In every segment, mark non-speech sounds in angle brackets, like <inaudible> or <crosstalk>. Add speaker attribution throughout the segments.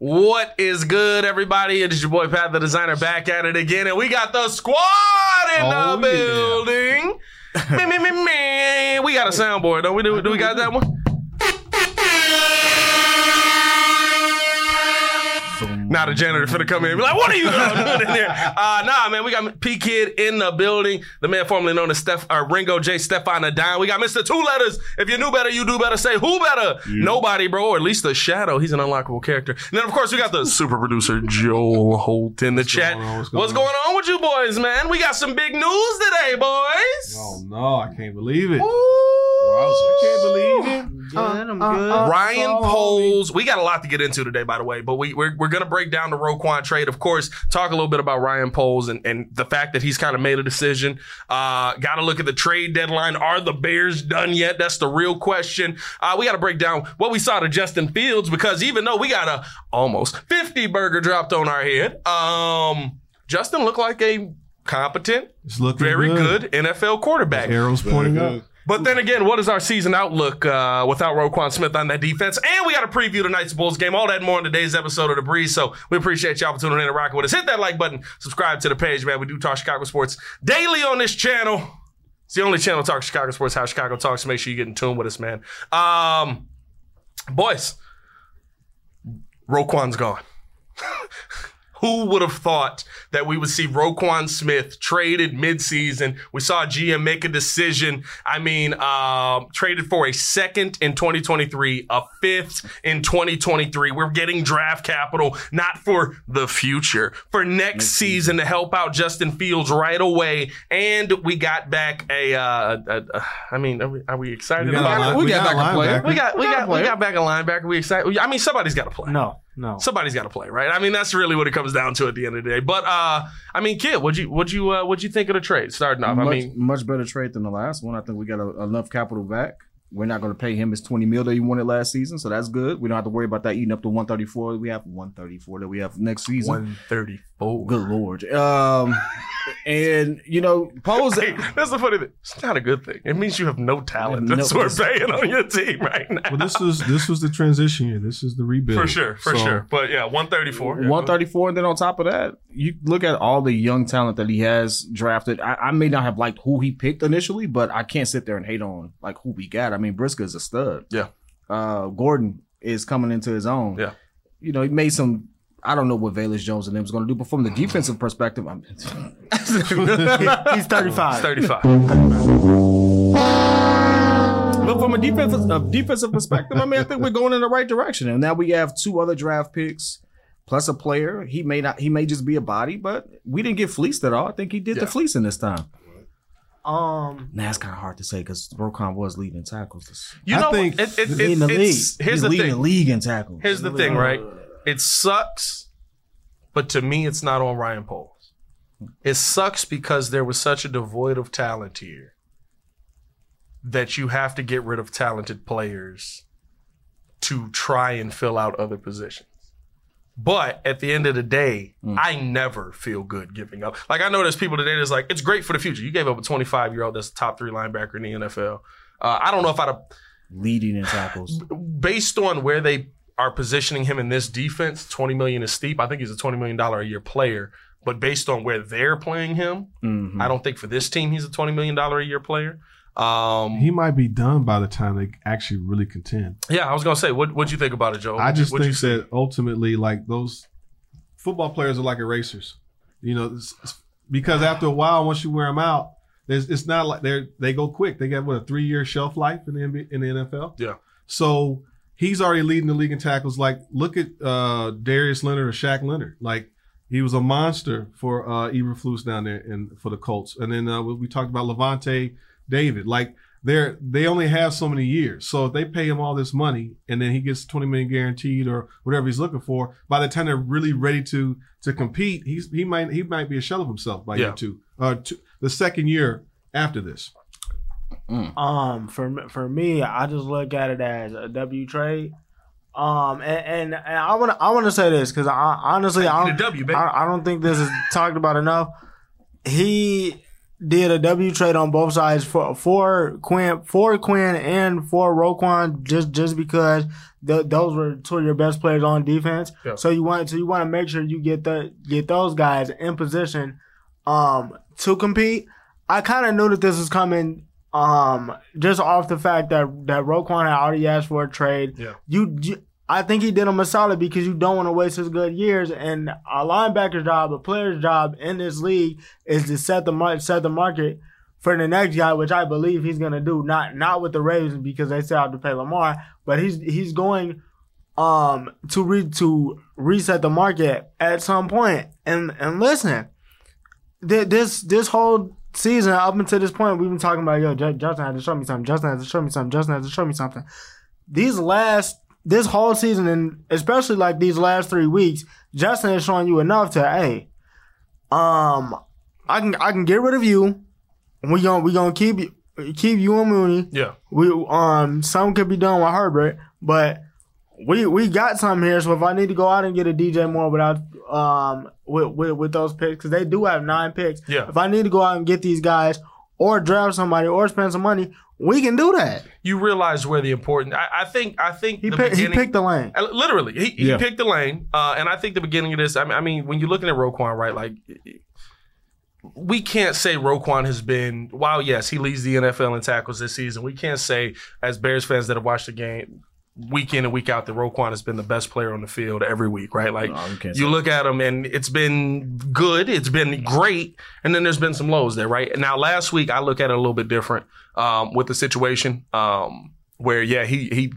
Speaker 1: What is good, everybody? It is your boy Pat the Designer back at it again, and we got the squad in
Speaker 2: Oh,
Speaker 1: the
Speaker 2: yeah. <laughs>
Speaker 1: building. me, me, me, me. We got a soundboard, don't we? Do, do we got that one? Not a janitor finna come in and be like, what are you girls doing <laughs> in there? Uh, nah, man, we got P Kid in the building, the man formerly known as Steph, uh, Ringo J. Stefan Adine. We got Mr. Two Letters. If you knew better, you do better. Say who better? Nobody, bro, or at least the shadow. He's an unlockable character. And then, of course, we got the super producer, Joel Holt, in the chat. what's, going, on? with you boys, man? We got some big news today, boys.
Speaker 2: Oh no, I can't believe it.
Speaker 1: Ooh.
Speaker 2: I can't believe it. Uh,
Speaker 1: Ryan
Speaker 2: oh.
Speaker 1: Poles. We got a lot to get into today, by the way, but we, we're, we're going to break down the Roquan trade, of course, talk a little bit about Ryan Poles and, and the fact that he's kind of made a decision. Uh, got to look at the trade deadline. Are the Bears done yet? That's the real question. Uh, we got to break down what we saw to Justin Fields because even though we got a almost 50 burger dropped on our head, um, Justin looked like a competent,
Speaker 2: It's looking
Speaker 1: very
Speaker 2: good.
Speaker 1: good NFL quarterback.
Speaker 2: Arrows pointing
Speaker 3: good.
Speaker 2: up.
Speaker 1: But then again, what is our season outlook uh, without Roquan Smith on that defense? And we got a preview tonight's Bulls game. All that and more in today's episode of The Breeze. So we appreciate y'all for tuning in and rocking with us. Hit that like button. Subscribe to the page, man. We do talk Chicago sports daily on this channel. It's the only channel that talks Chicago sports, how Chicago talks. Make sure you get in tune with us, man. Um, boys, Roquan's gone. <laughs> Who would have thought that we would see Roquan Smith traded midseason? We saw GM make a decision. I mean, um, traded for a second in 2023, a fifth in 2023. We're getting draft capital, not for the future, for next, season to help out Justin Fields right away. And we got back a, uh, a, a I mean, are we, are we excited
Speaker 2: We got
Speaker 1: about
Speaker 2: a
Speaker 1: it?
Speaker 2: line-
Speaker 3: we got back a player.
Speaker 1: We got we got we got back a linebacker. We excited. I mean, somebody's got to play.
Speaker 4: No, no.
Speaker 1: somebody's got to play, right? I mean, that's really what it comes down to at the end of the day. But uh, I mean, kid, would you would you uh, would you think of the trade starting off?
Speaker 3: much,
Speaker 1: I mean,
Speaker 3: much better trade than the last one. I think we got a, enough capital back. We're not going to pay him his 20 mil that he wanted last season, so that's good. We don't have to worry about that eating up the 134 that we have, 134 that we have next season.
Speaker 1: thirty four.
Speaker 3: Good lord. Um, and you know,
Speaker 1: <laughs>
Speaker 3: Poe's
Speaker 1: Hey, that's the funny thing. It's not a good thing. It means you have no talent.
Speaker 3: No-
Speaker 1: That's what we're paying on your team right now.
Speaker 2: Well, this was this was the transition year. This is the rebuild.
Speaker 1: for sure, for
Speaker 2: So,
Speaker 1: sure. But yeah, one thirty four.
Speaker 3: 134, and then on top of that, you look at all the young talent that he has drafted. I, I may not have liked who he picked initially, but I can't sit there and hate on like who we got. I mean, Briska is a stud.
Speaker 1: Yeah.
Speaker 3: Uh, Gordon is coming into his own.
Speaker 1: Yeah.
Speaker 3: You know, he made some. I don't know what Valus Jones and them is going to do, but from the defensive perspective,
Speaker 1: <laughs>
Speaker 3: I'm, <laughs>
Speaker 4: He's 35.
Speaker 1: Thirty five.
Speaker 3: but from a defensive a defensive perspective, I mean, I think we're going in the right direction. And now we have two other draft picks plus a player. He may not. He may just be a body, but we didn't get fleeced at all. I think he did
Speaker 1: Yeah.
Speaker 3: the fleecing this time.
Speaker 4: Um,
Speaker 3: Now it's kind of hard to say because Roquan was leading in tackles. This,
Speaker 1: You
Speaker 2: I
Speaker 1: know,
Speaker 2: think
Speaker 1: it, it, it,
Speaker 3: leading the league.
Speaker 1: it's, here's
Speaker 3: He's
Speaker 1: the
Speaker 3: leading
Speaker 1: thing.
Speaker 3: the league in tackles.
Speaker 1: Here's the thing, right? It sucks, but to me, it's not on Ryan Poles. It sucks because there was such a devoid of talent here that you have to get rid of talented players to try and fill out other positions. But at the end of the day, I never feel good giving up. Like I know there's people today that's like, it's great for the future. You gave up a 25 year old that's the top three linebacker in the NFL. Uh, I don't know if I'd have
Speaker 3: leading in tackles.
Speaker 1: based on where they are positioning him in this defense, 20 million is steep. I think he's a 20 million dollar a year player, but based on where they're playing him,
Speaker 3: Mhm.
Speaker 1: I don't think for this team he's a 20 million dollar a year player. Um,
Speaker 2: He might be done by the time they actually really contend.
Speaker 1: yeah, I was gonna say, what what you think about it, Joe?
Speaker 2: I just
Speaker 1: What'd
Speaker 2: think that ultimately, like those football players are like erasers, you know, it's- it's- because after a while, once you wear them out, there's, it's not like they they go quick. They got what a three year shelf life in the NBA, in the NFL.
Speaker 1: Yeah.
Speaker 2: So he's already leading the league in tackles. Like look at uh, Darius Leonard or Shaq Leonard. Like he was a monster for uh, Eberflus down there and for the Colts. And then uh, we- we talked about Levante David. Like they're they only have so many years. So if they pay him all this money and then he gets twenty million guaranteed or whatever he's looking for, by the time they're really ready to to compete, he's he might he might be a shell of himself by
Speaker 1: Yeah.
Speaker 2: year two. Uh, two, the second year after this.
Speaker 4: Um, for m- for me, I just look at it as a W trade. Um, and and, and I want to I want to say this because I honestly I
Speaker 1: you-
Speaker 4: don't
Speaker 1: the W, baby.
Speaker 4: I, I don't think this is talked about enough. He did a W trade on both sides for for Quinn for Quinn and for Roquan just just because th- those were two of your best players on defense.
Speaker 1: Yeah.
Speaker 4: So you want so you want to make sure you get the get those guys in position um to compete. I kind of knew that this was coming um just off the fact that that Roquan had already asked for a trade.
Speaker 1: Yeah.
Speaker 4: You, you I think he did him a solid because you don't want to waste his good years and a linebacker's job, a player's job in this league is to set the mar- set the market for the next guy, which I believe he's gonna do. Not not with the Ravens because they still have to pay Lamar, but he's he's going um to re- to reset the market at some point. And and listen, th- this this whole season up until this point, we've been talking about yo, Ju- Justin had to show me something. Justin had to show me something. Justin had to show me something. These last this whole season, and especially like these last three weeks, Justin is showing you enough to hey, um, I can I can get rid of you. We gonna we gonna keep you keep you and Mooney.
Speaker 1: Yeah,
Speaker 4: We um some could be done with Herbert, but we we got some here. So if I need to go out and get a DJ Moore without um with with, with those picks because they do have nine picks.
Speaker 1: Yeah.
Speaker 4: If I need to go out and get these guys or draft somebody or spend some money, we can do that.
Speaker 1: you realize where the important. I, I think I think
Speaker 4: He
Speaker 1: the
Speaker 4: picked he
Speaker 1: beginning-
Speaker 4: picked the lane.
Speaker 1: Uh, Literally, he, he
Speaker 2: Yeah.
Speaker 1: picked the lane, uh, and I think the beginning of this. I mean, I mean, when you're looking at Roquan, right? Like, we can't say Roquan has been. While yes, he leads the NFL in tackles this season, we can't say as Bears fans that have watched the game week in and week out that Roquan has been the best player on the field every week, right? Like,
Speaker 3: No, you can't
Speaker 1: you
Speaker 3: say
Speaker 1: look at him and it's been good, it's been great, and then there's been some lows there, right? Now, last week I look at it a little bit different um, with the situation um, where, yeah, he he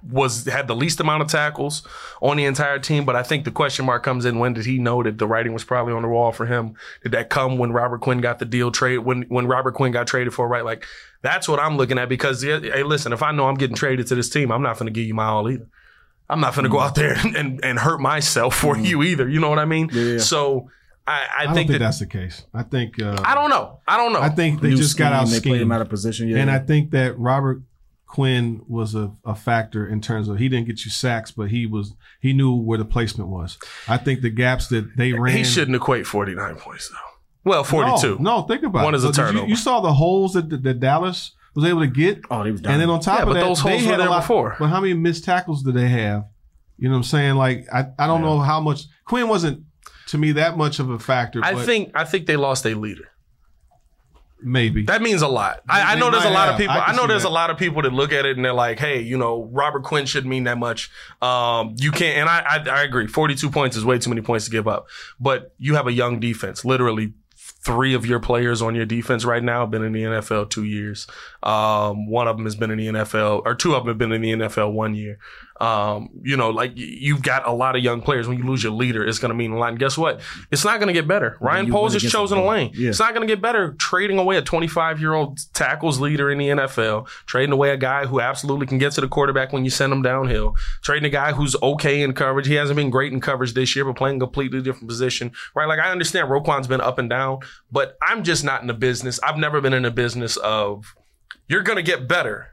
Speaker 1: was had the least amount of tackles on the entire team, but I think the question mark comes in when did he know that the writing was probably on the wall for him? Did that come when Robert Quinn got the deal trade when when Robert Quinn got traded for right? Like that's what I'm looking at because yeah, hey, listen, if I know I'm getting traded to this team, I'm not going to give you my all either. I'm not going
Speaker 2: Mm.
Speaker 1: to go out there <laughs> and and hurt myself for you either. You know what I mean? So I, I,
Speaker 2: I, don't
Speaker 1: think,
Speaker 2: think,
Speaker 1: that
Speaker 2: that's the case. I think uh,
Speaker 1: I don't know. I don't know.
Speaker 2: I think they
Speaker 3: New
Speaker 2: just got
Speaker 3: scheme,
Speaker 2: out
Speaker 3: They played
Speaker 2: schemed.
Speaker 3: him out of position. Yeah,
Speaker 2: And I think that Robert Quinn was a, a factor in terms of he didn't get you sacks, but he was he knew where the placement was. I think the gaps that they ran.
Speaker 1: he shouldn't equate 49 points though. Well, 42.
Speaker 2: No, no think about
Speaker 1: One
Speaker 2: it.
Speaker 1: is a
Speaker 2: So did you-
Speaker 1: turnover.
Speaker 2: You, saw the holes that, that, that Dallas was able to get.
Speaker 3: oh, they was down.
Speaker 2: And then on top
Speaker 1: Yeah,
Speaker 2: of
Speaker 1: but
Speaker 2: that,
Speaker 1: those
Speaker 2: they
Speaker 1: holes
Speaker 2: had
Speaker 1: were there
Speaker 2: a lot,
Speaker 1: before.
Speaker 2: But how many missed tackles did they have? You know what I'm saying? Like I, I don't know how much Quinn wasn't to me that much of a factor.
Speaker 1: I
Speaker 2: but
Speaker 1: think I think they lost a leader.
Speaker 2: maybe
Speaker 1: That means a lot. I, I
Speaker 2: They
Speaker 1: know there's a
Speaker 2: might
Speaker 1: lot of
Speaker 2: have.
Speaker 1: people.
Speaker 2: I
Speaker 1: I,
Speaker 2: can
Speaker 1: know
Speaker 2: see
Speaker 1: there's
Speaker 2: that.
Speaker 1: a lot of people that look at it and they're like, "Hey, you know, Robert Quinn shouldn't mean that much." Um, you can't. And I, I I agree. 42 points is way too many points to give up. But you have a young defense. Literally, three of your players on your defense right now have been in the NFL two years. Um, one of them has been in the NFL, or two of them have been in the NFL one year. Um, you know, like y- you've got a lot of young players. When you lose your leader, it's going to mean a lot. And guess what? It's not going to get better. Ryan
Speaker 3: you
Speaker 1: Poles
Speaker 3: win
Speaker 1: has
Speaker 3: against
Speaker 1: chosen a
Speaker 3: the-
Speaker 1: lane.
Speaker 3: Yeah.
Speaker 1: It's not going to get better trading away a 25 year old tackles leader in the NFL, trading away a guy who absolutely can get to the quarterback when you send him downhill, trading a guy who's okay in coverage. He hasn't been great in coverage this year, but playing a completely different position, right? Like I understand Roquan's been up and down, but I'm just not in the business. I've never been in the business of you're going to get better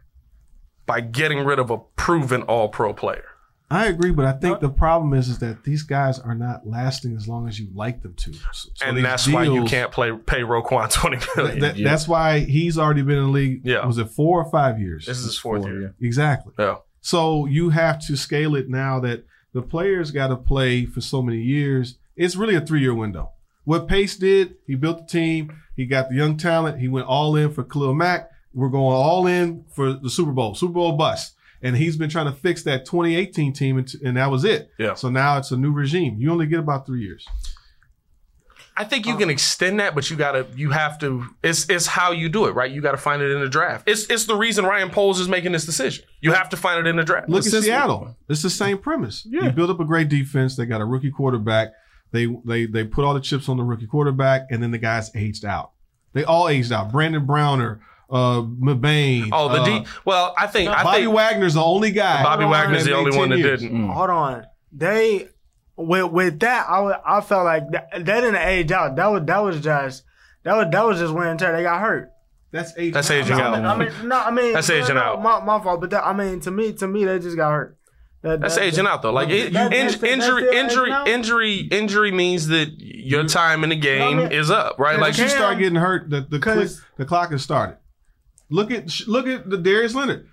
Speaker 1: by getting rid of a proven all pro player.
Speaker 2: I agree, but I think the problem is is that these guys are not lasting as long as you like them to. So- so these
Speaker 1: and that's why you
Speaker 2: deals-
Speaker 1: can't play pay Roquan twenty million.
Speaker 2: That, that- That's why he's already been in the league.
Speaker 1: Yeah.
Speaker 2: was it four or five years?
Speaker 1: this is his fourth year.
Speaker 2: exactly.
Speaker 1: Yeah.
Speaker 2: So you have to scale it now that the players got to play for so many years. It's really a three year window. What Pace did, he built the team, he got the young talent, he went all in for Khalil Mack. We're going all in for the Super Bowl, Super Bowl bust. And he's been trying to fix that 2018 team, and, and that was it.
Speaker 1: Yeah.
Speaker 2: So now it's a new regime. You only get about three years.
Speaker 1: I think you can extend that, but you gotta you have to it's it's how you do it, right? You gotta find it in the draft. It's it's the reason Ryan Poles is making this decision. You have to find it in the draft.
Speaker 2: Look at
Speaker 3: Assistant.
Speaker 2: Seattle. It's the same premise. You build up a great defense. They got a rookie quarterback. They they they put all the chips on the rookie quarterback, and then the guys aged out. They all aged out. Brandon Browner, uh, Mabane.
Speaker 1: oh, the
Speaker 2: uh,
Speaker 1: D well, I think I
Speaker 2: Bobby
Speaker 1: think
Speaker 2: Wagner's the only guy.
Speaker 1: Bobby
Speaker 2: that
Speaker 1: Wagner's the
Speaker 2: made
Speaker 1: only one
Speaker 2: 10
Speaker 1: that
Speaker 2: years.
Speaker 1: didn't.
Speaker 3: Mm.
Speaker 4: Hold on. They with with that, I wa- I felt like that, that didn't age out. That was that was just that was that was just wear and tear. They got hurt.
Speaker 2: That's aging.
Speaker 1: That's aging out.
Speaker 2: I'm- I'm-
Speaker 4: I mean, no, I mean
Speaker 1: That's
Speaker 4: no,
Speaker 1: aging
Speaker 4: no,
Speaker 1: out.
Speaker 4: My, my fault, but that, I mean to me, to me, they just got hurt. That,
Speaker 1: That's
Speaker 4: that-
Speaker 1: aging out though. Like it,
Speaker 4: That-
Speaker 1: in-
Speaker 4: that's- that's still
Speaker 1: injury,
Speaker 4: aging
Speaker 1: injury,
Speaker 4: out?
Speaker 1: injury, injury means that your time in the game
Speaker 4: man.
Speaker 1: is up, right? Like
Speaker 2: Once you
Speaker 4: Cam-
Speaker 2: start getting hurt, the the, click,
Speaker 4: 'Cause-
Speaker 2: the clock has started. Look at sh- look at the Darius Leonard,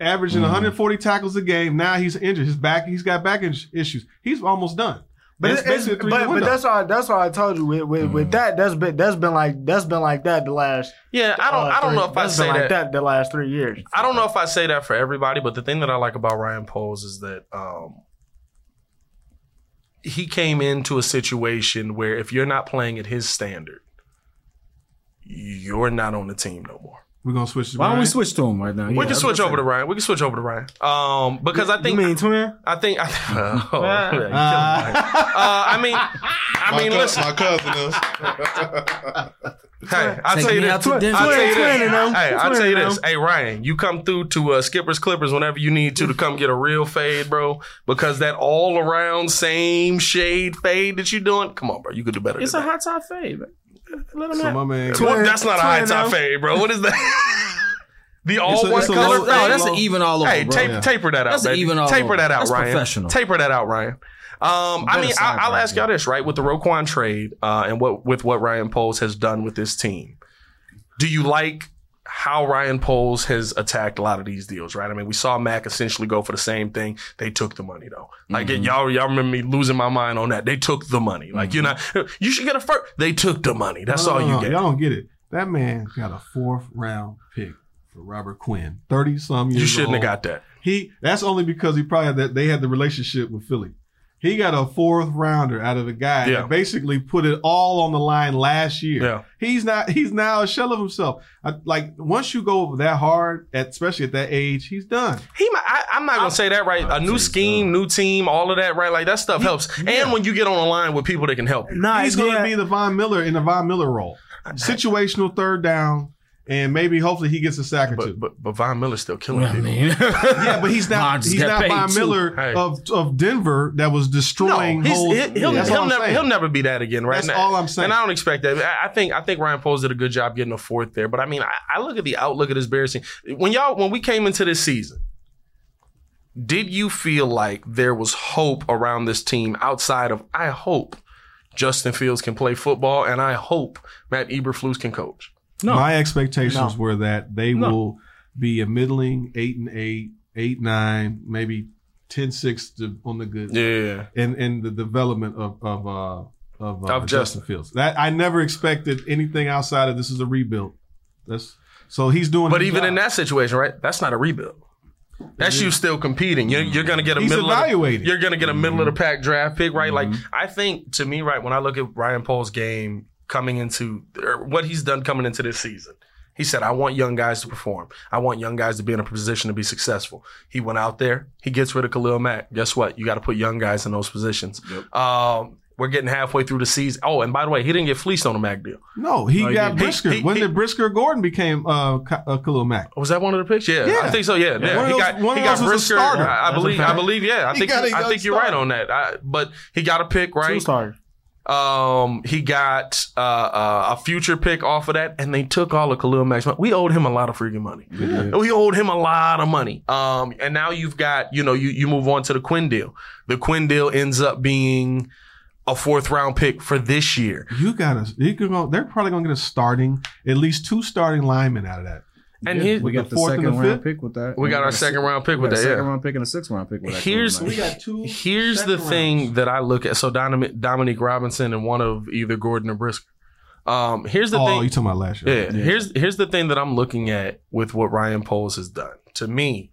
Speaker 2: averaging 140 tackles a game. Now he's injured. His back he's got back in- issues. He's almost done.
Speaker 4: But
Speaker 2: That's
Speaker 4: it's, it's,
Speaker 2: basically a
Speaker 4: but,
Speaker 2: three-year
Speaker 4: but
Speaker 2: window.
Speaker 4: that's why that's why I told you with with,
Speaker 1: Mm.
Speaker 4: with that that's been that's been like that's been like that the last
Speaker 1: yeah, I don't,
Speaker 4: uh,
Speaker 1: I don't know
Speaker 4: three-
Speaker 1: if I
Speaker 4: that's
Speaker 1: say
Speaker 4: been like
Speaker 1: that.
Speaker 4: that the last three years.
Speaker 1: I don't know if I say that for everybody, but the thing that I like about Ryan Poles is that um, he came into a situation where if you're not playing at his standard, you're not on the team no more.
Speaker 2: We're gonna switch. to
Speaker 3: Why don't we
Speaker 2: Ryan.
Speaker 3: switch to him right now?
Speaker 1: we can switch over to Ryan. We can switch over to Ryan. Um, because I
Speaker 4: You
Speaker 1: think
Speaker 4: mean twin?
Speaker 1: I think <laughs> I think. oh, yeah, you're killing me.
Speaker 2: Uh,
Speaker 1: Uh, I mean, I mean,
Speaker 5: my,
Speaker 1: listen.
Speaker 5: cou- my cousin is.
Speaker 1: Hey, I'll
Speaker 6: Take
Speaker 1: tell you
Speaker 6: me
Speaker 1: this.
Speaker 6: out to Denver.
Speaker 1: I'll tell you
Speaker 4: Twin,
Speaker 1: this.
Speaker 4: you know?
Speaker 1: Hey, I'll
Speaker 4: Twin,
Speaker 1: tell you
Speaker 4: you
Speaker 1: this.
Speaker 4: know?
Speaker 1: Hey, Ryan, you come through to uh, Skipper's Clippers whenever you need to to come get a real fade, bro. Because that all around same shade fade that you doing, come on, bro, you could do better.
Speaker 3: It's a
Speaker 1: than
Speaker 3: hot top fade. man. Let him
Speaker 2: so my
Speaker 3: have.
Speaker 2: man,
Speaker 1: that. Well, that's not a high
Speaker 4: Twin,
Speaker 1: top
Speaker 4: though.
Speaker 1: fade, bro. What is that? <laughs> the all
Speaker 2: a-
Speaker 1: one
Speaker 2: it's a
Speaker 1: color
Speaker 2: low-
Speaker 6: No, that's
Speaker 2: Low-
Speaker 6: an even all over,
Speaker 1: Hey,
Speaker 6: bro.
Speaker 1: tape, taper that out,
Speaker 6: That's
Speaker 1: baby.
Speaker 6: even all
Speaker 1: taper
Speaker 6: over.
Speaker 1: that out,
Speaker 6: That's
Speaker 1: Ryan.
Speaker 6: professional.
Speaker 1: Taper that out, Ryan. Um, I
Speaker 3: Better
Speaker 1: mean,
Speaker 3: side,
Speaker 1: I, I'll
Speaker 3: Ryan,
Speaker 1: ask y'all this, right? With the Roquan trade uh, and what with what Ryan Poles has done with this team, do you like how Ryan Poles has attacked a lot of these deals, right? I mean, we saw Mac essentially go for the same thing. They took the money though. Like y'all, y'all remember me losing my mind on that. They took the money. Like you're not, you should get a first. They took the money. That's
Speaker 2: No,
Speaker 1: all
Speaker 2: no,
Speaker 1: you
Speaker 2: no,
Speaker 1: get.
Speaker 2: Y'all don't get it. That man got a fourth round pick for Robert Quinn, thirty some years.
Speaker 1: You shouldn't have
Speaker 2: old.
Speaker 1: got that.
Speaker 2: He. That's only because he probably had that they had the relationship with Philly. He got a fourth rounder out of a guy
Speaker 1: Yeah.
Speaker 2: that basically put it all on the line last year.
Speaker 1: Yeah.
Speaker 2: He's not. He's now a shell of himself. I, like once you go that hard, at, especially at that age, he's done.
Speaker 1: He, might, I, I'm not gonna say that right. A new scheme, new team, all of that, right? Like that stuff helps. And when you get on the line with people that can help you,
Speaker 4: Nah,
Speaker 2: he's going to
Speaker 3: <laughs>
Speaker 4: yeah.
Speaker 2: be the Von Miller in the Von Miller role, situational third down, and maybe hopefully he gets a sack or two.
Speaker 1: but but, but Von Miller's still killing
Speaker 6: I
Speaker 1: people.
Speaker 6: mean,
Speaker 2: Yeah, but he's not.
Speaker 6: Mons
Speaker 2: He's
Speaker 6: got
Speaker 2: not
Speaker 6: paid,
Speaker 2: Von
Speaker 6: too.
Speaker 2: Miller
Speaker 1: Hey.
Speaker 2: of of Denver that was
Speaker 1: No,
Speaker 2: destroying.
Speaker 1: he's,
Speaker 2: whole,
Speaker 1: he- he'll,
Speaker 2: Yeah, that's
Speaker 1: he'll
Speaker 2: all I'm
Speaker 1: never,
Speaker 2: saying.
Speaker 1: he'll never be that again, right?
Speaker 2: That's
Speaker 1: And-
Speaker 2: all I'm saying.
Speaker 1: And I don't expect that. I, I think I think Ryan Poles did a good job getting a fourth there. But I mean, I, I look at the outlook of this Bears team. When y'all when we came into this season, did you feel like there was hope around this team outside of I hope Justin Fields can play football and I hope Matt Eberflus can coach?
Speaker 3: No.
Speaker 2: My expectations
Speaker 4: No.
Speaker 2: were that they
Speaker 3: No.
Speaker 2: will be a middling eight and eight, eight nine, maybe 10-6 to- on the good.
Speaker 1: Yeah.
Speaker 2: And and the development of of uh, of, uh,
Speaker 1: Of
Speaker 2: Justin.
Speaker 1: Justin.
Speaker 2: Fields. That I never expected anything outside of this is a rebuild. That's so he's doing.
Speaker 1: But
Speaker 2: his
Speaker 1: even
Speaker 2: job.
Speaker 1: in that situation, right? That's not a rebuild. That's you still competing. You're, you're gonna get a
Speaker 2: He's
Speaker 1: middle. Of the,
Speaker 2: evaluating.
Speaker 1: you're gonna get a middle of the pack draft pick, right? Like I think to me, right when I look at Ryan Paul's game coming into or what he's done coming into this season, he said, "I want young guys to perform. I want young guys to be in a position to be successful." He went out there. He gets rid of Khalil Mack. Guess what? You got to put young guys in those positions. Um, we're getting halfway through the season. Oh, and by the way, he didn't get fleeced on the Mack deal.
Speaker 2: no, he
Speaker 3: he
Speaker 2: got
Speaker 3: didn't.
Speaker 2: Brisker.
Speaker 1: He- he-
Speaker 2: when
Speaker 1: he-
Speaker 2: did Brisker Gordon became uh, Ka- uh Khalil Mack?
Speaker 1: Was that one of the picks? Yeah, I
Speaker 2: Yeah.
Speaker 1: think so. Yeah, yeah.
Speaker 2: One of
Speaker 1: he
Speaker 2: those-
Speaker 1: got
Speaker 2: one
Speaker 1: he
Speaker 2: of
Speaker 1: got
Speaker 2: those was a
Speaker 1: Brisker.
Speaker 2: starter.
Speaker 1: I, I
Speaker 2: That's a
Speaker 1: believe. I
Speaker 2: fact.
Speaker 1: believe. Yeah, I
Speaker 2: He
Speaker 1: think.
Speaker 2: got a
Speaker 1: I
Speaker 2: young
Speaker 1: think you're
Speaker 2: starter.
Speaker 1: right on that. I, but he got a pick,
Speaker 4: Two
Speaker 1: right?
Speaker 4: stars.
Speaker 1: Um, he got uh, uh, a future pick off of that, and they took all of Khalil Mack's money. We owed him a lot of freaking money. We owed him a lot of money. Um, and now you've got, you know, you you move on to the Quinn deal. The Quinn deal ends up being a fourth round pick for this year.
Speaker 2: You got us. You could go, they're probably going to get a starting, at least two starting linemen out of that.
Speaker 1: And here
Speaker 3: we
Speaker 1: we,
Speaker 2: the
Speaker 3: got the,
Speaker 2: fourth <laughs> and
Speaker 3: second
Speaker 2: the
Speaker 3: round
Speaker 2: fifth?
Speaker 3: pick with that.
Speaker 1: got our
Speaker 3: a
Speaker 1: second round pick
Speaker 3: we
Speaker 1: with
Speaker 3: got a
Speaker 1: that.
Speaker 3: second
Speaker 1: Yeah.
Speaker 3: round pick and a sixth round pick with that.
Speaker 1: Here's-
Speaker 3: Kobe
Speaker 1: we
Speaker 3: Bryant.
Speaker 2: got two.
Speaker 1: Here's the thing that I look at. So Dominic, Dominic Robinson and one of either Gordon or Brisker. Um, here's the
Speaker 2: oh,
Speaker 1: thing.
Speaker 2: you talking about last year?
Speaker 1: Yeah. Here's here's the thing that I'm looking at with what Ryan Poles has done. To me,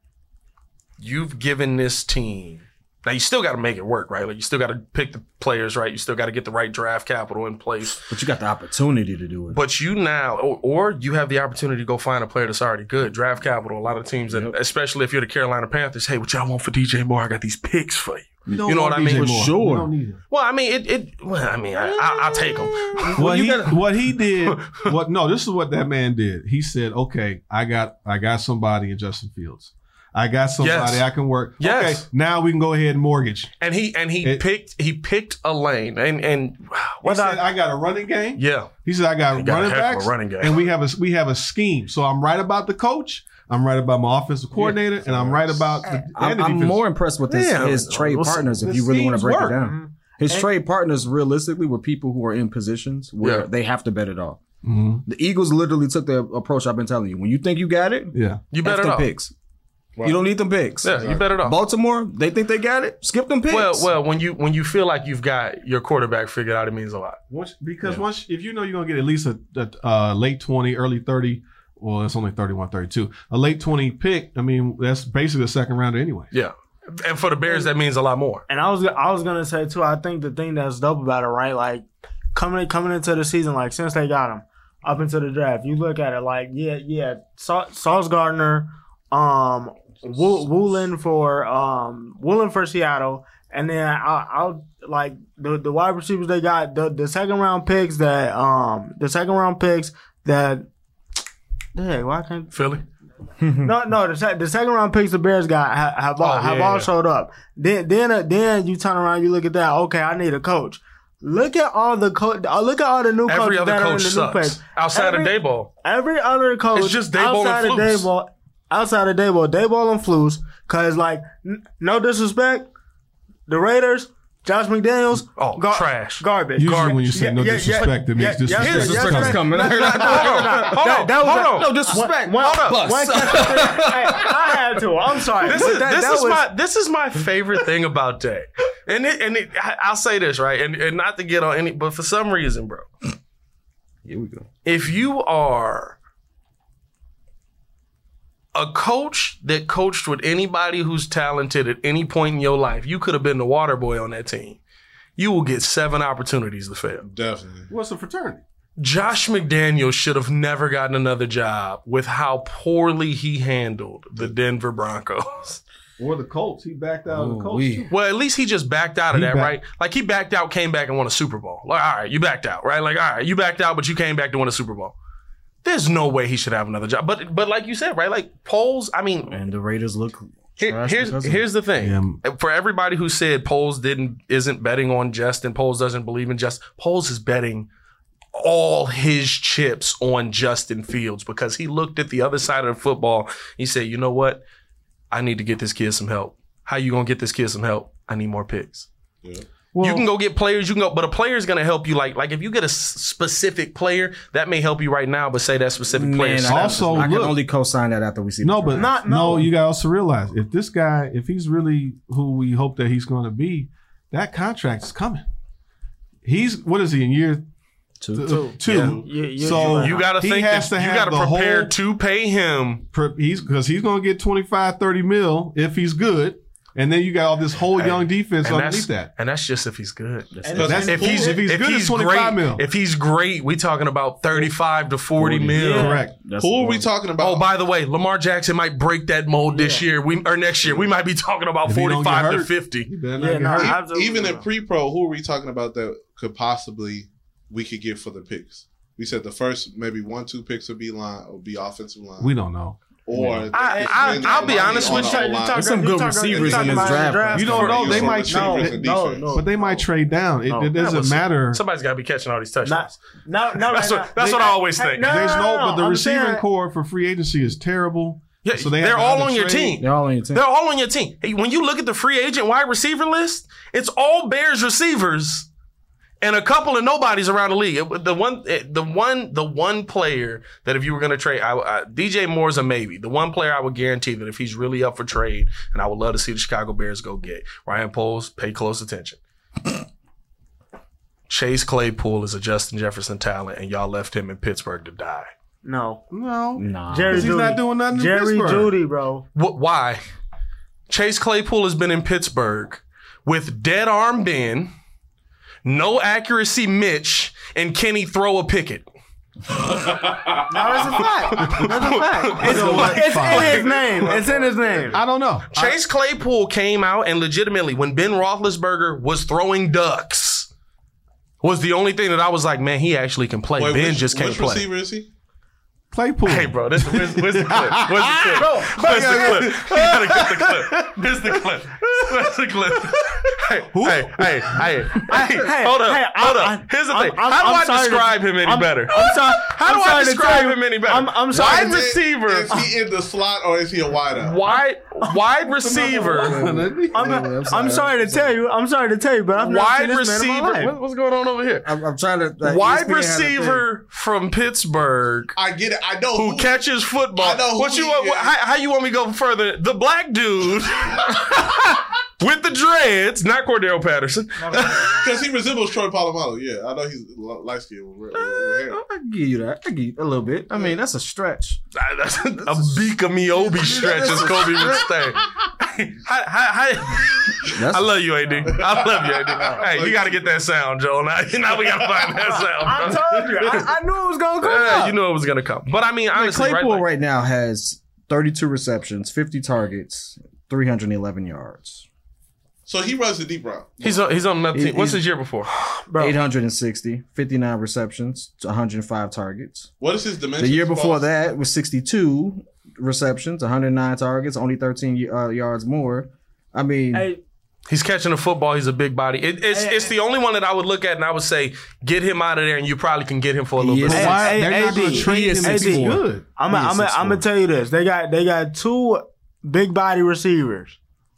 Speaker 1: you've given this team now you still got to make it work, right? Like you still got to pick the players right. You still got to get the right draft capital in place.
Speaker 3: but you got the opportunity to do it.
Speaker 1: But you now, or, or you have the opportunity to go find a player that's already good. Draft capital. A lot of teams, and especially if you're the Carolina Panthers, hey, what y'all want for DJ Moore? I got these picks for you.
Speaker 2: You,
Speaker 1: You know what I mean? For
Speaker 3: sure.
Speaker 1: Well, I mean, it. it well, I mean, I, I, I'll take them.
Speaker 2: What he, what
Speaker 1: <laughs>
Speaker 2: he did, what no, this is what that man did. He said, "Okay, I got I got somebody in Justin Fields. I got somebody
Speaker 1: Yes.
Speaker 2: I can work.
Speaker 1: Yes.
Speaker 2: Okay, now we can go ahead and mortgage."
Speaker 1: and he and he
Speaker 2: It-
Speaker 1: picked he picked a lane and and
Speaker 2: He
Speaker 1: what
Speaker 2: said,
Speaker 1: I,
Speaker 2: I, got a running game.
Speaker 1: yeah.
Speaker 2: He said, "I got,
Speaker 1: got a
Speaker 2: running
Speaker 1: heck of a
Speaker 2: backs,
Speaker 1: running game.
Speaker 2: and we have a we have a scheme. So I'm right about the coach. I'm right about my offensive coordinator, and I'm right about the, and
Speaker 3: I'm,
Speaker 2: the
Speaker 3: I'm
Speaker 2: defense.
Speaker 3: more impressed with his,
Speaker 1: Yeah.
Speaker 3: his trade
Speaker 1: Listen,
Speaker 3: partners. If
Speaker 2: the
Speaker 3: you really want to
Speaker 2: schemes
Speaker 3: break
Speaker 2: work.
Speaker 3: it down, his trade partners realistically were people who are in positions where
Speaker 1: Yeah.
Speaker 3: they have to bet it all.
Speaker 2: Mm-hmm.
Speaker 3: The Eagles literally took the approach I've been telling you. When you think you got it,
Speaker 2: Yeah,
Speaker 1: You
Speaker 3: F
Speaker 1: better
Speaker 3: them
Speaker 1: off.
Speaker 3: picks. You don't need them picks.
Speaker 1: Yeah, you bet it off.
Speaker 3: Baltimore, they think they got it. Skip them picks.
Speaker 1: Well, well, when you when you feel like you've got your quarterback figured out, it means a lot.
Speaker 2: once, because once if you know you're gonna get at least a, a uh, late twenty, early thirty. Well, it's only 31, 32. A late 20 pick, I mean, that's basically a second rounder anyway.
Speaker 1: Yeah, and for the Bears, that means a lot more.
Speaker 4: And I was I was gonna say too. I think the thing that's dope about it, right? Like coming coming into the season, like since they got him up into the draft, you look at it like yeah, yeah. Sa- Sauce Gardner, um, Wo- Woolen for um Woolen for Seattle, and then I, I'll like the the wide receivers they got the the second round picks that um the second round picks that. Hey, why can't
Speaker 1: Philly,
Speaker 4: <laughs> no, no. The, sec- the second round picks the Bears got have, have all
Speaker 1: Oh,
Speaker 4: have
Speaker 1: yeah,
Speaker 4: all
Speaker 1: yeah.
Speaker 4: showed up. Then then uh, then you turn around, you look at that. Okay, I need a coach. Look at all the coach. Look at all the new
Speaker 1: every
Speaker 4: coaches
Speaker 1: other
Speaker 4: that are in
Speaker 1: coach
Speaker 4: the new place.
Speaker 1: sucks outside
Speaker 4: Every-
Speaker 1: of Dayball.
Speaker 4: Every other coach,
Speaker 1: It's just Daboll
Speaker 4: outside
Speaker 1: and
Speaker 4: of
Speaker 1: Flus.
Speaker 4: Dayball, outside of Dayball, Dayball and Flus. Cause like, n- no disrespect, the Raiders, Josh McDaniels,
Speaker 1: Oh, trash.
Speaker 4: garbage.
Speaker 2: Usually
Speaker 1: Garbage.
Speaker 2: when you say
Speaker 4: Yeah,
Speaker 2: no
Speaker 4: yeah, yeah.
Speaker 2: disrespect, it means
Speaker 4: Yeah, yeah,
Speaker 2: disrespect.
Speaker 1: His
Speaker 2: is
Speaker 1: disrespect
Speaker 2: coming.
Speaker 1: is
Speaker 3: coming. <laughs>
Speaker 1: Hold on, hold on,
Speaker 4: that was a-
Speaker 1: hold on.
Speaker 3: no disrespect.
Speaker 4: One-
Speaker 1: Hold up.
Speaker 4: one-
Speaker 3: Plus.
Speaker 4: Hey, <laughs> I had to. I'm sorry.
Speaker 1: This is
Speaker 4: That-
Speaker 1: this
Speaker 4: that
Speaker 1: is
Speaker 4: was-
Speaker 1: my this is my favorite thing about Day, and it, and it, I, I'll say this right, and, and not to get on any, but for some reason, bro,
Speaker 3: Here we go.
Speaker 1: if you are a coach that coached with anybody who's talented at any point in your life, you could have been the water boy on that team. You will get seven opportunities to fail.
Speaker 5: Definitely.
Speaker 2: What's a fraternity?
Speaker 1: Josh McDaniel should have never gotten another job with how poorly he handled the Denver Broncos.
Speaker 2: Or the Colts. He backed out of the Colts.
Speaker 3: Ooh-wee.
Speaker 2: too.
Speaker 1: <laughs> Well, at least he just backed out of
Speaker 2: He
Speaker 1: that,
Speaker 2: back-
Speaker 1: right? Like he backed out, came back and won a Super Bowl. Like, all right, you backed out, right? Like, all right, you backed out, but you came back to win a Super Bowl. There's no way he should have another job. But but like you said, right? Like polls, I mean,
Speaker 3: And the Raiders look.
Speaker 1: here-
Speaker 3: trash
Speaker 1: here's
Speaker 3: because of
Speaker 1: here's the
Speaker 2: Yeah,
Speaker 1: thing. For everybody who said polls didn't isn't betting on Justin, polls doesn't believe in Justin. Polls is betting all his chips on Justin Fields because he looked at the other side of the football. He said, "You know what? I need to get this kid some help. How you gonna get this kid some help? I need more picks." you can go get players. You can go, but a player is going to help you. Like, like if you get a s- specific player, that may help you right now. But say that specific player.
Speaker 3: Man, I,
Speaker 1: sucks.
Speaker 2: Also,
Speaker 3: I can
Speaker 2: look-
Speaker 3: only co-sign that after we see.
Speaker 2: No, but
Speaker 4: Not-
Speaker 2: no.
Speaker 4: no.
Speaker 2: You gotta also realize if this guy, if he's really who we hope that he's going to be, that contract is coming. He's what is he in year
Speaker 3: Two.
Speaker 2: th- two?
Speaker 4: Yeah. Yeah, yeah,
Speaker 2: so
Speaker 4: yeah.
Speaker 1: you got to
Speaker 2: he
Speaker 1: think
Speaker 2: has
Speaker 1: that
Speaker 2: to
Speaker 1: you
Speaker 2: have
Speaker 1: got
Speaker 2: the
Speaker 1: to prepare
Speaker 2: whole-
Speaker 1: to pay him.
Speaker 2: pre- he's because he's going to get 25, 30 mil if he's good, and then you got all this whole young defense
Speaker 1: And
Speaker 2: underneath
Speaker 1: that's,
Speaker 2: that.
Speaker 1: and that's just if he's good.
Speaker 2: But that's
Speaker 1: if he's
Speaker 2: if he's good, it's
Speaker 1: great,
Speaker 2: 25 mil.
Speaker 1: if he's great, we talking about thirty-five to forty, mil.
Speaker 2: Correct.
Speaker 5: Who are we talking about?
Speaker 1: Oh, by the way, Lamar Jackson might break that mold this year. We or next year, we might be talking about
Speaker 2: If he don't get
Speaker 1: forty-five to
Speaker 2: hurt. He
Speaker 1: fifty.
Speaker 2: better not
Speaker 4: Yeah,
Speaker 2: get
Speaker 4: no,
Speaker 2: hurt.
Speaker 4: I-
Speaker 5: E-
Speaker 4: Absolutely.
Speaker 5: even in pre-pro, who are we talking about that could possibly we could get for the picks? We said the first maybe one two picks would be line or be offensive line.
Speaker 2: we don't know.
Speaker 5: or
Speaker 1: I- I-
Speaker 5: spend their
Speaker 1: I'll be
Speaker 5: money
Speaker 1: honest
Speaker 5: on
Speaker 1: with
Speaker 5: a
Speaker 1: you.
Speaker 5: O-line.
Speaker 3: There's some good receivers in this draft.
Speaker 2: You don't know. They
Speaker 5: You're
Speaker 2: might
Speaker 5: talking about
Speaker 2: trade.
Speaker 5: receivers and
Speaker 4: No, no.
Speaker 5: defense.
Speaker 2: But they might trade down. It,
Speaker 3: Oh,
Speaker 2: it
Speaker 3: that
Speaker 2: doesn't
Speaker 3: was-
Speaker 2: matter.
Speaker 1: Somebody's got to be catching all these touchdowns.
Speaker 4: No, no,
Speaker 1: That's
Speaker 4: no,
Speaker 1: what-
Speaker 4: no.
Speaker 1: that's what I always think.
Speaker 2: There's no, but the
Speaker 4: I'm
Speaker 2: receiving
Speaker 4: saying-
Speaker 2: core for free agency is terrible.
Speaker 1: Yeah,
Speaker 2: So they have
Speaker 1: they're
Speaker 2: to
Speaker 1: all
Speaker 2: either
Speaker 1: on your
Speaker 2: trade-
Speaker 1: team.
Speaker 3: They're all in your team.
Speaker 1: They're all on your team. Hey, when you look at the free agent wide receiver list, it's all Bears receivers and a couple of nobodies around the league. It- the one, it- the one, the one player that if you were going to trade, I, I, DJ Moore's a maybe. The one player I would guarantee that if he's really up for trade, and I would love to see the Chicago Bears go get Ryan Poles. Pay close attention. Chase Claypool is a Justin Jefferson talent, and y'all left him in Pittsburgh to die.
Speaker 4: No,
Speaker 2: No,
Speaker 3: <laughs> Nah.
Speaker 4: Jerry
Speaker 2: 'Cause he's
Speaker 4: Judy.
Speaker 2: not doing nothing in
Speaker 4: Jerry
Speaker 2: Pittsburgh.
Speaker 4: Judy, bro.
Speaker 1: What? Why? Chase Claypool has been in Pittsburgh with dead arm Ben, no accuracy Mitch, and Kenny throw a picket.
Speaker 4: No, it's a fact. <laughs> That's a fact. It's,
Speaker 2: like
Speaker 4: it's
Speaker 2: five.
Speaker 4: in his name. It's in his name.
Speaker 2: I don't know.
Speaker 1: Chase Claypool came out and legitimately, when Ben Roethlisberger was throwing ducks, was the only thing that I was like, man, he actually can play.
Speaker 5: Wait,
Speaker 1: ben
Speaker 5: which-
Speaker 1: just can't
Speaker 5: which
Speaker 1: play.
Speaker 5: receiver is he?
Speaker 2: Claypool.
Speaker 1: Hey, bro, this, where's, where's the clip? Where's
Speaker 4: <laughs>
Speaker 1: the clip? where's the clip? You gotta get the clip. Here's the clip. Where's the clip? Hey, hey, hey, hey, hey,
Speaker 4: hey,
Speaker 1: hold up,
Speaker 4: hey, I-
Speaker 1: hold up.
Speaker 4: I-
Speaker 1: Here's the
Speaker 4: I'm-
Speaker 1: thing.
Speaker 4: I'm-
Speaker 1: How do
Speaker 4: I'm
Speaker 1: i
Speaker 4: sorry to-
Speaker 1: describe him any
Speaker 4: I'm-
Speaker 1: better?
Speaker 4: I'm sorry.
Speaker 1: How
Speaker 4: I'm
Speaker 1: do I
Speaker 4: sorry to
Speaker 1: describe
Speaker 4: tell you-
Speaker 1: him any better?
Speaker 4: I'm, I'm sorry.
Speaker 1: Wide
Speaker 4: to-
Speaker 1: receiver.
Speaker 5: Is
Speaker 4: <laughs>
Speaker 5: he in the slot or is he a wideout?
Speaker 1: Wide, wide receiver,
Speaker 4: I'm,
Speaker 3: I'm
Speaker 4: I'm,
Speaker 3: sorry.
Speaker 4: sorry to tell you. I'm sorry to tell you, but I've never
Speaker 1: wide
Speaker 4: seen this man in my
Speaker 1: receiver.
Speaker 4: life.
Speaker 1: What- What's going on over here?
Speaker 3: I'm, I'm trying to. like, E
Speaker 1: Wide
Speaker 3: ESPN had a thing.
Speaker 1: receiver from Pittsburgh
Speaker 5: I get it. I know
Speaker 1: who catches football.
Speaker 5: I know who
Speaker 1: what you
Speaker 5: he
Speaker 1: want?
Speaker 5: is.
Speaker 1: wh- How, how you want me to go further? The black dude <laughs> with the dreads, not Cordero
Speaker 3: <laughs>
Speaker 1: Patterson.
Speaker 5: because he resembles Troy Polamalu. Yeah, I know he's light skinned with, with, with hair.
Speaker 3: I can give you that. I give you a little bit. I mean, that's a stretch.
Speaker 1: <laughs> That's a beak of me Obi stretch, as Kobe would say.
Speaker 5: <laughs>
Speaker 1: How- how- how-
Speaker 3: That's
Speaker 1: I love you,
Speaker 5: <laughs>
Speaker 1: AD. I love you, AD. Hey, you got to get that sound, Joe. Now, <laughs> now we got to find
Speaker 5: <laughs>
Speaker 1: that sound.
Speaker 4: I told you. I, I knew it was gonna come
Speaker 1: Yeah,
Speaker 4: up.
Speaker 1: you know it was gonna come, but I mean, honestly,
Speaker 3: Claypool
Speaker 1: right,
Speaker 3: right,
Speaker 1: like-
Speaker 3: now has 32 receptions, 50 targets, 311 yards,
Speaker 5: So he runs the deep route.
Speaker 1: he's on, he's on another
Speaker 3: He-
Speaker 1: team. What's
Speaker 3: he's-
Speaker 1: his year before?
Speaker 3: 860, 59 receptions, 105 targets.
Speaker 5: What is his dimension?
Speaker 3: The year before that was 62 receptions, 109 targets, only 13 y- uh, yards more. I mean,
Speaker 4: Hey,
Speaker 1: He's catching a football. He's a big body. It, it's it's the only one that I would look at and I would say, get him out of there, and you probably can get him for a little
Speaker 3: He
Speaker 1: bit.
Speaker 3: is-
Speaker 2: But
Speaker 4: Hey,
Speaker 2: why
Speaker 4: hey,
Speaker 2: they're not
Speaker 4: AD,
Speaker 2: going to trade him? if
Speaker 4: AD.
Speaker 2: he's good.
Speaker 4: I'm i I'm i I'm gonna tell you this. They got they got two big body receivers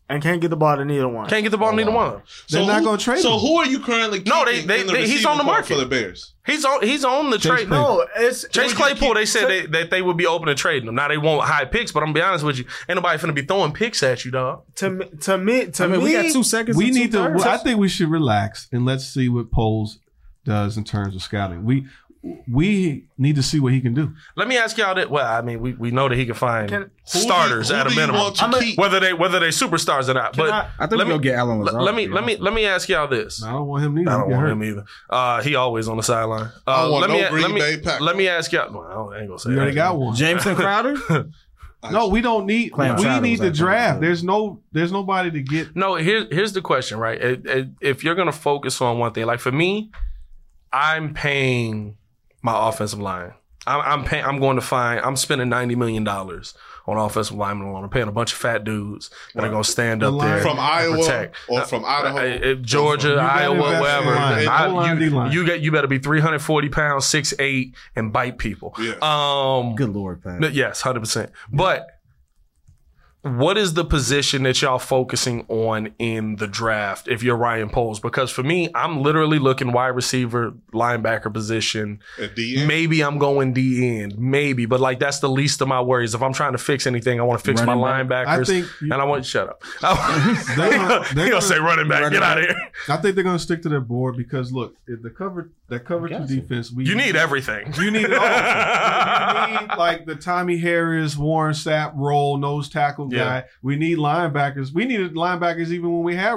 Speaker 4: and can't get the ball to neither one.
Speaker 1: Can't get the ball neither one.
Speaker 2: They're not
Speaker 5: who-
Speaker 2: gonna trade
Speaker 5: So
Speaker 2: him.
Speaker 5: who are you currently?
Speaker 1: No, they-
Speaker 5: keeping
Speaker 1: they-
Speaker 5: in the
Speaker 1: they- he's
Speaker 5: receiving
Speaker 1: on the
Speaker 5: corps
Speaker 1: market.
Speaker 5: for the Bears.
Speaker 1: He's on he's on the trade.
Speaker 2: Claypool.
Speaker 4: No, it's
Speaker 1: Chase Claypool, they said
Speaker 4: Chase-
Speaker 1: they, that they would be open to trading him. Now they want high picks, but I'm gonna be honest with you, ain't nobody finna be throwing picks at you, dog.
Speaker 4: to me to me to
Speaker 3: I mean,
Speaker 4: me.
Speaker 3: we
Speaker 4: <laughs>
Speaker 3: got two seconds.
Speaker 2: we
Speaker 3: and two
Speaker 2: need to.
Speaker 3: thirds.
Speaker 2: I think we should relax and let's see what Poles does in terms of scouting. We we need to see what he can do.
Speaker 1: Let me ask y'all that. Well, I mean, we, we know that he can find
Speaker 4: Can-
Speaker 5: Who do you-
Speaker 1: starters
Speaker 5: who
Speaker 1: at a
Speaker 5: do you
Speaker 1: minimum,
Speaker 5: want to
Speaker 4: I'ma-
Speaker 5: keep?
Speaker 1: whether they whether they superstars or not. But
Speaker 4: I-
Speaker 3: I
Speaker 1: let
Speaker 3: think we
Speaker 1: me
Speaker 3: gonna get Alan
Speaker 1: let,
Speaker 3: Lazard.
Speaker 1: let me
Speaker 3: to be
Speaker 1: let me
Speaker 3: honest.
Speaker 1: let me ask y'all this.
Speaker 2: I don't want him neither.
Speaker 1: I don't
Speaker 2: Get
Speaker 1: want
Speaker 2: hurt.
Speaker 1: him either. Uh, he always on the sideline. Uh,
Speaker 5: I want
Speaker 1: let
Speaker 5: no
Speaker 1: me
Speaker 5: Green
Speaker 1: let me
Speaker 5: Bay Packers.
Speaker 1: let me ask y'all. Well, I ain't gonna say.
Speaker 2: You already
Speaker 1: that.
Speaker 2: got one.
Speaker 3: <laughs> Jameson
Speaker 4: <laughs>
Speaker 3: Crowder.
Speaker 2: No, we don't need.
Speaker 3: Clam
Speaker 2: we
Speaker 3: chowder
Speaker 2: need
Speaker 3: was
Speaker 2: the
Speaker 3: actually
Speaker 2: draft.
Speaker 3: good.
Speaker 2: There's no. There's nobody to get.
Speaker 1: No, here's here's the question, right? It- it- if you're gonna focus on one thing, like for me, I'm paying my offensive line. I'm, I'm paying. I'm going to find. I'm spending ninety million dollars on offensive linemen alone. I'm paying a bunch of fat dudes that are gonna stand
Speaker 2: The
Speaker 1: up there
Speaker 2: line-
Speaker 5: from
Speaker 1: and
Speaker 5: Iowa
Speaker 1: protect.
Speaker 5: or from Idaho.
Speaker 1: Uh, if Georgia,
Speaker 2: gotta
Speaker 1: Iowa,
Speaker 2: invest in
Speaker 1: wherever.
Speaker 2: line.
Speaker 1: I-
Speaker 2: O-line,
Speaker 1: you,
Speaker 2: D-line.
Speaker 1: you get you better be 340 pounds, 6'8", and bite people.
Speaker 5: Yeah.
Speaker 1: Um
Speaker 3: Good lord, Pat.
Speaker 1: no, yes, 100%. But what is the position that y'all focusing on in the draft if you're Ryan Poles? Because for me, I'm literally looking wide receiver, linebacker position.
Speaker 5: At the end.
Speaker 1: Maybe I'm going D end, maybe, but like that's the least of my worries. If I'm trying to fix anything, I want to fix
Speaker 3: Running
Speaker 1: my linebackers.
Speaker 2: I think. You,
Speaker 1: and I want shut up. <laughs> I-
Speaker 2: <laughs> They're
Speaker 1: he
Speaker 2: gonna-
Speaker 1: gonna,
Speaker 2: they're gonna-
Speaker 1: say running back.
Speaker 3: running
Speaker 1: Get out of here.
Speaker 2: I think they're going to stick to their board because look, if the cover that cover two defense. We
Speaker 1: You need everything.
Speaker 2: You need it all. You need, like the Tommy Harris, Warren Sapp roll, nose tackle
Speaker 1: Yeah.
Speaker 2: guy. We need linebackers. We needed linebackers even when we had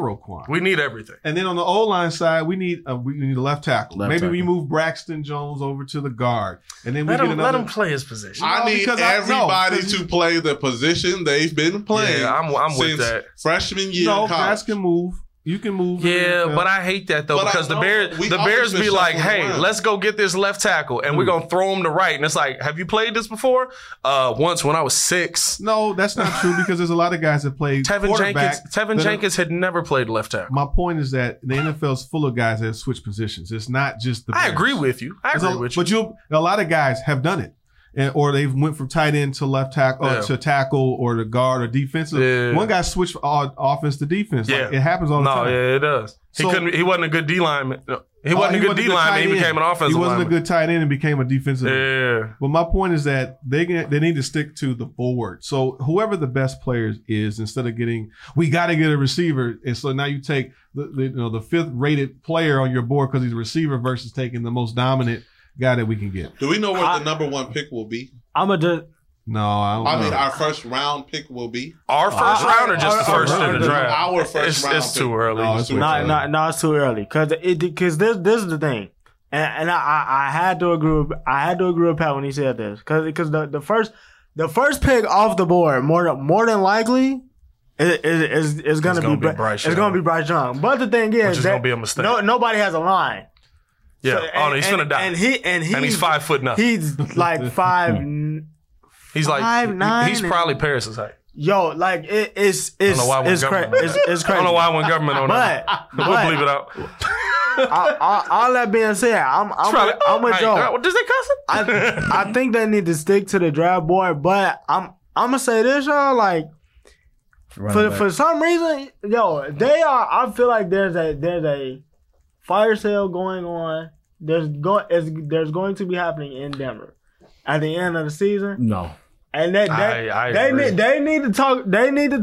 Speaker 1: <laughs>
Speaker 2: Roquan.
Speaker 1: we need everything.
Speaker 2: and then on the O line side, we need a, we need a left tackle.
Speaker 3: Left
Speaker 2: Maybe we
Speaker 3: tackle.
Speaker 2: move Braxton Jones over to the guard, and then we
Speaker 1: Let
Speaker 2: get
Speaker 1: him, let
Speaker 2: another. <laughs>
Speaker 1: him play his position.
Speaker 5: I
Speaker 2: No,
Speaker 5: need
Speaker 2: because I- no,
Speaker 5: everybody
Speaker 2: because
Speaker 5: to
Speaker 2: you-
Speaker 5: play the position they've been playing.
Speaker 1: Yeah, I'm- I'm with
Speaker 5: since
Speaker 1: that.
Speaker 5: Freshman year,
Speaker 2: no,
Speaker 5: in college.
Speaker 2: Braxton move. you can move. in the
Speaker 1: Yeah,
Speaker 2: NFL.
Speaker 1: but I hate that though
Speaker 5: But I
Speaker 1: because the
Speaker 5: know
Speaker 1: Bears,
Speaker 5: we
Speaker 1: the
Speaker 5: always
Speaker 1: Bears
Speaker 5: been
Speaker 1: be like,
Speaker 5: shuffling
Speaker 1: "Hey,
Speaker 5: around."
Speaker 1: let's go get this left tackle," and we're gonna throw him to right, and it's like, "Have you played this before?" Uh, once when I was six,
Speaker 2: no, that's not true because there's a lot of guys that play
Speaker 1: Tevin
Speaker 2: quarterback.
Speaker 1: Jenkins, Tevin
Speaker 2: that are-
Speaker 1: Jenkins had never played left tackle.
Speaker 2: My point is that the NFL is full of guys that switch positions. It's not just the.
Speaker 1: I
Speaker 2: Bears.
Speaker 1: agree with you. I
Speaker 2: There's a-
Speaker 1: agree with you.
Speaker 2: But you, a lot of guys have done it, and, or they've went from tight end to left tackle
Speaker 1: Yeah.
Speaker 2: or to tackle or to guard or defensive.
Speaker 1: Yeah.
Speaker 2: One guy switched from o- offense to defense. Like,
Speaker 1: Yeah.
Speaker 2: it happens all the
Speaker 1: no,
Speaker 2: time.
Speaker 1: yeah, it does. he
Speaker 2: So-
Speaker 1: couldn't. He wasn't a good D lineman. No, He
Speaker 2: Oh,
Speaker 1: wasn't a good
Speaker 2: wasn't
Speaker 1: D lineman. He
Speaker 2: tight
Speaker 1: became an
Speaker 2: end.
Speaker 1: offensive.
Speaker 2: He wasn't
Speaker 1: lineman.
Speaker 2: a good tight end and became a defensive. end.
Speaker 1: Yeah.
Speaker 2: But my point is that they can, they need to stick to the board. So whoever the best players is, instead of getting we got to get a receiver, and so now you take the, the you know the fifth rated player on your board because he's a receiver versus taking the most dominant guy that we can get.
Speaker 5: Do we know what the number one pick will be?
Speaker 4: I'm a just
Speaker 2: No, I don't.
Speaker 5: I
Speaker 2: know.
Speaker 5: mean, our first round pick will be.
Speaker 1: Our first round or just the
Speaker 4: I- I-
Speaker 1: first
Speaker 2: I-
Speaker 1: in the
Speaker 2: I-
Speaker 1: draft?
Speaker 5: Our first
Speaker 1: It's,
Speaker 5: round
Speaker 1: it's
Speaker 5: pick.
Speaker 1: too early.
Speaker 2: No, it's uh, too
Speaker 4: not
Speaker 1: uh,
Speaker 2: early.
Speaker 4: not no, it's too early because it because this this is the thing, and, and I, I I had to agree with, I had to agree with Pat when he said this because because the, the first the first pick off the board more than- more than likely. Is, is, is, is gonna,
Speaker 1: It's gonna
Speaker 4: be,
Speaker 1: be
Speaker 4: Bra-
Speaker 1: Bryce
Speaker 4: It's
Speaker 1: Young.
Speaker 4: gonna be Bryce Young, but the thing is,
Speaker 1: Which is
Speaker 4: that
Speaker 1: gonna be a mistake.
Speaker 4: No, nobody has a line.
Speaker 1: yeah.
Speaker 4: So-
Speaker 1: oh no, he's
Speaker 4: and,
Speaker 1: gonna die.
Speaker 4: And he and he
Speaker 1: And he's five foot nothing.
Speaker 4: He's
Speaker 1: <laughs>
Speaker 4: like five. n-
Speaker 1: He's like
Speaker 4: Five,
Speaker 1: he-
Speaker 4: nine,
Speaker 1: he's
Speaker 4: and-
Speaker 1: probably Paris's height.
Speaker 4: Yo, like it, it's it's
Speaker 1: know why we're
Speaker 4: it's, cra-
Speaker 1: government.
Speaker 4: it's
Speaker 1: <laughs>
Speaker 4: it's
Speaker 1: I
Speaker 4: crazy.
Speaker 1: don't know why I went government on
Speaker 4: But,
Speaker 1: that.
Speaker 4: but
Speaker 1: <laughs> We'll believe it out.
Speaker 4: all, all- all that being said, I'm I'm,
Speaker 1: Probably,
Speaker 4: with- I'm with
Speaker 1: hey,
Speaker 4: Joe.
Speaker 1: Does they cuss it?
Speaker 4: I
Speaker 1: <laughs>
Speaker 4: I think they need to stick to the draft board, but I'm I'm gonna say this, y'all. Like for for some reason, yo, they are. I feel like there's a there's a fire sale going on. There's go is there's going to be happening in Denver at the end of the season,
Speaker 3: no.
Speaker 4: and that they,
Speaker 1: I- I
Speaker 4: they
Speaker 1: agree.
Speaker 4: need they need to talk. They need to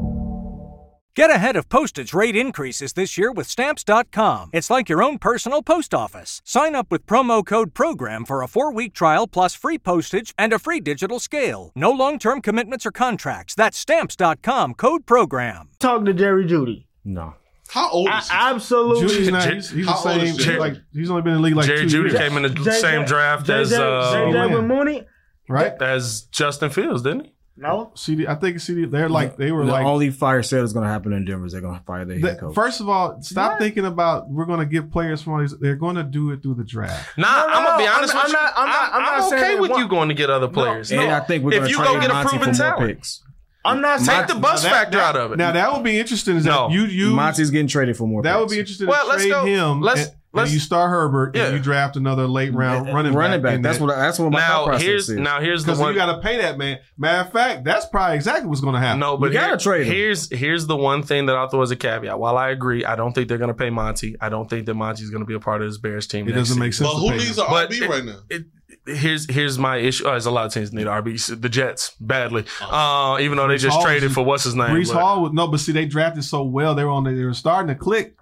Speaker 6: Get ahead of postage rate increases this year with Stamps.com. It's like your own personal post office. Sign up with promo code PROGRAM for a four week trial plus free postage and a free digital scale. No long term commitments or contracts. That's Stamps.com code PROGRAM.
Speaker 4: talk to Jerry Judy.
Speaker 3: No.
Speaker 5: How old
Speaker 4: I,
Speaker 5: is he?
Speaker 4: absolutely.
Speaker 2: Judy's not.
Speaker 1: Jer-
Speaker 2: He's, he's the
Speaker 5: how old is
Speaker 2: same.
Speaker 5: Jerry?
Speaker 2: He's like he's only been in the league like
Speaker 1: Jerry
Speaker 2: two
Speaker 1: Judy
Speaker 2: years,
Speaker 1: came in the
Speaker 4: JJ
Speaker 1: same draft as
Speaker 4: JJ,
Speaker 1: uh,
Speaker 2: J-
Speaker 4: with Mooney?
Speaker 2: right?
Speaker 1: as Justin Fields, didn't he?
Speaker 4: No.
Speaker 2: CD, I think CD. They're like they were
Speaker 3: the
Speaker 2: like.
Speaker 3: only fire sale that's going to happen in Denver is they're going to fire their head
Speaker 2: that-
Speaker 3: coach.
Speaker 2: first of all, stop thinking about we're going to get players from all these. They're going to do it through the draft.
Speaker 1: Nah,
Speaker 4: No, no,
Speaker 1: I'm gonna be
Speaker 4: no,
Speaker 1: honest with
Speaker 4: I'm- I'm
Speaker 1: you.
Speaker 4: not- I'm not- I'm not saying
Speaker 1: okay
Speaker 4: they
Speaker 1: with you
Speaker 4: want-
Speaker 1: going to get other players.
Speaker 3: and I think we're
Speaker 1: if
Speaker 3: going to
Speaker 1: you
Speaker 3: trade
Speaker 1: go get a
Speaker 3: Monty
Speaker 1: proven
Speaker 3: for more
Speaker 1: talent.
Speaker 3: picks.
Speaker 4: I'm not saying
Speaker 1: Take the bus factor out of it.
Speaker 2: Now that would be interesting. Is
Speaker 1: No.
Speaker 2: that you you
Speaker 3: Monty's getting traded for more.
Speaker 2: that would
Speaker 3: picks.
Speaker 2: be interesting
Speaker 1: Well,
Speaker 2: to
Speaker 1: let's
Speaker 2: trade
Speaker 1: go-
Speaker 2: him.
Speaker 1: let's-
Speaker 2: and,
Speaker 1: let's-
Speaker 2: and you start Herbert
Speaker 1: Yeah.
Speaker 2: and you draft another late round running back.
Speaker 3: running back.
Speaker 2: in
Speaker 3: That's
Speaker 2: that-
Speaker 3: what that's what my thought
Speaker 1: now
Speaker 3: process
Speaker 1: here's
Speaker 3: is.
Speaker 1: now here's the
Speaker 2: because
Speaker 1: one.
Speaker 2: you got to pay that man. Matter of fact, that's probably exactly what's going to happen.
Speaker 1: No, but
Speaker 3: gotta
Speaker 1: here-
Speaker 3: trade him.
Speaker 1: here's here's the one thing that I thought was a caveat. While I agree, I don't think they're going to pay Monty. I don't think that Monty's going to be a part of this Bears team.
Speaker 2: it
Speaker 1: next
Speaker 2: doesn't make
Speaker 1: season.
Speaker 2: sense.
Speaker 5: But
Speaker 2: to
Speaker 5: who
Speaker 2: pay
Speaker 5: needs
Speaker 2: him.
Speaker 5: an
Speaker 1: But
Speaker 5: RB
Speaker 1: it-
Speaker 5: right now?
Speaker 1: It, here's here's my issue. Oh, there's a lot of teams that need RBs. The Jets badly,
Speaker 5: Oh.
Speaker 1: uh, even though they just
Speaker 2: Hall was-
Speaker 1: traded for what's his name.
Speaker 2: Brees
Speaker 1: but-
Speaker 2: Hall was no, but see, they drafted so well. They were on. They were starting to click.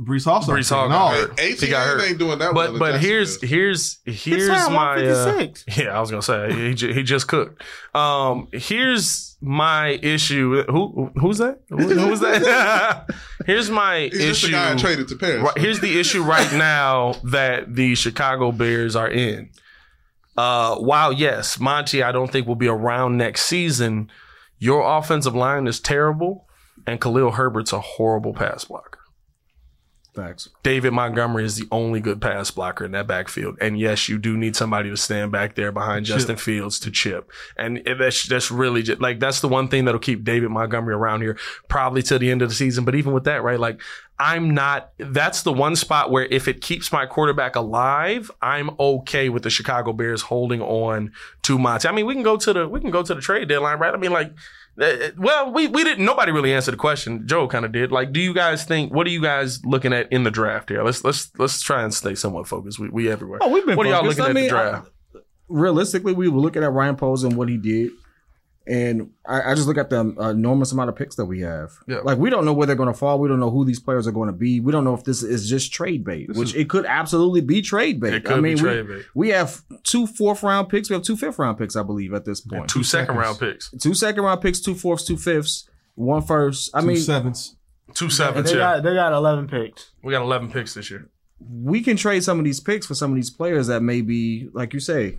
Speaker 2: Brees Hall started
Speaker 1: Brees Hall
Speaker 2: taking
Speaker 1: got
Speaker 2: off.
Speaker 1: hurt.
Speaker 5: ATN
Speaker 1: He got hurt.
Speaker 5: ain't doing that. well
Speaker 1: But
Speaker 5: in
Speaker 1: but here's
Speaker 5: Jacksonville.
Speaker 1: here's here's
Speaker 4: round,
Speaker 1: my uh, <laughs>
Speaker 4: 156.
Speaker 1: yeah. I was gonna say he ju- he just cooked. Um, here's my issue. Who who's that? Who, who's
Speaker 5: <laughs>
Speaker 1: that? <laughs> here's my
Speaker 5: He's just
Speaker 1: issue.
Speaker 5: the guy I traded to Paris.
Speaker 1: Right, here's the issue right now that the Chicago Bears are in. Uh, while yes, Monty, I don't think will be around next season. Your offensive line is terrible, and Khalil Herbert's a horrible pass blocker.
Speaker 3: Facts.
Speaker 1: David Montgomery is the only good pass blocker in that backfield. And yes, you do need somebody to stand back there behind Justin Fields to chip. And it- that's that's really just, like that's the one thing that'll keep David Montgomery around here probably till the end of the season. But even with that, right? Like I'm not that's the one spot where if it keeps my quarterback alive, I'm okay with the Chicago Bears holding on to Monty. I mean, we can go to the we can go to the trade deadline, right? I mean, like uh, well, we, we didn't. Nobody really answered the question. Joe kind of did. Like, do you guys think? What are you guys looking at in the draft here? Let's let's let's try and stay somewhat focused. We we everywhere.
Speaker 3: Oh, we've been
Speaker 1: What are y'all
Speaker 3: focused.
Speaker 1: looking
Speaker 3: I
Speaker 1: at
Speaker 3: mean,
Speaker 1: the draft?
Speaker 3: Realistically, we were looking at Ryan Poles and what he did. And I, I just look at the um, enormous amount of picks that we have.
Speaker 1: Yeah.
Speaker 3: Like, we don't know where they're going to fall. We don't know who these players are going to be. We don't know if this is just trade bait, which it could absolutely be trade bait.
Speaker 1: It could
Speaker 3: I
Speaker 1: be
Speaker 3: mean, we-
Speaker 1: trade bait.
Speaker 3: We have two fourth round picks. We have two fifth round picks, I believe, at this point.
Speaker 1: Two second round picks,
Speaker 3: two second round picks, two fourths, two fifths, one first. I
Speaker 2: Two
Speaker 3: mean,
Speaker 2: sevens.
Speaker 1: two sevens.
Speaker 4: They
Speaker 1: yeah,
Speaker 4: got they got eleven picks.
Speaker 1: we got eleven picks this year.
Speaker 3: we can trade some of these picks for some of these players that may be, like you say,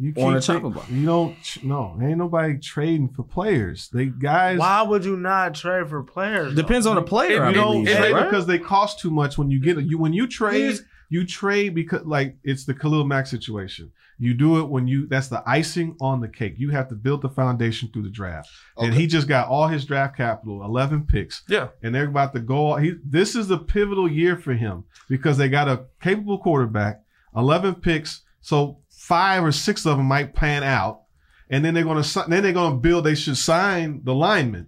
Speaker 2: You
Speaker 3: On
Speaker 2: can't
Speaker 3: the top
Speaker 2: take-
Speaker 3: of it.
Speaker 2: You don't. ch- No, ain't nobody trading for players. They guys.
Speaker 4: Why would you not trade for players? though?
Speaker 3: depends on the player. I
Speaker 2: You don't
Speaker 3: believe,
Speaker 2: trade
Speaker 3: right?
Speaker 2: because they cost too much when you get it. You when you trade,
Speaker 4: Here's-
Speaker 2: you trade because like it's the Khalil Mack situation. You do it when you that's the icing on the cake. You have to build the foundation through the draft. And
Speaker 5: Okay.
Speaker 2: he just got all his draft capital, eleven picks.
Speaker 1: Yeah.
Speaker 2: And they're about to go he this is the pivotal year for him because they got a capable quarterback, eleven picks, so five or six of them might pan out. And then they're gonna si- then they're gonna build they should sign the linemen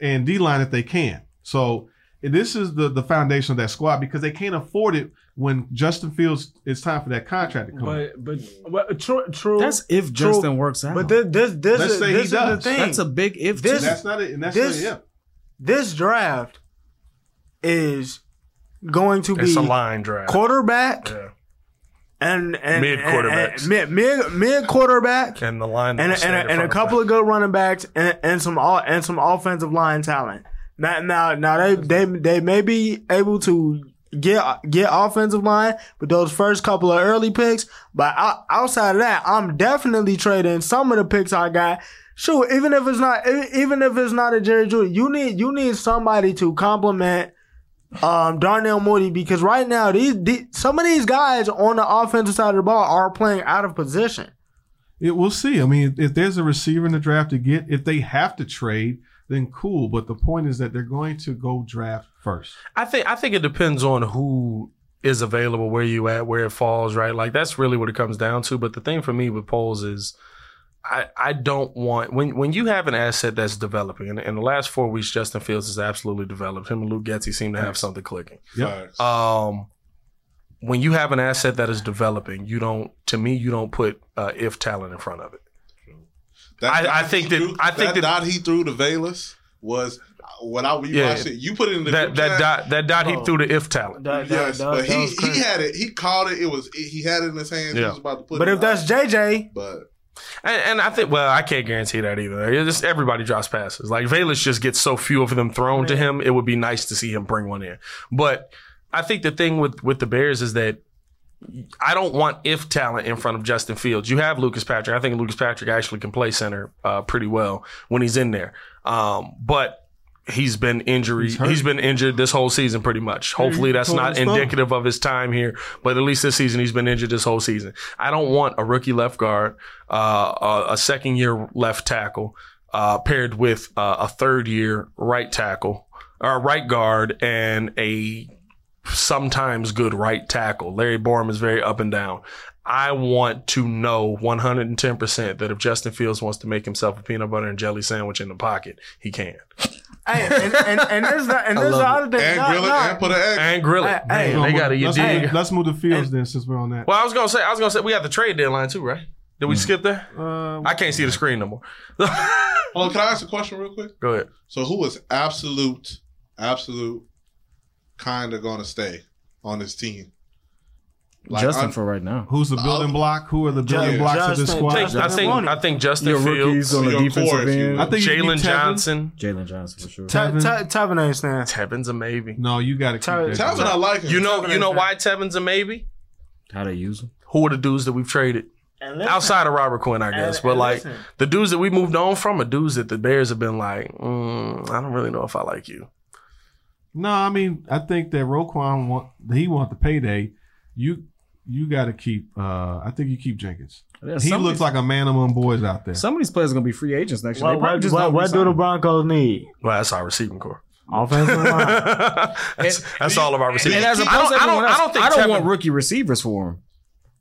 Speaker 2: and D line if they can. So this is the the foundation of that squad because they can't afford it when Justin Fields it's time for that contract to come.
Speaker 4: But but well, true true.
Speaker 3: That's if Justin works out.
Speaker 4: But this this this,
Speaker 2: Let's
Speaker 4: is,
Speaker 2: say he
Speaker 4: this is the
Speaker 2: does.
Speaker 4: thing.
Speaker 3: that's a big if. to
Speaker 4: This-
Speaker 3: me.
Speaker 2: that's not it, and that's
Speaker 4: this-
Speaker 2: not it.
Speaker 4: this draft is going to be
Speaker 1: It's a line draft.
Speaker 4: quarterback
Speaker 1: Yeah.
Speaker 4: and and
Speaker 1: Mid
Speaker 4: and-
Speaker 1: quarterbacks.
Speaker 4: and mid mid mid quarterback
Speaker 1: and the line
Speaker 4: and and, and a couple of good running backs and, and some all and some offensive line talent. Now now now they they they may be able to get get offensive line with those first couple of early picks, but o- outside of that, I'm definitely trading some of the picks I got. Sure, even if it's not e- even if it's not a Jerry Judy, you need you need somebody to complement um, Darnell Moody because right now these, these some of these guys on the offensive side of the ball are playing out of position.
Speaker 2: It we'll see. I mean, if there's a receiver in the draft to get, if they have to trade, then cool. But the point is that they're going to go draft first.
Speaker 1: I think I think it depends on who is available, where you at, where it falls, right? Like that's really what it comes down to. But the thing for me with polls is I, I don't want when when you have an asset that's developing, and in the last four weeks, Justin Fields has absolutely developed. Him and Luke Getzey seem to have something clicking.
Speaker 2: Yep.
Speaker 1: Um, when you have an asset that is developing, you don't. To me, you don't put uh, if talent in front of it.
Speaker 5: That
Speaker 1: I-
Speaker 5: dot
Speaker 1: I
Speaker 5: he
Speaker 1: think that-
Speaker 5: threw-
Speaker 1: I think
Speaker 5: that
Speaker 1: that-
Speaker 5: dot he threw to Valus was when I you
Speaker 1: Yeah.
Speaker 5: watched it. You put it in the
Speaker 1: That
Speaker 5: group
Speaker 1: that
Speaker 5: chat.
Speaker 1: dot that dot he
Speaker 4: Oh.
Speaker 1: threw the if talent.
Speaker 4: That- that-
Speaker 5: Yes,
Speaker 4: that-
Speaker 5: but
Speaker 4: that
Speaker 5: he
Speaker 4: was crazy.
Speaker 5: he had it. He called it. It was he had it in his hands. He
Speaker 1: Yeah.
Speaker 5: was about to put.
Speaker 4: But
Speaker 5: it
Speaker 4: if that's
Speaker 5: out.
Speaker 4: JJ,
Speaker 5: but
Speaker 1: And, and I think, well, I can't guarantee that either. It's just everybody drops passes. Like Valus just gets so few of them thrown to him. It would be nice to see him bring one in. But I think the thing with with the Bears is that I don't want if talent in front of Justin Fields. You have Lucas Patrick. I think Lucas Patrick actually can play center uh, pretty well when he's in there. Um, but he's been injury. he's been injured this whole season pretty much. Hopefully that's
Speaker 2: tore
Speaker 1: not
Speaker 2: his thumb.
Speaker 1: indicative of his time here, but at least this season he's been injured this whole season. I don't want a rookie left guard, uh, a, a second year left tackle, uh, paired with uh, a third year right tackle or right guard and a sometimes good right tackle. Larry Borum is very up and down. I want to know 110% that if Justin Fields wants to make himself a peanut butter and jelly sandwich in the pocket, he can.
Speaker 4: hey, and, and, and there's the,
Speaker 1: <laughs>
Speaker 4: and there's the other thing.
Speaker 5: and
Speaker 4: Nah,
Speaker 5: grill it
Speaker 4: nah.
Speaker 5: and put an egg.
Speaker 1: And grill
Speaker 4: Hey,
Speaker 1: it. Man,
Speaker 2: Let's
Speaker 1: they
Speaker 2: move-
Speaker 1: got to you
Speaker 2: let's,
Speaker 1: dig.
Speaker 2: move, let's move to Fields then, since we're on that.
Speaker 1: Well, I was gonna say, I was gonna say, we got the trade deadline too, right? Did
Speaker 3: Mm.
Speaker 1: we skip that?
Speaker 2: Uh,
Speaker 1: I can't see the screen no more. <laughs>
Speaker 5: Hold on, can I ask a question real quick?
Speaker 1: Go ahead.
Speaker 5: So who is absolute, absolute kind of going to stay on this team.
Speaker 3: Justin
Speaker 5: I'm-
Speaker 3: for right now.
Speaker 2: Who's the building block? Who are the building
Speaker 5: Yeah.
Speaker 2: blocks of this
Speaker 4: Oh. Justin-
Speaker 2: squad?
Speaker 1: I think, I think, I think Justin
Speaker 3: Your
Speaker 1: Fields,
Speaker 3: rookies on the
Speaker 5: Your
Speaker 3: defensive
Speaker 5: core, if you-
Speaker 3: end.
Speaker 2: I think you need
Speaker 1: Jalen
Speaker 2: Tevin.
Speaker 1: Johnson,
Speaker 3: Jalen Johnson for sure.
Speaker 4: Te- Te- Tevin ain't staying.
Speaker 1: Tevin's a maybe.
Speaker 2: No, you got to
Speaker 4: Tyler-
Speaker 2: keep
Speaker 5: Tevin,
Speaker 2: that.
Speaker 5: I like him.
Speaker 1: You know,
Speaker 5: Tevin
Speaker 1: you know
Speaker 5: ain't
Speaker 1: why Tevin's a maybe?
Speaker 3: How they use him?
Speaker 1: Who are the dudes that we've traded?
Speaker 4: And listen,
Speaker 1: Outside of Robert Quinn, I guess,
Speaker 4: And-
Speaker 1: but
Speaker 4: and
Speaker 1: like
Speaker 4: listen.
Speaker 1: the dudes that we moved on from are dudes that the Bears have been like, mm, I don't really know if I like you.
Speaker 2: No, I mean, I think that Roquan want he want the payday. You you got to keep. uh I think you keep Jenkins.
Speaker 3: Yeah,
Speaker 2: he
Speaker 3: some of
Speaker 2: looks
Speaker 3: these-
Speaker 2: like a man among boys out there.
Speaker 3: Some of these players are gonna be free agents next year.
Speaker 4: What,
Speaker 3: They probably
Speaker 4: what,
Speaker 3: just
Speaker 4: what,
Speaker 3: don't
Speaker 4: what do the
Speaker 3: resign.
Speaker 4: Broncos need?
Speaker 1: Well, that's our receiving core. <laughs>
Speaker 4: Offensive line.
Speaker 1: that's that's all of our receivers.
Speaker 3: And as
Speaker 1: I
Speaker 3: opposed
Speaker 1: don't,
Speaker 3: to
Speaker 1: I don't,
Speaker 3: everyone else,
Speaker 1: I don't think Tevin-
Speaker 3: want rookie receivers for him.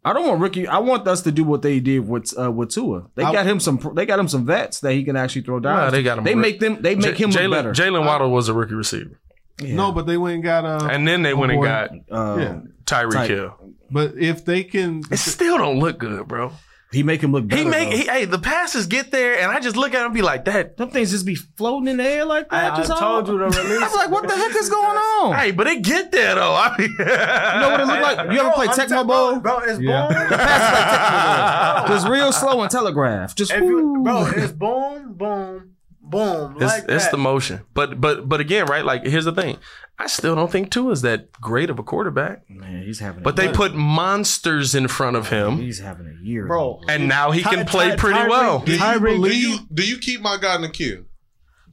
Speaker 3: I don't want rookie. I want us to do what they did with uh, with Tua. They got him some. They got him some vets that he can actually throw down.
Speaker 1: Nah, they got him
Speaker 3: They
Speaker 1: a-
Speaker 3: make them. They make
Speaker 1: J-
Speaker 3: him look
Speaker 1: Jalen
Speaker 3: better.
Speaker 1: Jalen Waddle was a rookie receiver,
Speaker 2: No, but they went and got uh
Speaker 1: and then
Speaker 3: Oh,
Speaker 1: they went and
Speaker 2: boy.
Speaker 1: got
Speaker 3: Uh,
Speaker 2: yeah.
Speaker 1: Tyreek
Speaker 3: Ty-
Speaker 1: Hill.
Speaker 2: But if they can,
Speaker 1: It still don't look good, bro.
Speaker 3: He make him look better.
Speaker 1: He make
Speaker 3: though.
Speaker 1: he, hey the passes get there, and I just look at him and be like that.
Speaker 3: them things just be floating in the air like
Speaker 4: I,
Speaker 3: that.
Speaker 4: I
Speaker 3: just all-
Speaker 4: told you to
Speaker 3: I
Speaker 4: release.
Speaker 3: was like, what the heck is <laughs> going on?
Speaker 1: Hey, but it get there though. <laughs> I mean,
Speaker 3: you know what it
Speaker 1: <laughs>
Speaker 3: look like? You ever play Tecmo Bowl?
Speaker 4: Bro, it's
Speaker 2: Yeah.
Speaker 4: boom.
Speaker 3: Just real slow and telegraph. Just
Speaker 4: If you,
Speaker 3: whoo.
Speaker 4: bro, it's boom, boom, boom.
Speaker 1: It's,
Speaker 4: like
Speaker 1: it's
Speaker 4: that.
Speaker 1: the motion, but but but again, right? Like here's the thing: I still don't think Tua is that great of a quarterback.
Speaker 3: man, he's having.
Speaker 1: But
Speaker 3: a,
Speaker 1: they put monsters in front of him,
Speaker 3: he's having a year,
Speaker 4: Bro.
Speaker 1: and now he
Speaker 4: Ty-
Speaker 1: can play
Speaker 4: Ty-
Speaker 1: pretty
Speaker 4: Tyreek-
Speaker 1: well.
Speaker 5: Do you,
Speaker 4: Tyreek
Speaker 5: do,
Speaker 4: Lee-
Speaker 5: you, do you keep my guy Nikhil?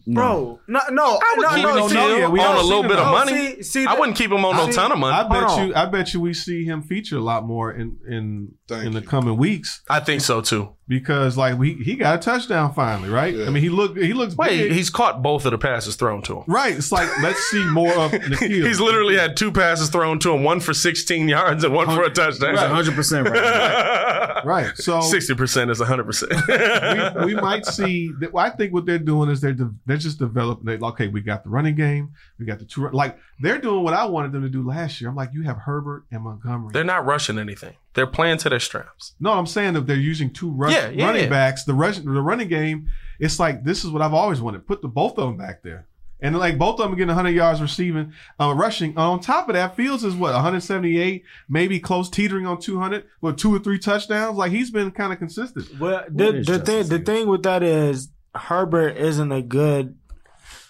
Speaker 4: Bro, no, no,
Speaker 1: I would
Speaker 4: no,
Speaker 1: keep
Speaker 4: no,
Speaker 1: him
Speaker 4: see,
Speaker 1: on,
Speaker 2: yeah, we
Speaker 1: on
Speaker 2: all
Speaker 1: a
Speaker 2: seen
Speaker 1: little
Speaker 2: him
Speaker 1: bit of
Speaker 2: though.
Speaker 1: money.
Speaker 4: See- see
Speaker 1: I
Speaker 4: the-
Speaker 1: wouldn't keep him on no
Speaker 4: see-
Speaker 1: ton of money.
Speaker 2: I bet
Speaker 4: Hold on.
Speaker 2: you, I bet you, we see him feature a lot more in in
Speaker 5: Thank
Speaker 2: in the
Speaker 5: you.
Speaker 2: coming weeks
Speaker 1: I think so too.
Speaker 2: because like we he got a touchdown finally, right? I mean, he look he looks
Speaker 1: Wait,
Speaker 2: big.
Speaker 1: he's caught both of the passes thrown to him.
Speaker 2: right. It's like let's see more
Speaker 1: <laughs>
Speaker 2: of Nikhil.
Speaker 1: He's literally had two passes thrown to him, one for 16 yards and one for a touchdown.
Speaker 4: <laughs>
Speaker 3: hundred
Speaker 1: <laughs>
Speaker 3: percent right.
Speaker 2: right. So
Speaker 1: 60% is
Speaker 4: <laughs>
Speaker 1: 100%.
Speaker 2: we, we might see that. Well, I think what they're doing is they're de- they're just developing. They, okay, we got the running game. We got the two. run- Like they're doing what I wanted them to do last year. I'm like, you have Herbert and Montgomery.
Speaker 1: They're not rushing anything. They're playing to their straps.
Speaker 2: no, I'm saying that they're using two rush,
Speaker 1: Yeah, yeah,
Speaker 2: running
Speaker 1: yeah.
Speaker 2: backs. The rush, the running game. It's like this is what I've always wanted. Put the both of them back there. And like both of them getting 100 yards receiving, uh, rushing. On top of that, Fields is what 178, maybe close, teetering on 200 with two or three touchdowns. Like he's been kind of consistent.
Speaker 4: Well,
Speaker 3: What
Speaker 4: the,
Speaker 3: is
Speaker 4: the
Speaker 3: Justin
Speaker 4: thing the
Speaker 3: Fields?
Speaker 4: thing with that is Herbert isn't a good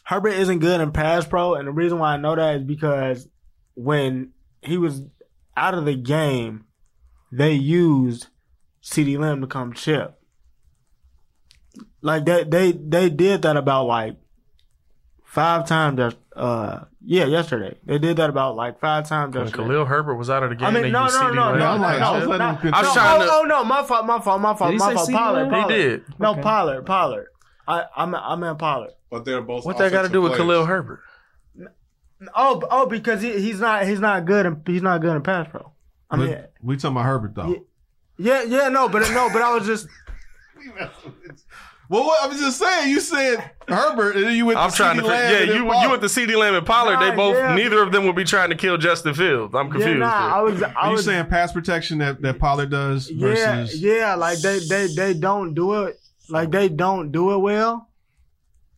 Speaker 4: Herbert isn't good in pass pro, and the reason why I know that is because when he was out of the game, they used CD Lamb to come chip. Like they they they did that about like five times. That, uh, yeah, yesterday they did that about like five times.
Speaker 1: When
Speaker 4: yesterday.
Speaker 1: Khalil Herbert was out of the game,
Speaker 4: I
Speaker 1: they
Speaker 4: mean, no,
Speaker 1: used
Speaker 4: no,
Speaker 1: CD
Speaker 4: no,
Speaker 1: Lamb.
Speaker 4: no,
Speaker 2: Yeah,
Speaker 4: no,
Speaker 2: I'm like, I was
Speaker 4: no,
Speaker 2: letting
Speaker 4: no,
Speaker 2: him finish.
Speaker 4: no,
Speaker 1: I'm
Speaker 4: oh,
Speaker 1: trying to-
Speaker 4: Oh, no, my fault, my fault, my fault,
Speaker 3: he
Speaker 4: my
Speaker 3: say
Speaker 4: fault.
Speaker 3: CD
Speaker 4: Pollard,
Speaker 3: Lamb?
Speaker 4: Pollard.
Speaker 1: He did.
Speaker 4: No,
Speaker 3: Okay.
Speaker 4: Pollard, Pollard. I, I'm, I'm in Pollard.
Speaker 5: But they're both.
Speaker 1: What that got to do with
Speaker 5: offensive
Speaker 1: Khalil
Speaker 5: players.
Speaker 1: Herbert?
Speaker 4: Oh, b- oh, because he, he's not, he's not good, and he's not good in pass pro. I mean,
Speaker 2: But we talking about Herbert though.
Speaker 4: yeah, yeah, no, but no, but I
Speaker 2: <laughs>
Speaker 4: was just,
Speaker 2: Well, what, I'm just saying. You said Herbert, and then you went.
Speaker 1: I'm
Speaker 2: to
Speaker 1: trying to.
Speaker 2: CeeDee
Speaker 1: Think,
Speaker 2: Lamb
Speaker 1: yeah,
Speaker 2: and then
Speaker 1: you
Speaker 2: Pollard.
Speaker 1: you with the CD Lamb and Pollard.
Speaker 4: Nah,
Speaker 1: they both.
Speaker 4: yeah.
Speaker 1: Neither of them would be trying to kill Justin Fields. I'm
Speaker 4: yeah,
Speaker 1: confused.
Speaker 4: nah, I
Speaker 1: dude.
Speaker 4: was, I
Speaker 2: Are you
Speaker 4: was,
Speaker 2: saying pass protection that, that Pollard does
Speaker 4: yeah,
Speaker 2: versus?
Speaker 4: yeah, like they, they, they don't do it, like they don't do it well,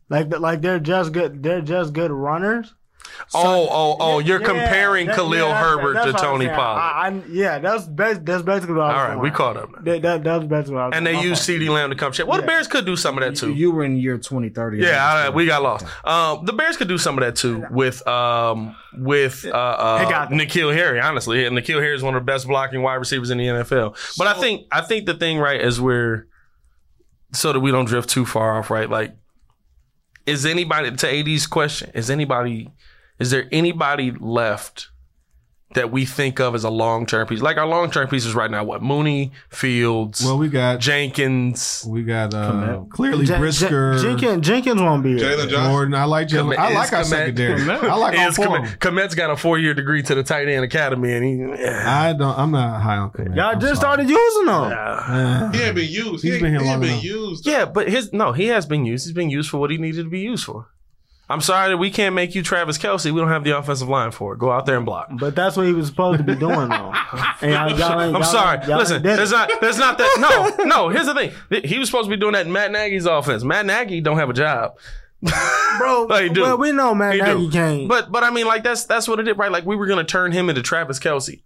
Speaker 4: like, th- like they're just good, they're just good runners.
Speaker 1: oh, oh, oh! You're
Speaker 4: Yeah,
Speaker 1: comparing
Speaker 4: that-
Speaker 1: Khalil
Speaker 4: yeah, that's-
Speaker 1: Herbert
Speaker 4: that's
Speaker 1: to
Speaker 4: what I'm
Speaker 1: Tony
Speaker 4: saying.
Speaker 1: Pollard.
Speaker 4: I, I, yeah, that's bas- that's basically what I was
Speaker 1: All right, we
Speaker 4: doing.
Speaker 1: caught up. Now.
Speaker 4: That, that, that was basically what I was
Speaker 1: And
Speaker 4: doing.
Speaker 1: they
Speaker 4: My
Speaker 1: use
Speaker 4: fault.
Speaker 1: CD Lamb to come check. Well, the Bears could do some of that too.
Speaker 3: You were in year twenty thirty.
Speaker 1: yeah, all right, we got lost. Um, the Bears could do some of that too with um, with uh,
Speaker 4: They
Speaker 1: uh,
Speaker 4: got them.
Speaker 1: Nikhil Harry. Honestly, and Nikhil Harry is one of the best blocking wide receivers in the NFL. But I think I think the thing right is we're so that we don't drift too far off. Right, like is anybody to AD's question? Is anybody is there anybody left that we think of as a long term piece? Like our long term pieces right now, what Mooney, Fields,
Speaker 2: Well, we got
Speaker 1: Jenkins.
Speaker 2: we got uh,
Speaker 3: Komet.
Speaker 2: clearly
Speaker 4: Jen-
Speaker 2: Brisker,
Speaker 4: Jen- Jenkins, Jenkins won't be here.
Speaker 5: Jalen Johnson.
Speaker 2: Jordan. I like Jalen.
Speaker 1: Komet-
Speaker 2: I
Speaker 1: is
Speaker 2: like our
Speaker 1: Komet-
Speaker 2: secondary. I like all
Speaker 1: Is
Speaker 2: four. of
Speaker 1: Komet-
Speaker 2: them.
Speaker 1: Komet's got a four year degree to the tight end academy, and he. Yeah.
Speaker 2: I don't. I'm not high on Komet.
Speaker 4: Y'all
Speaker 2: I'm
Speaker 4: just
Speaker 2: sorry.
Speaker 4: started using them.
Speaker 5: He ain't been
Speaker 2: He's
Speaker 5: used. he ain't,
Speaker 2: been here
Speaker 5: he
Speaker 2: long
Speaker 5: ain't been
Speaker 2: enough.
Speaker 5: used.
Speaker 1: Yeah, but his no, he has been used. He's been used for what he needed to be used for. I'm sorry that we can't make you Travis Kelsey. We don't have the offensive line for it. Go out there and block.
Speaker 4: But that's what he was supposed to be
Speaker 1: <laughs>
Speaker 4: doing, though. And y'all- y'all ain't-
Speaker 1: I'm
Speaker 4: y'all
Speaker 1: sorry.
Speaker 4: ain't- y'all
Speaker 1: Listen,
Speaker 4: ain't did
Speaker 1: there's
Speaker 4: it.
Speaker 1: not there's not
Speaker 4: <laughs>
Speaker 1: that no, no, here's the thing. He was supposed to be doing that in Matt Nagy's offense. Matt Nagy don't have a job.
Speaker 4: bro.
Speaker 1: They do.
Speaker 4: Well, we know, man.
Speaker 1: They
Speaker 4: Nagy
Speaker 1: do.
Speaker 4: can't.
Speaker 1: But but I mean, like that's that's what it did, right? Like we were gonna turn him into Travis Kelsey.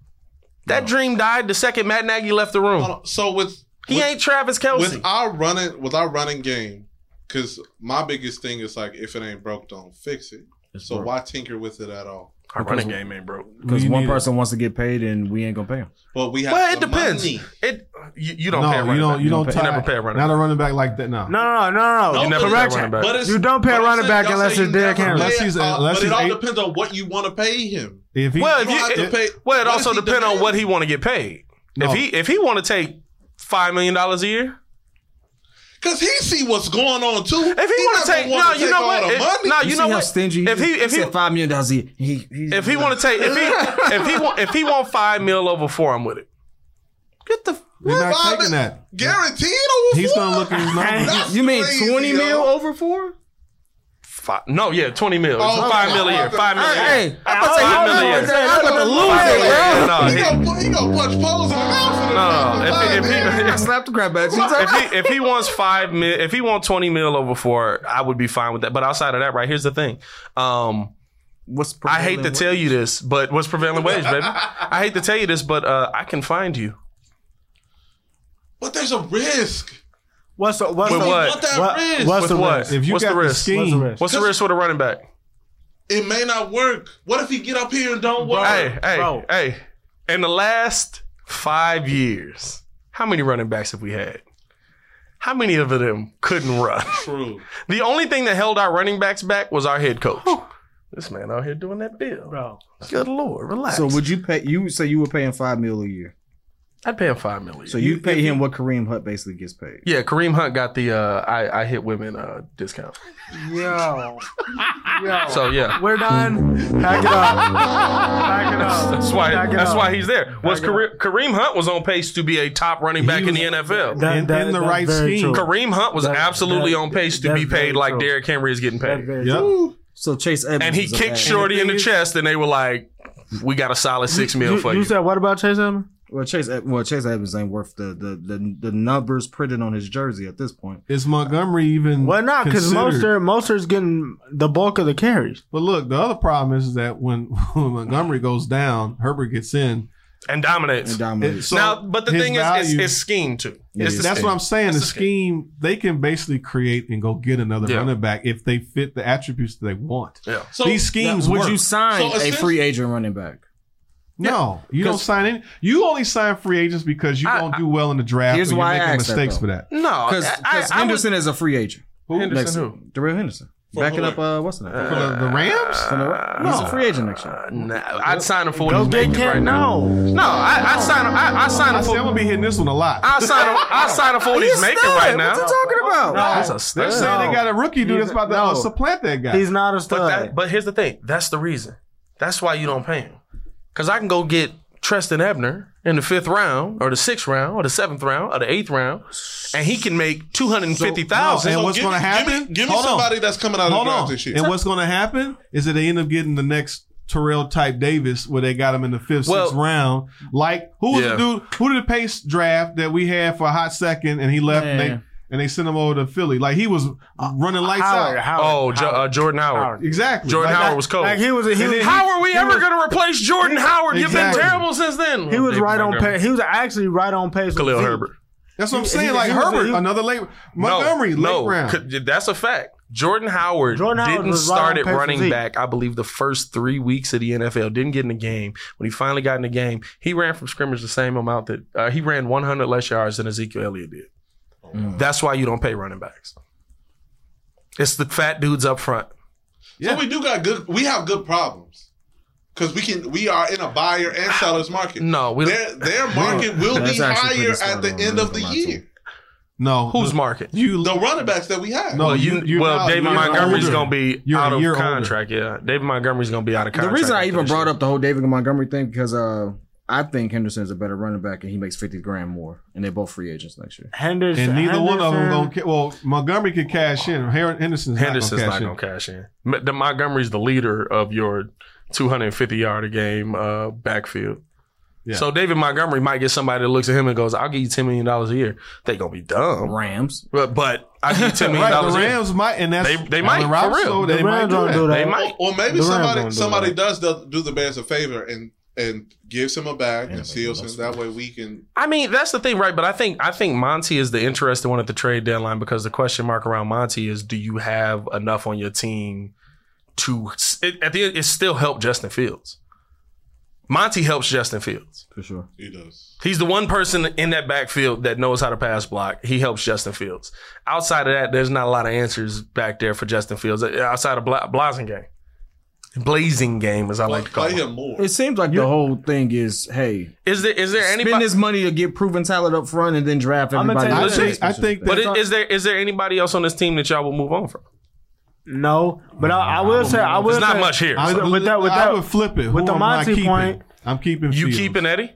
Speaker 1: That dream died the second Matt Nagy left the room.
Speaker 5: Hold on. So with
Speaker 1: He
Speaker 5: with-
Speaker 1: ain't Travis Kelsey.
Speaker 5: with our running with our running game, because my biggest thing is like if it ain't broke, don't fix it. so why tinker with it at all?
Speaker 1: our running game ain't broke.
Speaker 3: Because
Speaker 2: You
Speaker 3: one
Speaker 2: need it.
Speaker 3: person wants to get paid and we ain't gonna pay him.
Speaker 5: But we have.
Speaker 1: Well, it
Speaker 5: the
Speaker 1: depends.
Speaker 5: money.
Speaker 1: It you, you don't
Speaker 2: no,
Speaker 1: pay a running
Speaker 2: you don't.
Speaker 1: back.
Speaker 2: You don't.
Speaker 1: you
Speaker 2: tie-
Speaker 1: never pay a running
Speaker 2: Not
Speaker 1: back.
Speaker 2: a running back like that. No.
Speaker 4: no, no, no, no, no.
Speaker 1: You never pay a
Speaker 4: Correction.
Speaker 1: running back.
Speaker 5: But it's-
Speaker 4: You don't pay a
Speaker 5: but
Speaker 4: running
Speaker 5: it's-
Speaker 4: back
Speaker 5: y'all
Speaker 4: unless
Speaker 5: say
Speaker 4: it's
Speaker 5: you
Speaker 4: Derrick
Speaker 5: never
Speaker 4: Henry.
Speaker 5: pay
Speaker 2: Unless
Speaker 5: it,
Speaker 2: he's-
Speaker 5: uh,
Speaker 2: unless
Speaker 5: but
Speaker 2: he's
Speaker 5: it all
Speaker 2: eight-
Speaker 5: depends on what you want to pay him.
Speaker 2: If he,
Speaker 1: Well, if
Speaker 5: You don't have
Speaker 1: you,
Speaker 5: to
Speaker 1: it,
Speaker 5: pay-
Speaker 1: well, it
Speaker 5: what
Speaker 1: also
Speaker 5: does he
Speaker 1: depends on
Speaker 5: demand?
Speaker 1: what he want to get paid.
Speaker 2: No.
Speaker 1: If he if he want to take five million dollars a year,
Speaker 5: Cause he see what's going on too.
Speaker 1: if
Speaker 5: If
Speaker 1: he, want to take, no, you know what? If, no, you,
Speaker 3: see
Speaker 1: know
Speaker 3: how
Speaker 1: what?
Speaker 3: stingy. he
Speaker 1: if
Speaker 3: is?
Speaker 1: he if he
Speaker 3: said five million dollars, he, he, he's-
Speaker 1: if he want to take if he if he want if he want five mil over four, I'm with it. Get the
Speaker 2: you're not taking that.
Speaker 5: Guaranteed over
Speaker 2: He's
Speaker 5: four?
Speaker 2: gonna look at his numbers.
Speaker 5: That's
Speaker 3: you mean
Speaker 5: crazy,
Speaker 3: twenty mil
Speaker 5: yo.
Speaker 3: over four?
Speaker 1: five, no, yeah, twenty mil,
Speaker 5: Oh,
Speaker 1: five
Speaker 5: okay.
Speaker 1: mil a year, five mil. a year.
Speaker 3: Hey,
Speaker 1: I'm about to say he
Speaker 3: I don't know
Speaker 1: million.
Speaker 3: what that- I'm about to lose it, bro.
Speaker 1: Yeah, no,
Speaker 5: he,
Speaker 1: he-
Speaker 5: gonna, he gonna punch poles in the mouth for the
Speaker 1: No, if he- if <laughs> he-
Speaker 3: I slapped the crap out. of you.
Speaker 1: if he if he wants five mil, if he wants twenty mil over four, I would be fine with that. But outside of that, right here's the thing. Um,
Speaker 3: What's
Speaker 1: I hate to
Speaker 3: prevailing
Speaker 1: tell you this, but what's prevailing wage, baby? I hate to tell you this, but uh, I can find you.
Speaker 5: But there's a risk.
Speaker 4: What's the, what's
Speaker 1: With
Speaker 4: the,
Speaker 1: what?
Speaker 5: What that
Speaker 4: What-
Speaker 5: risk?
Speaker 4: what's
Speaker 1: With
Speaker 4: the
Speaker 1: what?
Speaker 4: risk?
Speaker 2: If you
Speaker 1: what's
Speaker 2: got
Speaker 1: the
Speaker 2: the
Speaker 1: risk?
Speaker 2: scheme,
Speaker 4: What's the risk?
Speaker 1: What's the risk with a running back?
Speaker 5: It may not work. What if he get up here and don't work?
Speaker 1: Hey, hey,
Speaker 4: bro.
Speaker 1: hey! In the last five years, how many running backs have we had? How many of them couldn't run? <laughs>
Speaker 5: True.
Speaker 1: The only thing that held our running backs back was our head coach. This man out here doing that bill.
Speaker 4: bro?
Speaker 1: Good lord, relax.
Speaker 3: So would you pay? You say you were paying five mil a year.
Speaker 1: I'd pay him five million.
Speaker 3: So you pay him what Kareem Hutt basically gets paid.
Speaker 1: yeah, Kareem Hunt got the uh, I I hit women uh, discount.
Speaker 4: Yo, yo.
Speaker 1: So yeah,
Speaker 4: We're done. Pack
Speaker 1: <laughs>
Speaker 4: it up. Pack it up.
Speaker 1: that's why
Speaker 4: Pack it
Speaker 1: that's
Speaker 4: up.
Speaker 1: why he's there. Was
Speaker 4: Back it
Speaker 1: Kareem, Kareem Hunt was on pace to be a top running back in the NFL.
Speaker 4: That-
Speaker 2: In-
Speaker 4: that-
Speaker 2: in the
Speaker 4: that's
Speaker 2: right
Speaker 4: very
Speaker 2: scheme.
Speaker 4: true.
Speaker 1: Kareem Hunt was
Speaker 4: That-
Speaker 1: absolutely
Speaker 4: that-
Speaker 1: on pace to
Speaker 4: that's
Speaker 1: be
Speaker 4: very
Speaker 1: paid like
Speaker 4: true.
Speaker 1: Derrick Henry is getting
Speaker 4: That's
Speaker 1: paid.
Speaker 4: very
Speaker 2: Yep.
Speaker 4: true.
Speaker 3: So Chase Edmonds
Speaker 1: And he
Speaker 3: is a
Speaker 1: kicked
Speaker 3: bad-
Speaker 1: Shorty in the chest, and they were like, "We got a solid six mil
Speaker 4: You,
Speaker 1: for
Speaker 4: you
Speaker 1: you."
Speaker 4: said what about Chase Edmonds?
Speaker 3: Well, Chase Ed- well Chase Edmonds ain't worth the the the, the numbers printed on his jersey at this point.
Speaker 2: Is Montgomery even?
Speaker 4: Well, not because
Speaker 2: considered?
Speaker 4: Mostert Mostert's getting the bulk of the carries.
Speaker 2: But look, the other problem is, is that when, <laughs> when Montgomery goes down, Herbert gets in.
Speaker 1: and dominates.
Speaker 3: And dominates.
Speaker 2: It- so
Speaker 1: now, but the
Speaker 2: his
Speaker 1: thing is, it's,
Speaker 2: value-
Speaker 1: it's scheme too.
Speaker 3: Yeah.
Speaker 1: It's the
Speaker 2: That's
Speaker 1: scheme.
Speaker 2: what I'm saying. The
Speaker 1: That's the scheme.
Speaker 2: scheme they can basically create and go get another
Speaker 1: Yeah.
Speaker 2: running back if they fit the attributes that they want.
Speaker 1: Yeah.
Speaker 5: So
Speaker 2: These schemes
Speaker 3: would
Speaker 2: work.
Speaker 3: you sign
Speaker 5: So
Speaker 3: a
Speaker 5: essentially-
Speaker 3: free agent running back?
Speaker 2: No, you don't sign any. You only sign free agents because you don't do well in the draft.
Speaker 3: Here's
Speaker 2: and
Speaker 3: why I
Speaker 2: you're making
Speaker 3: asked that,
Speaker 2: mistakes
Speaker 3: though.
Speaker 2: for that.
Speaker 1: No,
Speaker 3: Because
Speaker 1: Uh, I- I- I was-
Speaker 3: Henderson is a free agent.
Speaker 1: Henderson who?
Speaker 3: Darrell Henderson. Backing
Speaker 5: who?
Speaker 3: up, uh, what's the name?
Speaker 2: For the, the Rams,
Speaker 3: From the- he's a free agent next year.
Speaker 1: Nah, I'd sign him for what
Speaker 4: Go
Speaker 1: he's
Speaker 4: get
Speaker 1: making right
Speaker 4: Ken.
Speaker 1: now.
Speaker 4: No,
Speaker 1: No, I, I'd sign him. I, I'd sign
Speaker 2: I
Speaker 1: him
Speaker 2: said
Speaker 1: for.
Speaker 2: I'm gonna be hitting this one a lot.
Speaker 1: I'd sign him. I'd sign him for what he's making right now.
Speaker 3: What you talking about?
Speaker 1: That's a
Speaker 2: They're
Speaker 1: stud.
Speaker 2: saying they got a rookie dude that's about to uh,
Speaker 4: No.
Speaker 2: supplant that guy.
Speaker 4: he's not a stud.
Speaker 1: But that, but here's the thing. That's the reason. That's why you don't pay him. Because I can go get Treston Ebner in the fifth round, or the sixth round, or the seventh round, or the eighth round, and he can make two hundred and fifty thousand.
Speaker 2: and what's
Speaker 5: give
Speaker 2: going to
Speaker 5: me- give
Speaker 2: happen?
Speaker 5: me- give me
Speaker 2: Hold on.
Speaker 5: somebody that's coming out of the
Speaker 2: Hold
Speaker 5: draft
Speaker 2: on.
Speaker 5: this year.
Speaker 2: And what's going to happen is that they end up getting the next Terrell type Davis, where they got him in the fifth,
Speaker 1: Well-
Speaker 2: sixth round. Like who was
Speaker 1: Yeah.
Speaker 2: the dude? Who did the Pace draft that we had for a hot second, and he left, and
Speaker 3: Yeah.
Speaker 2: they and they sent him over to Philly. Like he was uh, running lights
Speaker 4: Howard,
Speaker 2: out.
Speaker 1: oh,
Speaker 4: Howard,
Speaker 1: Jo- uh,
Speaker 4: Howard.
Speaker 1: Jordan Howard.
Speaker 2: Exactly.
Speaker 1: Jordan
Speaker 2: Like,
Speaker 1: Howard
Speaker 2: that-
Speaker 1: was cold.
Speaker 4: Like he was, he was,
Speaker 1: How are we ever going to replace Jordan Howard? You've
Speaker 2: Exactly.
Speaker 1: been terrible since then.
Speaker 4: he was
Speaker 1: David
Speaker 4: right on
Speaker 1: Montgomery.
Speaker 4: pace. He was actually right on pace. with
Speaker 1: Khalil
Speaker 4: Zeke.
Speaker 1: Herbert.
Speaker 2: That's what I'm
Speaker 4: He-
Speaker 2: saying.
Speaker 4: he-
Speaker 2: like
Speaker 4: he was-
Speaker 2: Herbert,
Speaker 4: he-
Speaker 2: another late Montgomery, late round.
Speaker 1: C- That's a fact. Jordan Howard
Speaker 4: Jordan Howard
Speaker 1: didn't
Speaker 4: was right
Speaker 1: start
Speaker 4: on
Speaker 1: at
Speaker 4: pace with
Speaker 1: running
Speaker 4: Zeke.
Speaker 1: back, I believe, the first three weeks of the NFL. Didn't get in the game. When he finally got in the game, he ran from scrimmage the same amount that uh, he ran 100 less yards than Ezekiel Elliott did.
Speaker 2: Mm.
Speaker 1: That's why you don't pay running backs. It's the fat dudes up front.
Speaker 5: So we do got good. We have good problems because we can. We are in a buyer and seller's market.
Speaker 1: No, we
Speaker 5: their their market will be
Speaker 3: That's actually pretty
Speaker 5: higher at
Speaker 3: solid
Speaker 5: the
Speaker 3: on
Speaker 5: end
Speaker 3: that
Speaker 5: of the
Speaker 3: one,
Speaker 5: year.
Speaker 2: no,
Speaker 1: who's
Speaker 2: the-
Speaker 1: market?
Speaker 2: you?
Speaker 5: The running backs that we have.
Speaker 2: No,
Speaker 1: well, you,
Speaker 2: you- you're
Speaker 1: well
Speaker 2: not-
Speaker 1: David
Speaker 2: you're
Speaker 1: Montgomery's
Speaker 2: older.
Speaker 1: going to be
Speaker 2: You're a
Speaker 1: out of
Speaker 2: year older.
Speaker 1: contract. Yeah, David Montgomery's going to be out of
Speaker 3: The
Speaker 1: contract.
Speaker 3: reason I even
Speaker 1: after this
Speaker 3: brought
Speaker 1: year.
Speaker 3: up the whole David Montgomery thing because uh, I think Henderson is a better running back and he makes fifty grand more, and they're both free agents next year.
Speaker 4: Henderson,
Speaker 2: And neither one of them
Speaker 4: Henderson.
Speaker 2: gonna. Ca- well, Montgomery could cash in. Her- Henderson's,
Speaker 1: Henderson's
Speaker 2: not
Speaker 1: not
Speaker 2: gonna
Speaker 1: going
Speaker 2: cash
Speaker 1: to cash in. Ma- The Montgomery's the leader of your 250 yard a game uh, backfield.
Speaker 2: Yeah.
Speaker 1: So David Montgomery might get somebody that looks at him and goes, "I'll give you ten million dollars a year." They gonna be dumb,
Speaker 3: Rams.
Speaker 1: but but I
Speaker 2: <laughs>
Speaker 1: give you ten million
Speaker 2: Right,
Speaker 1: dollars.
Speaker 2: the
Speaker 1: a year.
Speaker 2: Rams might, and that's
Speaker 1: They- they
Speaker 2: Allen
Speaker 1: might, for
Speaker 2: Robinson,
Speaker 1: real.
Speaker 2: They
Speaker 4: The
Speaker 2: might
Speaker 4: Rams
Speaker 2: do
Speaker 4: don't
Speaker 2: that.
Speaker 4: do
Speaker 1: They
Speaker 4: that.
Speaker 1: might.
Speaker 5: Or maybe
Speaker 4: The Rams
Speaker 5: somebody
Speaker 4: don't do
Speaker 5: somebody
Speaker 4: that.
Speaker 5: does do, do the Bears a favor and and gives him a bag and seals him. That way we can.
Speaker 1: I mean, that's the thing, right? But I think I think Monty is the interesting one at the trade deadline because the question mark around Monty is, do you have enough on your team to it, at the end, it still help Justin Fields? Monty helps Justin Fields.
Speaker 3: For sure.
Speaker 5: He does.
Speaker 1: He's the one person in that backfield that knows how to pass block. He helps Justin Fields. Outside of that, there's not a lot of answers back there for Justin Fields uh, outside of bla- Blazing game. Blazing game, as I like to call
Speaker 5: Play
Speaker 1: it.
Speaker 5: him more.
Speaker 3: It seems like the whole thing is, hey,
Speaker 1: Is there is there
Speaker 3: spend
Speaker 1: anybody?
Speaker 3: this money to get proven talent up front and then draft
Speaker 4: I'ma
Speaker 3: everybody.
Speaker 4: tell you
Speaker 2: I
Speaker 3: else.
Speaker 1: Listen,
Speaker 2: think, I think
Speaker 1: But
Speaker 2: that-
Speaker 1: i- is there is there anybody else on this team that y'all will move on from?
Speaker 4: No, but I, I will say I will.
Speaker 1: There's not
Speaker 4: say-
Speaker 1: much here.
Speaker 2: I,
Speaker 4: With that- with that- with
Speaker 2: I
Speaker 4: that-
Speaker 2: would flip it.
Speaker 4: with
Speaker 2: Who
Speaker 4: the
Speaker 2: am I
Speaker 4: Monty
Speaker 2: keeping?
Speaker 4: point-
Speaker 2: I'm keeping.
Speaker 1: You
Speaker 2: Fields.
Speaker 1: keeping Eddie?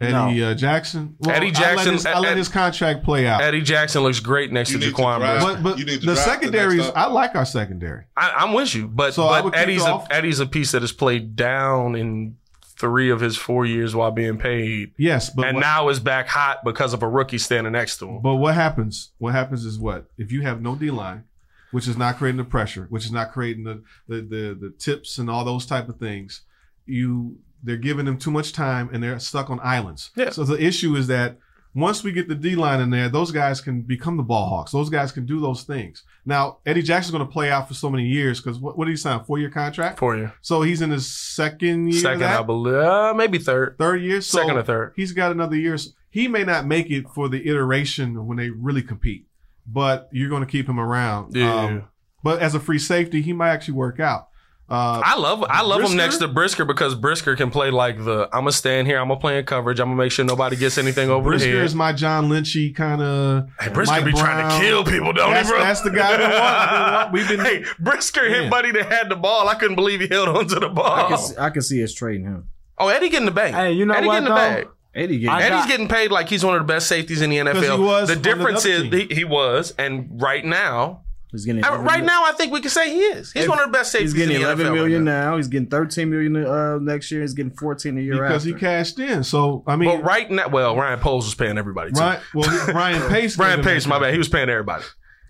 Speaker 2: Eddie uh, Jackson. Well,
Speaker 1: Eddie
Speaker 2: I let
Speaker 1: Jackson-
Speaker 2: his, I let
Speaker 1: Ed-
Speaker 2: his contract play out.
Speaker 1: Eddie Jackson looks great next
Speaker 5: You
Speaker 1: to
Speaker 5: need to
Speaker 1: Jaquan.
Speaker 5: draft-
Speaker 1: Brisker.
Speaker 2: but but
Speaker 5: You need to
Speaker 2: the
Speaker 5: draft the
Speaker 2: secondaries,
Speaker 5: next up.
Speaker 2: I like our secondary.
Speaker 1: I, I'm with you, but,
Speaker 2: So I would
Speaker 1: but
Speaker 2: keep
Speaker 1: Eddie's
Speaker 2: the
Speaker 1: a,
Speaker 2: off-
Speaker 1: Eddie's a piece that has played down in three of his four years while being paid,
Speaker 2: Yes, but
Speaker 1: and
Speaker 2: what,
Speaker 1: now is back hot because of a rookie standing next to him.
Speaker 2: but what happens? What happens is what if you have no D line, which is not creating the pressure, which is not creating the the the, the tips and all those type of things. You they're giving them too much time and they're stuck on islands.
Speaker 1: Yeah.
Speaker 2: So the issue is that once we get the D line in there, those guys can become the ball hawks. Those guys can do those things. Now Eddie Jackson's going to play out for so many years because what, what did he sign? Four year contract.
Speaker 1: for you,
Speaker 2: So he's in his second year. of
Speaker 1: second,
Speaker 2: that?
Speaker 1: I believe, uh, maybe third.
Speaker 2: third year. So
Speaker 1: Second or third.
Speaker 2: He's got another year. So He may not make it for the iteration when they really compete, but you're going to keep him around. Um,
Speaker 1: Yeah.
Speaker 2: but as a free safety, he might actually work out. Uh,
Speaker 1: I love I love him
Speaker 2: Brisker?
Speaker 1: next to Brisker because Brisker can play like the I'm gonna stand here, I'm gonna play in coverage, I'm gonna make sure nobody gets anything over his
Speaker 2: Brisker
Speaker 1: head.
Speaker 2: is my John Lynchy kind of.
Speaker 1: Hey, Brisker be trying to kill people, don't
Speaker 2: that's,
Speaker 1: he, bro?
Speaker 2: That's the guy
Speaker 1: <laughs>
Speaker 2: we want. We want. We've been.
Speaker 1: hey, Brisker hit
Speaker 2: Man.
Speaker 1: Buddy that had the ball. I couldn't believe he held onto the ball.
Speaker 3: I can, see, I can see us trading him.
Speaker 1: Oh, Eddie getting the bag.
Speaker 4: Hey, you know
Speaker 1: Eddie
Speaker 4: what,
Speaker 1: getting the
Speaker 4: though?
Speaker 1: bag.
Speaker 3: Eddie getting
Speaker 4: I
Speaker 1: Eddie's
Speaker 4: got-
Speaker 1: getting paid like he's one of the best safeties in the NFL.
Speaker 2: he was
Speaker 1: the
Speaker 2: on
Speaker 1: difference
Speaker 2: another
Speaker 1: is he,
Speaker 2: team.
Speaker 1: he was, and right now,
Speaker 3: he's getting
Speaker 1: I-
Speaker 3: 11
Speaker 1: right
Speaker 3: million.
Speaker 1: now, I think we can say he is. He's one of the best safeties
Speaker 3: He's getting
Speaker 1: in the
Speaker 3: eleven
Speaker 1: NFL.
Speaker 3: million
Speaker 1: right
Speaker 3: now. He's getting thirteen million uh, next year. He's getting fourteen a year
Speaker 2: because he
Speaker 3: after.
Speaker 2: cashed in. So I
Speaker 1: now.
Speaker 2: mean,
Speaker 1: But right now, well, Ryan Poles was paying everybody too.
Speaker 2: Ryan, well,
Speaker 1: <laughs>
Speaker 2: Ryan Pace. gave
Speaker 1: Ryan
Speaker 2: him
Speaker 1: Pace,
Speaker 2: that
Speaker 1: my
Speaker 2: contract.
Speaker 1: bad, he was paying everybody.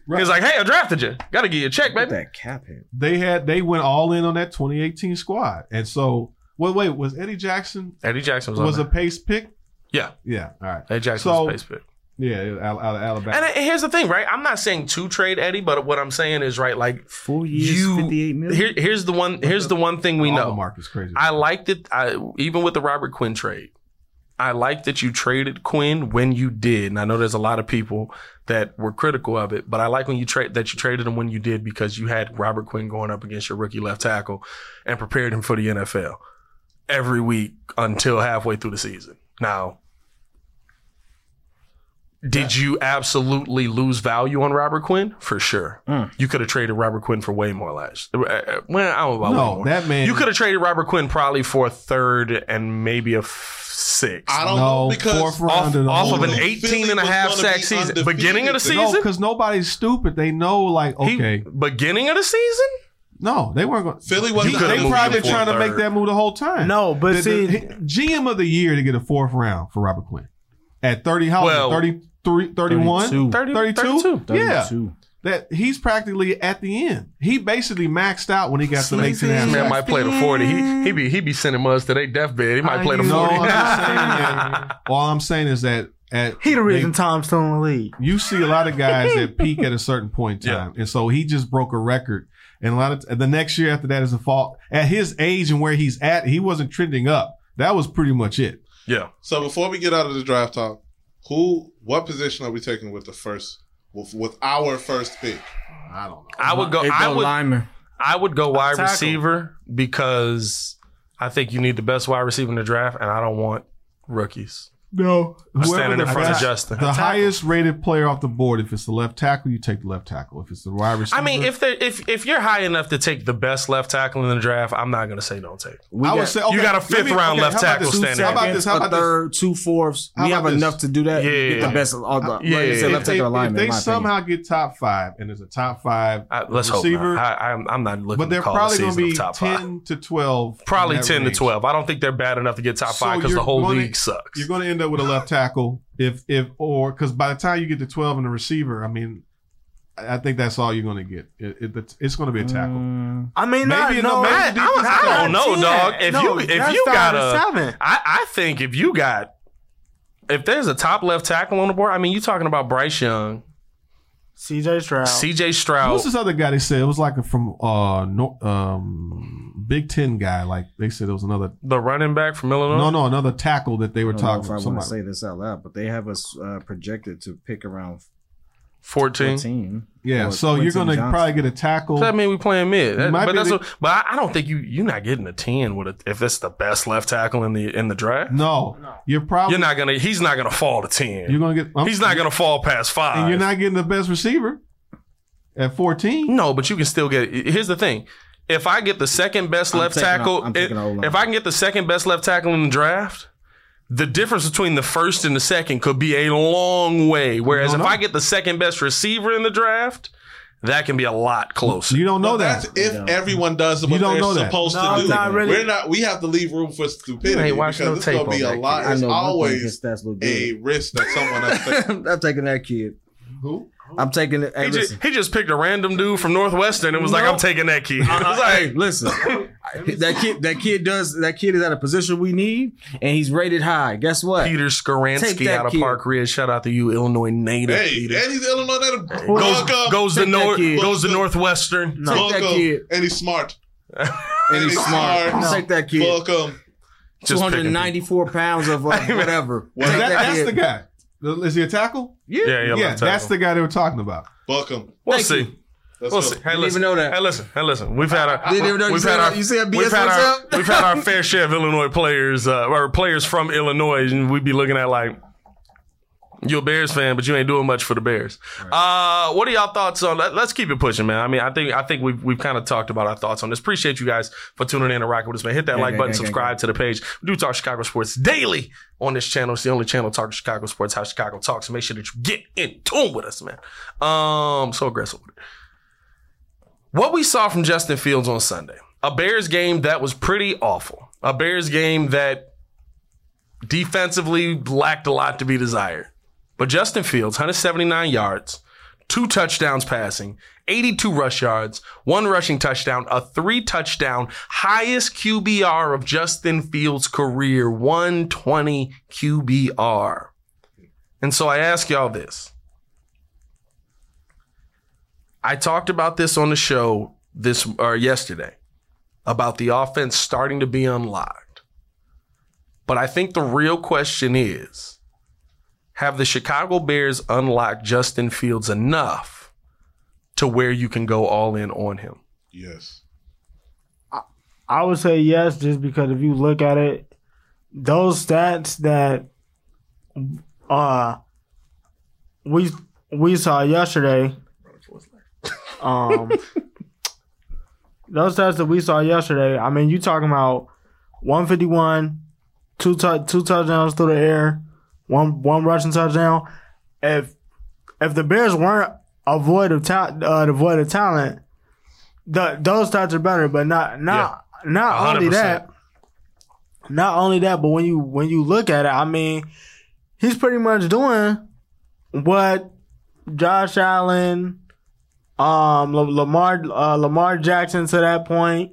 Speaker 2: Right.
Speaker 1: He was like, "Hey, I drafted you. Got to get you a check,
Speaker 3: Look at
Speaker 1: baby."
Speaker 3: that cap hit.
Speaker 2: They had. They went all in on that 2018 squad, and so. Well, wait. Was Eddie Jackson
Speaker 1: Eddie Jackson was,
Speaker 2: was
Speaker 1: on
Speaker 2: a
Speaker 1: that.
Speaker 2: pace pick?
Speaker 1: yeah.
Speaker 2: Yeah. All right.
Speaker 1: Eddie Jackson
Speaker 2: So-
Speaker 1: was a pace pick.
Speaker 2: Yeah, it was out, out of Alabama.
Speaker 1: And uh, here's the thing, right? I'm not saying to trade Eddie, but what I'm saying is, right, like
Speaker 3: Four years,
Speaker 1: you.
Speaker 3: fifty-eight million.
Speaker 1: Here, here's the one. Here's the one thing we
Speaker 2: All
Speaker 1: know.
Speaker 2: the market's crazy.
Speaker 1: I liked it. I even with the Robert Quinn trade, I liked that you traded Quinn when you did. And I know there's a lot of people that were critical of it, but I like when you trade that you traded him when you did because you had Robert Quinn going up against your rookie left tackle and prepared him for the NFL every week until halfway through the season. Now, did you absolutely lose value on Robert Quinn? For sure.
Speaker 2: Mm.
Speaker 1: You could have traded Robert Quinn for way more last. uh, uh, Well, I don't know about way
Speaker 2: No,
Speaker 1: more.
Speaker 2: that man-
Speaker 1: You could have traded Robert Quinn probably for a third and maybe a f- sixth.
Speaker 5: I don't
Speaker 2: no,
Speaker 5: know because
Speaker 2: fourth
Speaker 1: Off,
Speaker 2: round and
Speaker 1: off of
Speaker 2: all
Speaker 1: an
Speaker 2: that.
Speaker 5: Philly
Speaker 1: 18 and a
Speaker 5: was
Speaker 1: half
Speaker 5: gonna
Speaker 1: sack
Speaker 5: be
Speaker 1: season.
Speaker 5: undefeated.
Speaker 1: Beginning of the
Speaker 2: No,
Speaker 1: season?
Speaker 2: because nobody's stupid. They know, like,
Speaker 1: He-
Speaker 2: okay,
Speaker 1: beginning of the season?
Speaker 2: no, they weren't going.
Speaker 5: Philly wasn't
Speaker 1: could've
Speaker 2: They
Speaker 1: moved
Speaker 2: probably
Speaker 1: him for a
Speaker 2: trying to make
Speaker 1: third.
Speaker 2: that move the whole time.
Speaker 4: No, but
Speaker 2: The-
Speaker 4: see-
Speaker 2: the- GM of the year to get a fourth round for Robert Quinn at thirty, how
Speaker 1: Well,
Speaker 2: well, 33, 31,
Speaker 3: 32.
Speaker 1: 30
Speaker 2: 32?
Speaker 3: 32.
Speaker 2: yeah. That he's practically at the end. He basically maxed out when he got to the
Speaker 1: This
Speaker 2: 18 and a half
Speaker 1: man
Speaker 2: sacks.
Speaker 1: might play the 40. He, he be he be sending us to their deathbed. He might play the
Speaker 2: No,
Speaker 1: 40.
Speaker 2: I'm just saying that- all I'm saying is that at
Speaker 4: He the reason
Speaker 2: they-
Speaker 4: Tom's still in the league.
Speaker 2: you see a lot of guys that peak at a certain point in time, and so he just broke a record. And a lot of the next year after that is a fall. At his age and where he's at, he wasn't trending up. That was pretty much it.
Speaker 1: <laughs> yeah.
Speaker 5: So before we get out of the draft talk, who, what position are we taking with the first, with, with our first pick?
Speaker 2: I don't know.
Speaker 1: I would go
Speaker 3: They
Speaker 1: I
Speaker 3: go
Speaker 1: would
Speaker 3: lineman.
Speaker 1: I would go wide
Speaker 4: Tackle.
Speaker 1: receiver because I think you need the best wide receiver in the draft, and I don't want rookies.
Speaker 2: No.
Speaker 1: I'm standing
Speaker 2: the
Speaker 1: in front of
Speaker 2: fast-
Speaker 1: Justin.
Speaker 2: The highest rated player off the board. If it's the left tackle, you take the left tackle. If it's the wide receiver,
Speaker 1: I mean, if they if if you're high enough to take the best left tackle in the draft, I'm not gonna say don't take.
Speaker 3: We
Speaker 2: I would
Speaker 3: got
Speaker 2: say
Speaker 3: two
Speaker 2: okay,
Speaker 1: You got a
Speaker 2: let
Speaker 1: fifth round left
Speaker 2: okay, how about
Speaker 1: tackle
Speaker 2: this?
Speaker 1: standing
Speaker 2: How about
Speaker 3: seconds,
Speaker 2: this? How
Speaker 3: a
Speaker 2: about this?
Speaker 3: third, two fourths.
Speaker 2: How
Speaker 3: We
Speaker 2: about
Speaker 3: have
Speaker 2: this?
Speaker 3: enough to do that. and
Speaker 1: Yeah.
Speaker 3: Get the best. All the,
Speaker 1: Yeah.
Speaker 3: yeah. Like you said,
Speaker 2: If
Speaker 3: left
Speaker 2: they,
Speaker 3: tackle
Speaker 2: if
Speaker 3: alignment.
Speaker 2: they
Speaker 3: in my opinion.
Speaker 2: somehow get top five, and there's a top five
Speaker 1: I, let's hope
Speaker 2: receiver,
Speaker 1: not. I, I'm, I'm not looking.
Speaker 2: but they're
Speaker 1: to call
Speaker 2: probably
Speaker 1: the
Speaker 2: going
Speaker 1: season
Speaker 2: to be
Speaker 1: of top
Speaker 2: ten
Speaker 1: five.
Speaker 2: to twelve. in
Speaker 1: Probably
Speaker 2: that
Speaker 1: ten
Speaker 2: range.
Speaker 1: to twelve. I don't think they're bad enough to get top
Speaker 2: So
Speaker 1: five because
Speaker 2: you're
Speaker 1: the whole
Speaker 2: gonna-
Speaker 1: league sucks.
Speaker 2: You're going to end up with a left tackle if if or because by the time you get to twelve and the receiver, I mean, I I think that's all you're going to get. It, it, it's going to be a tackle.
Speaker 1: Mm.
Speaker 4: I mean, not,
Speaker 2: Maybe
Speaker 4: no,
Speaker 2: no- maybe
Speaker 4: I,
Speaker 2: defense
Speaker 4: I'm-
Speaker 1: I don't
Speaker 4: I'm not
Speaker 1: know,
Speaker 4: seeing
Speaker 1: Oh, dog.
Speaker 4: that.
Speaker 1: If
Speaker 4: No,
Speaker 1: you if
Speaker 4: that's
Speaker 1: you
Speaker 4: five
Speaker 1: got
Speaker 4: to
Speaker 1: a,
Speaker 4: seven.
Speaker 1: I, I think if you got, if there's a top left tackle on the board, I mean, you're talking about Bryce Young,
Speaker 4: CJ Stroud,
Speaker 1: C.J. Stroud.
Speaker 2: What's this other guy they said? It was like a, from uh no, um Big Ten guy. Like they said, it was another
Speaker 1: the running back from Illinois.
Speaker 2: no no another tackle that they were
Speaker 3: I don't know
Speaker 2: talking
Speaker 3: if I
Speaker 2: about.
Speaker 3: want to
Speaker 2: Somebody.
Speaker 3: say this out loud, but they have us uh, projected to pick around
Speaker 1: 14.
Speaker 3: 14.
Speaker 2: Yeah,
Speaker 3: for
Speaker 2: so you're
Speaker 3: Quentin
Speaker 2: going to
Speaker 3: Johnson.
Speaker 2: probably get a tackle.
Speaker 1: Does that mean we playing mid? That-
Speaker 2: Might
Speaker 1: but
Speaker 2: be
Speaker 1: that's
Speaker 2: the-
Speaker 1: what, but I, I don't think you you're not getting a 10 with a, if it's the best left tackle in the in the draft.
Speaker 2: No, you're probably
Speaker 1: You're not going to he's not going to fall to 10.
Speaker 2: You're going to get. I'm-
Speaker 1: he's not going to fall past 5.
Speaker 2: And you're not getting the best receiver at 14.
Speaker 1: No, but you can still get. Here's the thing: if I get the second best
Speaker 3: I'm
Speaker 1: left
Speaker 3: taking-
Speaker 1: tackle,
Speaker 3: I'm taking O-line.
Speaker 1: if I can get the second best left tackle in the draft, the difference between the first and the second could be a long way. Whereas if
Speaker 2: don't know.
Speaker 1: I get the second best receiver in the draft, that can be a lot closer.
Speaker 2: You don't know
Speaker 5: But
Speaker 2: that.
Speaker 5: that's if everyone does what
Speaker 2: You don't
Speaker 5: they're
Speaker 2: know that.
Speaker 5: supposed
Speaker 4: No,
Speaker 5: to do.
Speaker 4: not really.
Speaker 5: We're not. We have to leave room for
Speaker 1: You
Speaker 5: stupidity
Speaker 1: ain't
Speaker 5: because
Speaker 1: watching no
Speaker 5: it's
Speaker 1: tape
Speaker 5: gonna be
Speaker 1: on
Speaker 5: a
Speaker 1: that
Speaker 5: lot.
Speaker 3: I
Speaker 5: It's
Speaker 3: know one thing,
Speaker 5: always
Speaker 3: his stats look
Speaker 5: a
Speaker 3: good.
Speaker 5: risk that someone
Speaker 1: <laughs>
Speaker 5: else
Speaker 3: <laughs>
Speaker 5: takes.
Speaker 3: I'm taking that kid.
Speaker 2: Who?
Speaker 3: I'm taking it. Hey,
Speaker 1: he, just,
Speaker 3: listen.
Speaker 1: he just picked a random dude from Northwestern and was like, "I'm taking that key." <laughs> I was
Speaker 3: Uh, Hey,
Speaker 1: like,
Speaker 3: listen. that kid, that kid does. That kid is at a position we need, and he's rated high. Guess what?
Speaker 1: Peter
Speaker 3: Take
Speaker 1: Skaransky
Speaker 3: that
Speaker 1: out of
Speaker 3: kid.
Speaker 1: Park Ridge. Shout out to you, Illinois native.
Speaker 5: Hey,
Speaker 1: Peter.
Speaker 5: and he's Illinois. That
Speaker 1: goes goes to
Speaker 3: Take that
Speaker 1: Nor-
Speaker 3: kid.
Speaker 1: goes to Northwestern.
Speaker 3: Take that kid.
Speaker 5: and
Speaker 1: <laughs>
Speaker 5: he's smart.
Speaker 3: And he's smart. Take that kid.
Speaker 5: Welcome.
Speaker 1: Just picking people.
Speaker 3: 294 pounds of uh, whatever.
Speaker 5: Well,
Speaker 3: Take
Speaker 2: That-
Speaker 3: that
Speaker 2: that's
Speaker 3: kid.
Speaker 2: the guy. Is he a tackle?
Speaker 1: Yeah, yeah,
Speaker 2: Yeah,
Speaker 1: left tackle.
Speaker 2: that's the guy they were talking about.
Speaker 5: Welcome.
Speaker 1: We'll
Speaker 3: Thank
Speaker 1: see.
Speaker 3: you.
Speaker 5: Let's
Speaker 1: We'll
Speaker 5: go.
Speaker 1: see. Hey,
Speaker 3: Didn't
Speaker 1: listen.
Speaker 3: even know that.
Speaker 1: Hey, listen. Hey, listen. We've had our.
Speaker 3: Didn't even know- you
Speaker 1: We've
Speaker 3: see
Speaker 1: had
Speaker 3: how-
Speaker 1: our.
Speaker 3: you see how BS
Speaker 1: We've had
Speaker 3: works
Speaker 1: our.
Speaker 3: out?
Speaker 1: We've had our fair share of Illinois players uh, or players from Illinois, and we'd be looking at like. You're a Bears fan, but you ain't doing much for the Bears. Uh, what are y'all thoughts on? Let, us keep it pushing, man. I mean, I think I think we've we've kind of talked about our thoughts on this. Appreciate you guys for tuning in and rocking with us, man. Hit that like
Speaker 3: gang,
Speaker 1: button,
Speaker 3: gang,
Speaker 1: subscribe to the page. We do talk Chicago sports daily on this channel. It's the only channel talking Chicago sports, how Chicago talks. Make sure that you get in tune with us, man. Um, so aggressive with it. What we saw from Justin Fields on Sunday, a Bears game that was pretty awful. A Bears game that defensively lacked a lot to be desired. But Justin Fields, 179 yards, two touchdowns passing, 82 rush yards, one rushing touchdown, a three touchdown, highest QBR of Justin Fields' career, 120 QBR. And so I ask y'all this. I talked about this on the show this or yesterday about the offense starting to be unlocked. But I think the real question is have the Chicago Bears unlocked Justin Fields enough to where you can go all in on him?
Speaker 5: Yes.
Speaker 4: I would say yes, just because if you look at it, those stats that uh we we saw yesterday, um, those stats that we saw yesterday. I mean, you talking about one fifty one, two tou- two touchdowns through the air, one one rushing touchdown. If if the Bears weren't a void of talent, uh, devoid of talent, the, those stats are better. But not not not only
Speaker 1: 100%.
Speaker 4: that, not only that, but when you when you look at it, I mean, he's pretty much doing what Josh Allen, um, La- Lamar uh, Lamar Jackson to that point.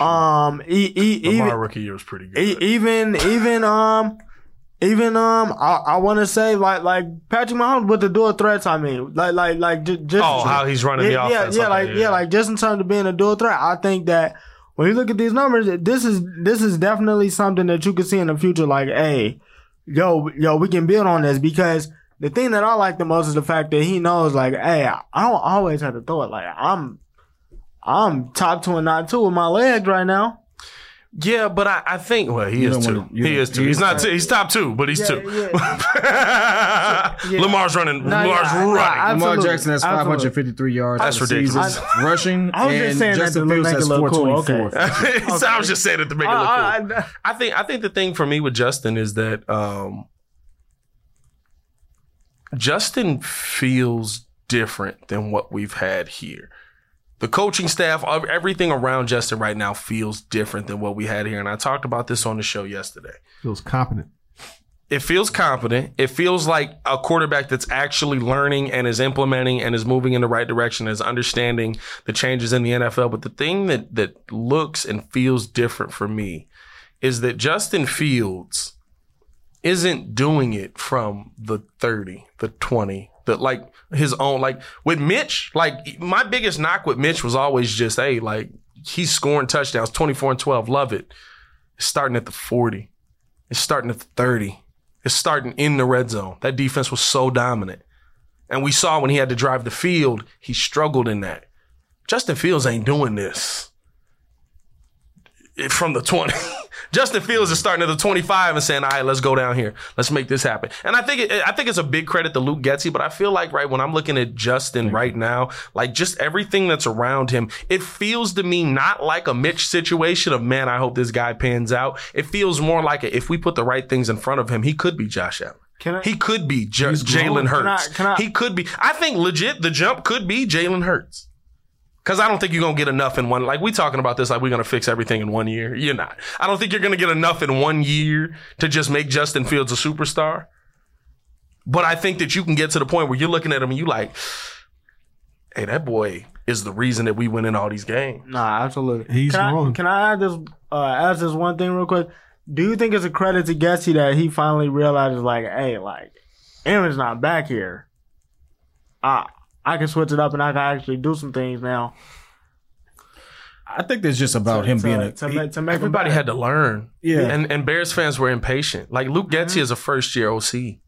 Speaker 4: Um, e- e-
Speaker 1: Lamar
Speaker 4: even
Speaker 1: rookie year was pretty good.
Speaker 4: e- even even um even um I, I want to say like like Patrick Mahomes with the dual threats. I mean like like like ju- just
Speaker 1: oh, how he's running
Speaker 4: yeah,
Speaker 1: the
Speaker 4: yeah,
Speaker 1: offense.
Speaker 4: Yeah,
Speaker 1: Okay,
Speaker 4: like yeah. like just in terms of being a dual threat, I think that when you look at these numbers, this is this is definitely something that you could see in the future. Like, hey, yo, yo, we can build on this because the thing that I like the most is the fact that he knows, like, hey, I don't always have to throw it. Like, I'm, I'm top two and not two with my legs right now.
Speaker 1: Yeah, but I, I think well he
Speaker 3: You
Speaker 1: is
Speaker 3: don't
Speaker 1: two.
Speaker 3: wanna- you
Speaker 1: he
Speaker 3: don't-
Speaker 1: is two.
Speaker 3: you
Speaker 1: He's
Speaker 3: don't-
Speaker 1: not two. He's top two, but he's
Speaker 4: Yeah,
Speaker 1: two.
Speaker 4: Yeah.
Speaker 1: <laughs> Lamar's running.
Speaker 4: No,
Speaker 1: Lamar's
Speaker 4: yeah, I-
Speaker 1: running.
Speaker 3: Lamar
Speaker 4: I- Absolutely.
Speaker 3: Jackson has
Speaker 4: Absolutely.
Speaker 3: 553 yards.
Speaker 1: That's
Speaker 3: on the season,
Speaker 1: ridiculous.
Speaker 3: Rushing.
Speaker 4: I was
Speaker 3: and
Speaker 4: just saying that
Speaker 3: Justin
Speaker 4: to
Speaker 3: Fields
Speaker 4: make it
Speaker 3: has
Speaker 4: look cool.
Speaker 3: 424.
Speaker 4: Okay.
Speaker 1: <laughs>
Speaker 4: Uh,
Speaker 1: so I was just saying it to make it look cool.
Speaker 4: I-
Speaker 1: I,
Speaker 4: I-
Speaker 1: think I think the thing for me with Justin is that um, Justin feels different than what we've had here. The coaching staff, of everything around Justin right now feels different than what we had here. And I talked about this on the show yesterday.
Speaker 2: Feels competent.
Speaker 1: It feels competent. It feels like a quarterback that's actually learning and is implementing and is moving in the right direction, is understanding the changes in the NFL. But the thing that that looks and feels different for me is that Justin Fields isn't doing it from the 30, the 20, the like his own. Like with Mitch, like my biggest knock with Mitch was always just, hey, like he's scoring touchdowns, 24 and 12. Love it. It's starting at the 40. It's starting at the 30. It's starting in the red zone. That defense was so dominant. And we saw when he had to drive the field, he struggled in that. Justin Fields ain't doing this It- from the 20. <laughs> Justin Fields is starting at the 25 and saying, "All right, let's go down here. Let's make this happen." And I think it, I think it's a big credit to Luke Getzey, but I feel like right when I'm looking at Justin right now, like just everything that's around him, it feels to me not like a Mitch situation of man, I hope this guy pans out. It feels more like a, if we put the right things in front of him, he could be Josh Allen.
Speaker 4: Can I-
Speaker 1: he could be J-
Speaker 4: grown.
Speaker 1: Jalen
Speaker 4: Can I-
Speaker 1: Hurts.
Speaker 4: can I-
Speaker 1: he could be. I think legit the jump could be Jalen Hurts. Cause I don't think you're gonna get enough in one. Like we talking about this, like we're gonna fix everything in one year. You're not. I don't think you're gonna get enough in one year to just make Justin Fields a superstar. But I think that you can get to the point where you're looking at him and you like, hey, that boy is the reason that we win in all these games.
Speaker 4: Nah, absolutely.
Speaker 2: He's
Speaker 4: can I,
Speaker 2: wrong.
Speaker 4: Can I add this? Uh, ask this one thing real quick. Do you think it's a credit to Gessie that he finally realizes, like, hey, like, Aaron's not back here. I I can switch it up and I can actually do some things now.
Speaker 3: I think that's just about him
Speaker 4: to,
Speaker 3: being a.
Speaker 4: to,
Speaker 3: he-
Speaker 4: ma- to make him
Speaker 1: Everybody
Speaker 4: better.
Speaker 1: had to learn.
Speaker 3: Yeah.
Speaker 1: And and Bears fans were impatient. Like Luke Getzey is a first year OC.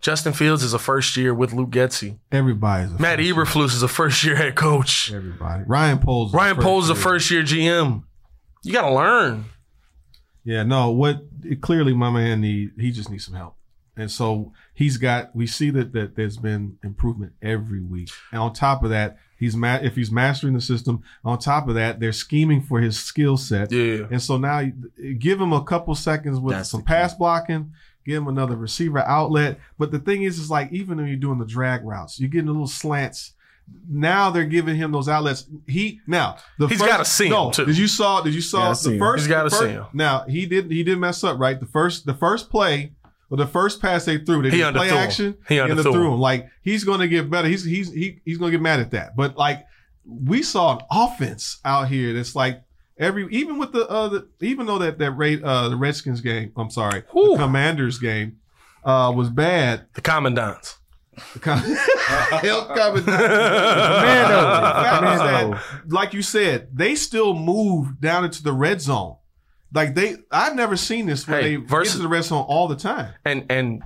Speaker 1: Justin Fields is a first year with Luke Getzey.
Speaker 2: Everybody's a
Speaker 1: Matt
Speaker 2: first-
Speaker 1: Eberflus is a first year head coach.
Speaker 2: Everybody. Ryan Poles.
Speaker 1: Ryan Poles is a
Speaker 2: year.
Speaker 1: first year GM. You gotta learn.
Speaker 2: Yeah, no. What it, clearly, my man need he just needs some help, and so he's got. We see that that there's been improvement every week, and on top of that, he's ma- if he's mastering the system. On top of that, they're scheming for his skill set,
Speaker 1: Yeah.
Speaker 2: and so now you- give him a couple seconds with
Speaker 3: That's
Speaker 2: some
Speaker 3: the key.
Speaker 2: pass blocking. Give him another receiver outlet. But the thing is, is like even when you're doing the drag routes, you're getting the little slants. Now they're giving him those outlets. He now the
Speaker 1: He's
Speaker 2: first-
Speaker 1: gotta see 'em,
Speaker 2: no,
Speaker 1: too.
Speaker 2: Did you saw? Did you
Speaker 3: Yeah,
Speaker 2: saw
Speaker 3: I see
Speaker 2: the
Speaker 3: 'em.
Speaker 2: first?
Speaker 1: He's gotta
Speaker 2: the first-
Speaker 1: see 'em.
Speaker 2: now he did he did mess up, right? The first the first play or the first pass they threw, they
Speaker 1: He
Speaker 2: did play
Speaker 1: underthrew him.
Speaker 2: action.
Speaker 1: He underthrew
Speaker 2: underthrew
Speaker 1: him.
Speaker 2: Like he's gonna get better. He's he's he, he's gonna get mad at that. But like we saw an offense out here that's like every even with the uh the, even though that that rate uh the Redskins game, I'm sorry,
Speaker 1: Whew.
Speaker 2: the Commanders game uh was bad.
Speaker 1: The commandants.
Speaker 2: <laughs> The com- Hell, Commanders.
Speaker 4: Commando.
Speaker 2: The fact
Speaker 1: <laughs>
Speaker 4: Commando.
Speaker 2: is that, like you said, they still move down into the red zone. Like they, I've never seen this where
Speaker 1: Hey,
Speaker 2: they
Speaker 1: versus-
Speaker 2: get to the red zone all the time.
Speaker 1: and and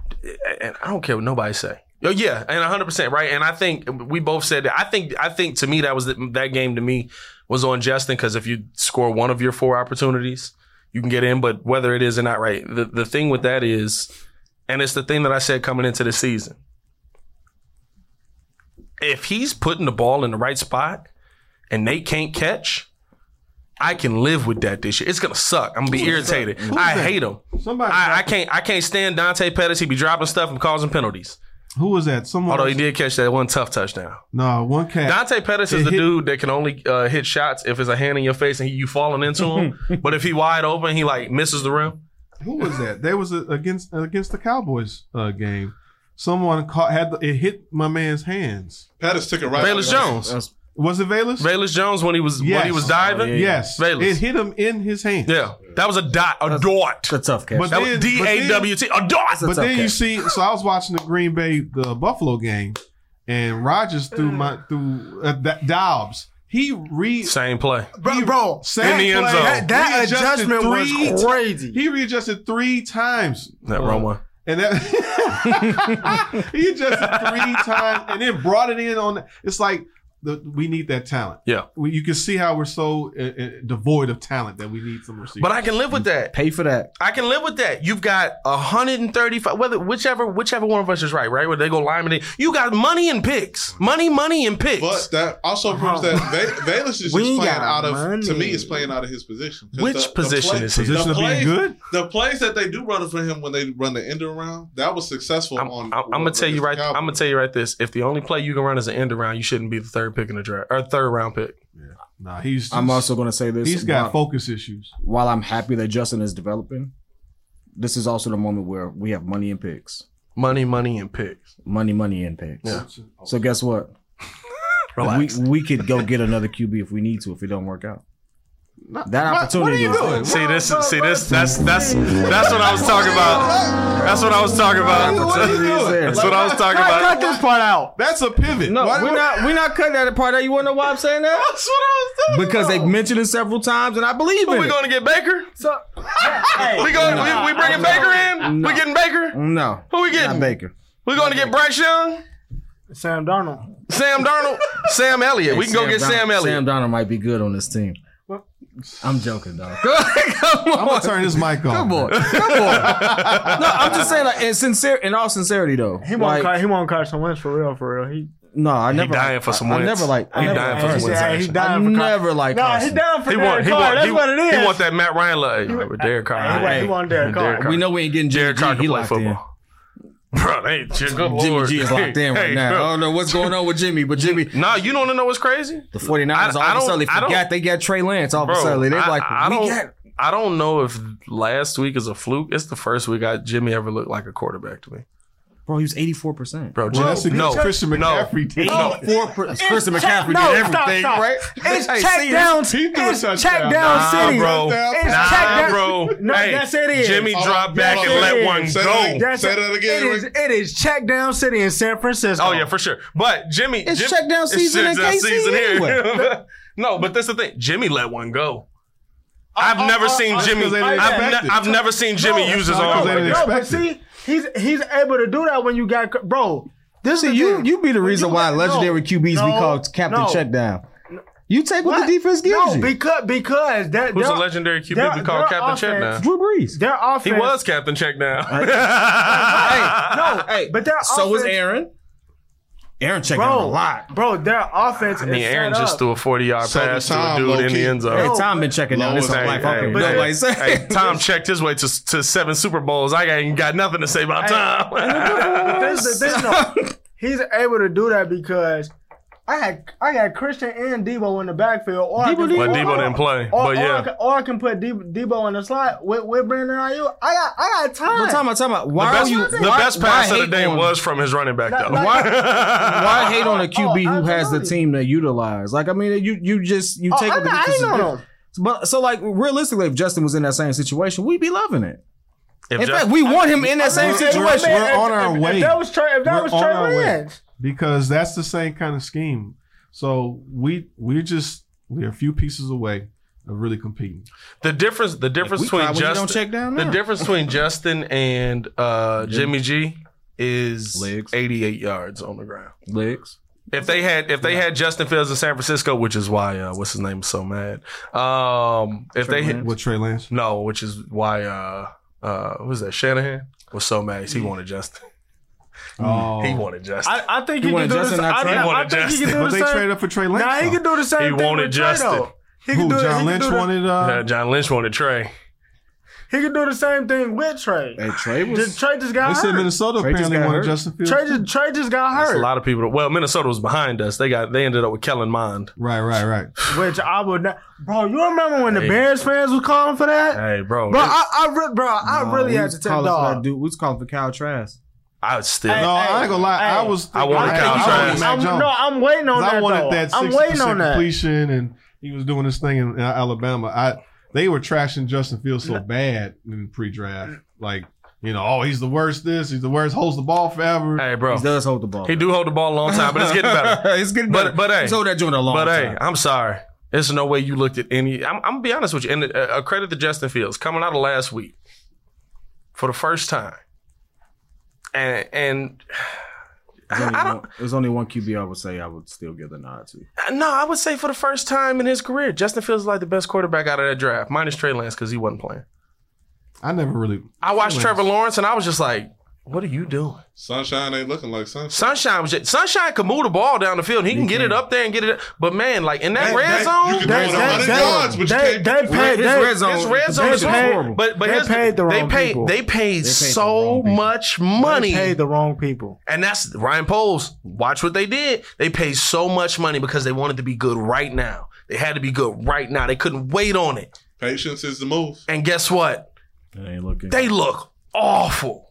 Speaker 1: and I don't care what nobody say. Oh yeah, and 100 percent right. And I think we both said that. I think I think to me that was the, that game to me was on Justin because if you score one of your four opportunities, you can get in. But whether it is or not, right? The the thing with that is, and it's the thing that I said coming into the season. If he's putting the ball in the right spot, and they can't catch, I can live with that this year. It's gonna suck. I'm gonna be irritated. I hate him.
Speaker 2: Somebody-
Speaker 1: I, I can't. I can't stand Dante Pettis. He be dropping stuff and causing penalties.
Speaker 2: Who was that? Someone?
Speaker 1: Although he did catch that one tough touchdown.
Speaker 2: No, one cat.
Speaker 1: Dante Pettis is
Speaker 2: It
Speaker 1: the
Speaker 2: hit-
Speaker 1: dude that can only uh, hit shots if it's a hand in your face and you falling into
Speaker 2: <laughs>
Speaker 1: him. but if he wide open, he like misses the rim.
Speaker 2: Who was that? They was a, against against the Cowboys uh, game. Someone caught had the, it hit my man's hands.
Speaker 5: Pettis took it right.
Speaker 1: Bayless Jones.
Speaker 3: that's-
Speaker 2: Was it Valus?
Speaker 1: Bayless Jones when he was when
Speaker 2: Yes.
Speaker 1: he was diving.
Speaker 2: yes,
Speaker 1: Bayless.
Speaker 2: it hit him in his hands.
Speaker 1: Yeah, that was a dot. A dot.
Speaker 3: That's a tough catch.
Speaker 2: But
Speaker 1: That was
Speaker 2: then- but
Speaker 1: D A W T. A dot.
Speaker 2: But then
Speaker 3: okay.
Speaker 2: you see, so I was watching the Green Bay the Buffalo game, and Rogers threw my through uh, that Dobbs. He re
Speaker 1: Same play.
Speaker 4: Bro, bro,
Speaker 2: Same
Speaker 1: In the end
Speaker 2: play.
Speaker 1: zone.
Speaker 4: that, that
Speaker 2: Readjusted
Speaker 4: adjustment
Speaker 2: three
Speaker 4: was
Speaker 2: ti-
Speaker 4: crazy.
Speaker 2: He readjusted three times.
Speaker 1: That
Speaker 2: Uh,
Speaker 1: wrong one.
Speaker 2: And <laughs> that he adjusted three times and then brought it in on. It's like the, we need that talent.
Speaker 1: Yeah.
Speaker 2: We, you can see how we're so uh, uh, devoid of talent that we need some receivers.
Speaker 1: But I can live with that.
Speaker 3: Pay for that.
Speaker 1: I can live with that. You've got 135, whether whichever whichever one of us is right, right? Where they go lineman, you got money and picks, money, money and picks.
Speaker 5: But that also proves that Va- Valus is just
Speaker 4: We
Speaker 5: playing
Speaker 4: got
Speaker 5: out of. To me,
Speaker 4: money.
Speaker 5: is playing out of his position. 'Cause
Speaker 1: Which position is he?
Speaker 2: Position of being good?
Speaker 5: The plays that they do run for him when they run the end around, that was successful.
Speaker 1: I'm,
Speaker 5: on
Speaker 1: I'm, gonna tell you right.
Speaker 5: Cowboys.
Speaker 1: I'm gonna tell you right this. If the only play you can run is an end around, you shouldn't be the third pick in the draft or third round pick.
Speaker 2: nah, he's
Speaker 3: I'm also going to say this.
Speaker 2: he's got
Speaker 3: while,
Speaker 2: focus issues.
Speaker 3: while I'm happy that Justin is developing, this is also the moment where we have money and picks.
Speaker 1: Money, money, and picks.
Speaker 3: Money, money and picks. So guess what? we we could go get another QB if we need to if it don't work out. that opportunity. is-
Speaker 1: See this. See this. That's that's that's what I was talking about. That's what I was talking about.
Speaker 3: What are you doing?
Speaker 1: <laughs> That's what I was talking
Speaker 4: Cut,
Speaker 1: about.
Speaker 4: cut this part out.
Speaker 2: That's a pivot.
Speaker 3: No,
Speaker 2: Why-
Speaker 3: we're
Speaker 2: why-
Speaker 3: not. We're not cutting that part out. You want to know why I'm saying that? That's what I was saying. Because they've mentioned it several times, and I believe in
Speaker 1: We're
Speaker 3: it.
Speaker 1: going to get Baker.
Speaker 4: So, <laughs>
Speaker 1: We going. We, we bringing Baker in. We getting Baker.
Speaker 3: no,
Speaker 1: Who we
Speaker 3: not
Speaker 1: getting?
Speaker 3: Baker.
Speaker 1: We're going to get Bryce Young,
Speaker 4: Sam Darnold.
Speaker 1: Sam
Speaker 3: <laughs>
Speaker 1: Darnold, Sam Elliott. We can go
Speaker 3: Sam
Speaker 1: get
Speaker 3: Donald-
Speaker 1: Sam Elliott.
Speaker 3: Sam Donald might be good on this team. I'm joking, dog.
Speaker 2: I'm gonna turn his mic off.
Speaker 3: Come on, come on.
Speaker 1: <laughs>
Speaker 3: No, I'm just saying, like, in sincere, in all sincerity, though.
Speaker 4: He won't.
Speaker 3: like,
Speaker 4: cut, he won't catch some wins for real. For real. He.
Speaker 3: No, I never.
Speaker 1: dying for some
Speaker 3: I, I
Speaker 1: wins.
Speaker 3: never like. I
Speaker 1: He
Speaker 3: never,
Speaker 1: dying for some
Speaker 3: I
Speaker 1: wins.
Speaker 4: Yeah, he
Speaker 1: actually.
Speaker 3: I
Speaker 4: dying for Carson.
Speaker 3: never like.
Speaker 4: Nah, he
Speaker 3: Carson.
Speaker 4: down for
Speaker 1: He
Speaker 4: Derek
Speaker 1: want, he
Speaker 4: Carr.
Speaker 1: want,
Speaker 4: That's
Speaker 1: he,
Speaker 4: what it is.
Speaker 1: he want that Matt Ryan love. Hey, with Derek Carr.
Speaker 4: He want, he want Derek Carr.
Speaker 3: We know we ain't getting Jerry
Speaker 1: Derek Carr
Speaker 3: G.
Speaker 1: can
Speaker 3: He
Speaker 1: play
Speaker 3: locked in.
Speaker 1: football. <laughs> Bro, hey, good
Speaker 3: Jimmy
Speaker 1: Lord.
Speaker 3: G is
Speaker 1: <laughs>
Speaker 3: locked in right
Speaker 1: Hey,
Speaker 3: now.
Speaker 1: bro.
Speaker 3: I don't know what's going on with Jimmy, but Jimmy,
Speaker 1: Nah, you don't know what's crazy,
Speaker 3: the 49ers all
Speaker 1: I
Speaker 3: of a
Speaker 1: don't-
Speaker 3: sudden they
Speaker 1: I don't-
Speaker 3: forgot they got Trey Lance all of a
Speaker 1: bro.
Speaker 3: sudden. They're
Speaker 1: I,
Speaker 3: like,
Speaker 1: I
Speaker 3: we
Speaker 1: don't,
Speaker 3: got.
Speaker 1: I don't know if last week is a fluke. It's the first week I Jimmy ever looked like a quarterback to me,
Speaker 3: Bro, he was 84%.
Speaker 1: bro.
Speaker 2: Well,
Speaker 1: Jimmy,
Speaker 2: that's against
Speaker 1: no,
Speaker 2: Christian
Speaker 1: no.
Speaker 2: McCaffrey. did.
Speaker 1: No.
Speaker 3: Four per- Christian
Speaker 4: check-
Speaker 3: McCaffrey
Speaker 4: no,
Speaker 3: did
Speaker 4: stop,
Speaker 3: everything,
Speaker 4: stop.
Speaker 3: right?
Speaker 4: It's
Speaker 3: Hey,
Speaker 4: check
Speaker 3: see,
Speaker 4: down.
Speaker 2: He threw a
Speaker 4: It's
Speaker 2: touchdown.
Speaker 4: check down
Speaker 1: Nah,
Speaker 4: city.
Speaker 1: bro.
Speaker 4: It's
Speaker 1: Nah,
Speaker 4: check down.
Speaker 1: bro.
Speaker 4: No,
Speaker 1: hey,
Speaker 4: yes, it is.
Speaker 1: Jimmy,
Speaker 5: Hold
Speaker 1: drop
Speaker 5: on,
Speaker 1: back
Speaker 5: hold
Speaker 1: and
Speaker 5: on.
Speaker 1: let one
Speaker 5: Say that
Speaker 1: go.
Speaker 5: again.
Speaker 4: That's
Speaker 5: Say that again,
Speaker 4: It is,
Speaker 5: Rick.
Speaker 4: it is check down city in San Francisco.
Speaker 1: Oh yeah, for sure. But Jimmy,
Speaker 3: It's checkdown season in
Speaker 1: checkdown
Speaker 3: KC anyway.
Speaker 1: <laughs> no, but that's the thing. Jimmy let one go. I've never seen Jimmy.
Speaker 2: because they didn't
Speaker 1: I've,
Speaker 2: expect
Speaker 1: ne-
Speaker 2: it.
Speaker 1: I've never seen Jimmy use his
Speaker 2: not
Speaker 1: arm.
Speaker 2: because
Speaker 1: like
Speaker 2: they didn't
Speaker 1: that.
Speaker 4: No, but
Speaker 2: expected.
Speaker 4: see, he's he's able to do that when you got bro. This
Speaker 3: See,
Speaker 4: is the
Speaker 3: you
Speaker 4: thing.
Speaker 3: you be the
Speaker 4: When
Speaker 3: reason
Speaker 4: you
Speaker 3: why
Speaker 4: got-
Speaker 3: legendary
Speaker 4: no,
Speaker 3: QBs be
Speaker 4: no,
Speaker 3: called Captain
Speaker 4: no.
Speaker 3: Checkdown. You take what,
Speaker 4: What?
Speaker 3: the defense gives
Speaker 4: No,
Speaker 3: you.
Speaker 4: because because that
Speaker 1: Who's
Speaker 4: their-
Speaker 1: a legendary QB
Speaker 4: their-
Speaker 1: we call
Speaker 4: their
Speaker 1: Captain Check
Speaker 4: offense-
Speaker 1: now?
Speaker 3: Drew Brees.
Speaker 4: Their offense.
Speaker 1: He was Captain Check now. <laughs>
Speaker 3: Hey,
Speaker 4: <laughs> no,
Speaker 3: hey,
Speaker 4: but their
Speaker 3: so was
Speaker 4: offense-
Speaker 3: Aaron. Aaron checked
Speaker 4: bro.
Speaker 3: down a lot.
Speaker 4: bro. Their offense.
Speaker 1: I mean,
Speaker 4: is
Speaker 1: Aaron
Speaker 4: set
Speaker 1: just
Speaker 4: up.
Speaker 1: threw a forty-yard
Speaker 5: Southern
Speaker 1: pass to a
Speaker 5: time,
Speaker 1: dude in the
Speaker 5: low-key.
Speaker 1: end
Speaker 3: Hey,
Speaker 1: zone.
Speaker 4: No,
Speaker 3: Tom
Speaker 4: but-
Speaker 3: been checking down. This
Speaker 5: Lowest-
Speaker 3: whole
Speaker 5: hey,
Speaker 3: life.
Speaker 5: hey,
Speaker 3: Okay,
Speaker 1: but-
Speaker 3: no, like, say- <laughs>
Speaker 1: Hey, Tom checked his way to, to seven Super Bowls. I ain't got nothing to say about Tom.
Speaker 4: This is the thing, though.
Speaker 1: <laughs>
Speaker 4: He's able to do that because I had I had Christian and Debo in the backfield. Or I
Speaker 3: Debo
Speaker 4: can,
Speaker 3: didn't
Speaker 4: or-
Speaker 1: But Debo didn't play.
Speaker 4: Or,
Speaker 1: But
Speaker 4: or I
Speaker 1: yeah.
Speaker 4: can, or I can put Debo, Debo in the slot with, with Brandon Ayuk. I got I got time.
Speaker 3: But Tom, I'm talking about
Speaker 1: The
Speaker 3: why
Speaker 1: best,
Speaker 3: are you
Speaker 1: the
Speaker 3: why-
Speaker 1: best
Speaker 3: why
Speaker 1: pass of the
Speaker 3: hate
Speaker 1: day
Speaker 3: on-
Speaker 1: was from his running back, though.
Speaker 4: like-
Speaker 3: Why hate on a QB
Speaker 4: Oh,
Speaker 3: who has the
Speaker 4: absolutely.
Speaker 3: team to utilize? Like, I mean, you you just you
Speaker 4: Oh,
Speaker 3: take
Speaker 4: I'm
Speaker 3: it with
Speaker 4: not
Speaker 3: the-
Speaker 4: hating on him.
Speaker 3: But so like realistically, if Justin was in that same situation, we'd be loving it.
Speaker 1: <laughs> If
Speaker 3: In
Speaker 1: Justin-
Speaker 3: fact, we want him in that same
Speaker 2: mean, we're-
Speaker 3: situation.
Speaker 2: we're on our
Speaker 4: if,
Speaker 2: way.
Speaker 4: If that was Trey, if that
Speaker 2: We're
Speaker 4: was
Speaker 2: on
Speaker 4: Trey
Speaker 2: our way.
Speaker 4: Lance,
Speaker 2: because that's the same kind of scheme. So we we're just we're a few pieces away of really competing.
Speaker 1: The difference, the difference
Speaker 3: we cry
Speaker 1: between
Speaker 3: when you
Speaker 1: Justin,
Speaker 3: don't check down
Speaker 1: the
Speaker 3: now.
Speaker 1: difference <laughs> between Justin and uh, Jimmy G is
Speaker 3: Legs.
Speaker 1: 88 yards on the ground.
Speaker 3: Legs.
Speaker 1: If they had, if they had Justin Fields in San Francisco, which is why uh, what's his name is so mad. Um, if they had,
Speaker 2: With Trey Lance,
Speaker 1: no, which is why uh, uh, who was that Shanahan was so mad 'cause he wanted Justin. <laughs>
Speaker 3: Mm.
Speaker 2: oh,
Speaker 1: He wanted Justin.
Speaker 4: I, I think
Speaker 3: You
Speaker 4: he
Speaker 3: want
Speaker 4: could do this.
Speaker 3: Justin, not
Speaker 4: I,
Speaker 3: Trey?
Speaker 1: You
Speaker 4: I
Speaker 1: want
Speaker 4: think he
Speaker 1: Justin.
Speaker 4: could do
Speaker 2: but
Speaker 4: the
Speaker 2: they
Speaker 4: same.
Speaker 2: traded up for Trey Lance.
Speaker 4: Nah, he
Speaker 2: though.
Speaker 4: could do the same
Speaker 1: He
Speaker 4: thing.
Speaker 1: wanted
Speaker 4: with
Speaker 1: Justin.
Speaker 4: Trey, though. He could
Speaker 2: Who,
Speaker 4: do,
Speaker 2: John
Speaker 4: he
Speaker 2: Lynch
Speaker 4: could do
Speaker 2: wanted.
Speaker 1: yeah,
Speaker 2: Uh,
Speaker 1: John Lynch wanted Trey.
Speaker 4: The, he could do the same thing with Trey.
Speaker 3: Hey, Trey
Speaker 4: Just
Speaker 3: was.
Speaker 4: Trey just got
Speaker 2: they said
Speaker 4: hurt.
Speaker 2: Minnesota
Speaker 3: Trey just
Speaker 2: apparently
Speaker 3: got
Speaker 2: wanted
Speaker 3: hurt.
Speaker 2: Justin Fields.
Speaker 4: Trey just Trey just got
Speaker 1: That's a
Speaker 4: hurt,
Speaker 1: lot of people. Well, Minnesota was behind us. They got they ended up with Kellen Mond.
Speaker 2: right, right, right.
Speaker 4: which I would not. Bro, you remember when the
Speaker 1: Hey.
Speaker 4: Bears fans was calling for that?
Speaker 1: Hey, bro,
Speaker 4: Bro, I, I, re- bro, I
Speaker 3: Nah,
Speaker 4: really
Speaker 3: Oh, we
Speaker 4: had
Speaker 3: was
Speaker 4: to tell
Speaker 3: calling for that
Speaker 4: dog.
Speaker 3: dude. We was calling for Kyle Trask.
Speaker 1: I was still.
Speaker 2: No,
Speaker 4: Hey,
Speaker 2: I ain't gonna lie. I
Speaker 4: hey.
Speaker 2: was.
Speaker 1: I wanted
Speaker 2: thinking-
Speaker 1: Kyle
Speaker 2: I
Speaker 1: Trask.
Speaker 2: wanted Mac
Speaker 4: I'm,
Speaker 2: Jones.
Speaker 4: no, I'm waiting on
Speaker 2: 'Cause
Speaker 4: that.
Speaker 2: I wanted
Speaker 4: though.
Speaker 2: that
Speaker 4: I'm
Speaker 2: 60%
Speaker 4: waiting on that.
Speaker 2: completion, and he was doing his thing in, in Alabama. I they were trashing Justin Fields so bad in pre-draft, like you know, oh, he's the worst. This, he's the worst. Holds the ball forever.
Speaker 1: hey, bro,
Speaker 3: He does hold the ball.
Speaker 1: Oh. he do hold the ball a long time, but it's getting
Speaker 3: <laughs>
Speaker 1: better.
Speaker 3: it's getting
Speaker 1: But-
Speaker 3: better.
Speaker 1: but, hey.
Speaker 3: he's hold that joint a long
Speaker 1: But
Speaker 3: time.
Speaker 1: hey, I'm sorry. There's no way you looked at any. I'm, I'm gonna be honest with you, and uh, uh, credit to Justin Fields coming out of last week for the first time, and and
Speaker 3: There's only, one, there's only one QB I would say I would still give the nod to.
Speaker 1: No, I would say for the first time in his career, Justin Fields is like the best quarterback out of that draft, minus Trey Lance because he wasn't playing.
Speaker 2: I never really.
Speaker 1: I watched Trevor Lawrence and I was just like, "What are you doing?"
Speaker 5: Sunshine ain't looking like sunshine.
Speaker 1: Sunshine was just, Sunshine could move the ball down the field. And he can get it up there and get it. But man, like in that,
Speaker 5: That-
Speaker 1: red
Speaker 5: that- you
Speaker 1: zone,
Speaker 5: can throw it 100 yards, but you
Speaker 4: They,
Speaker 5: can't.
Speaker 4: they paid.
Speaker 3: His
Speaker 4: They,
Speaker 3: red zone.
Speaker 1: It's red
Speaker 3: the
Speaker 1: zone
Speaker 3: pitch
Speaker 1: is
Speaker 3: was
Speaker 4: paid-
Speaker 3: horrible.
Speaker 1: But but
Speaker 4: They
Speaker 1: here's
Speaker 4: paid the
Speaker 1: they
Speaker 4: wrong
Speaker 1: paid
Speaker 4: people.
Speaker 1: they paid so
Speaker 3: wrong people.
Speaker 1: much
Speaker 4: they
Speaker 1: money,
Speaker 4: paid the wrong people.
Speaker 1: and that's Ryan Poles. Watch what they did. They paid so much money because they wanted to be good right now. They had to be good right now. They couldn't wait on it.
Speaker 5: Patience is the move.
Speaker 1: And guess what?
Speaker 3: It ain't looking.
Speaker 1: They look awful.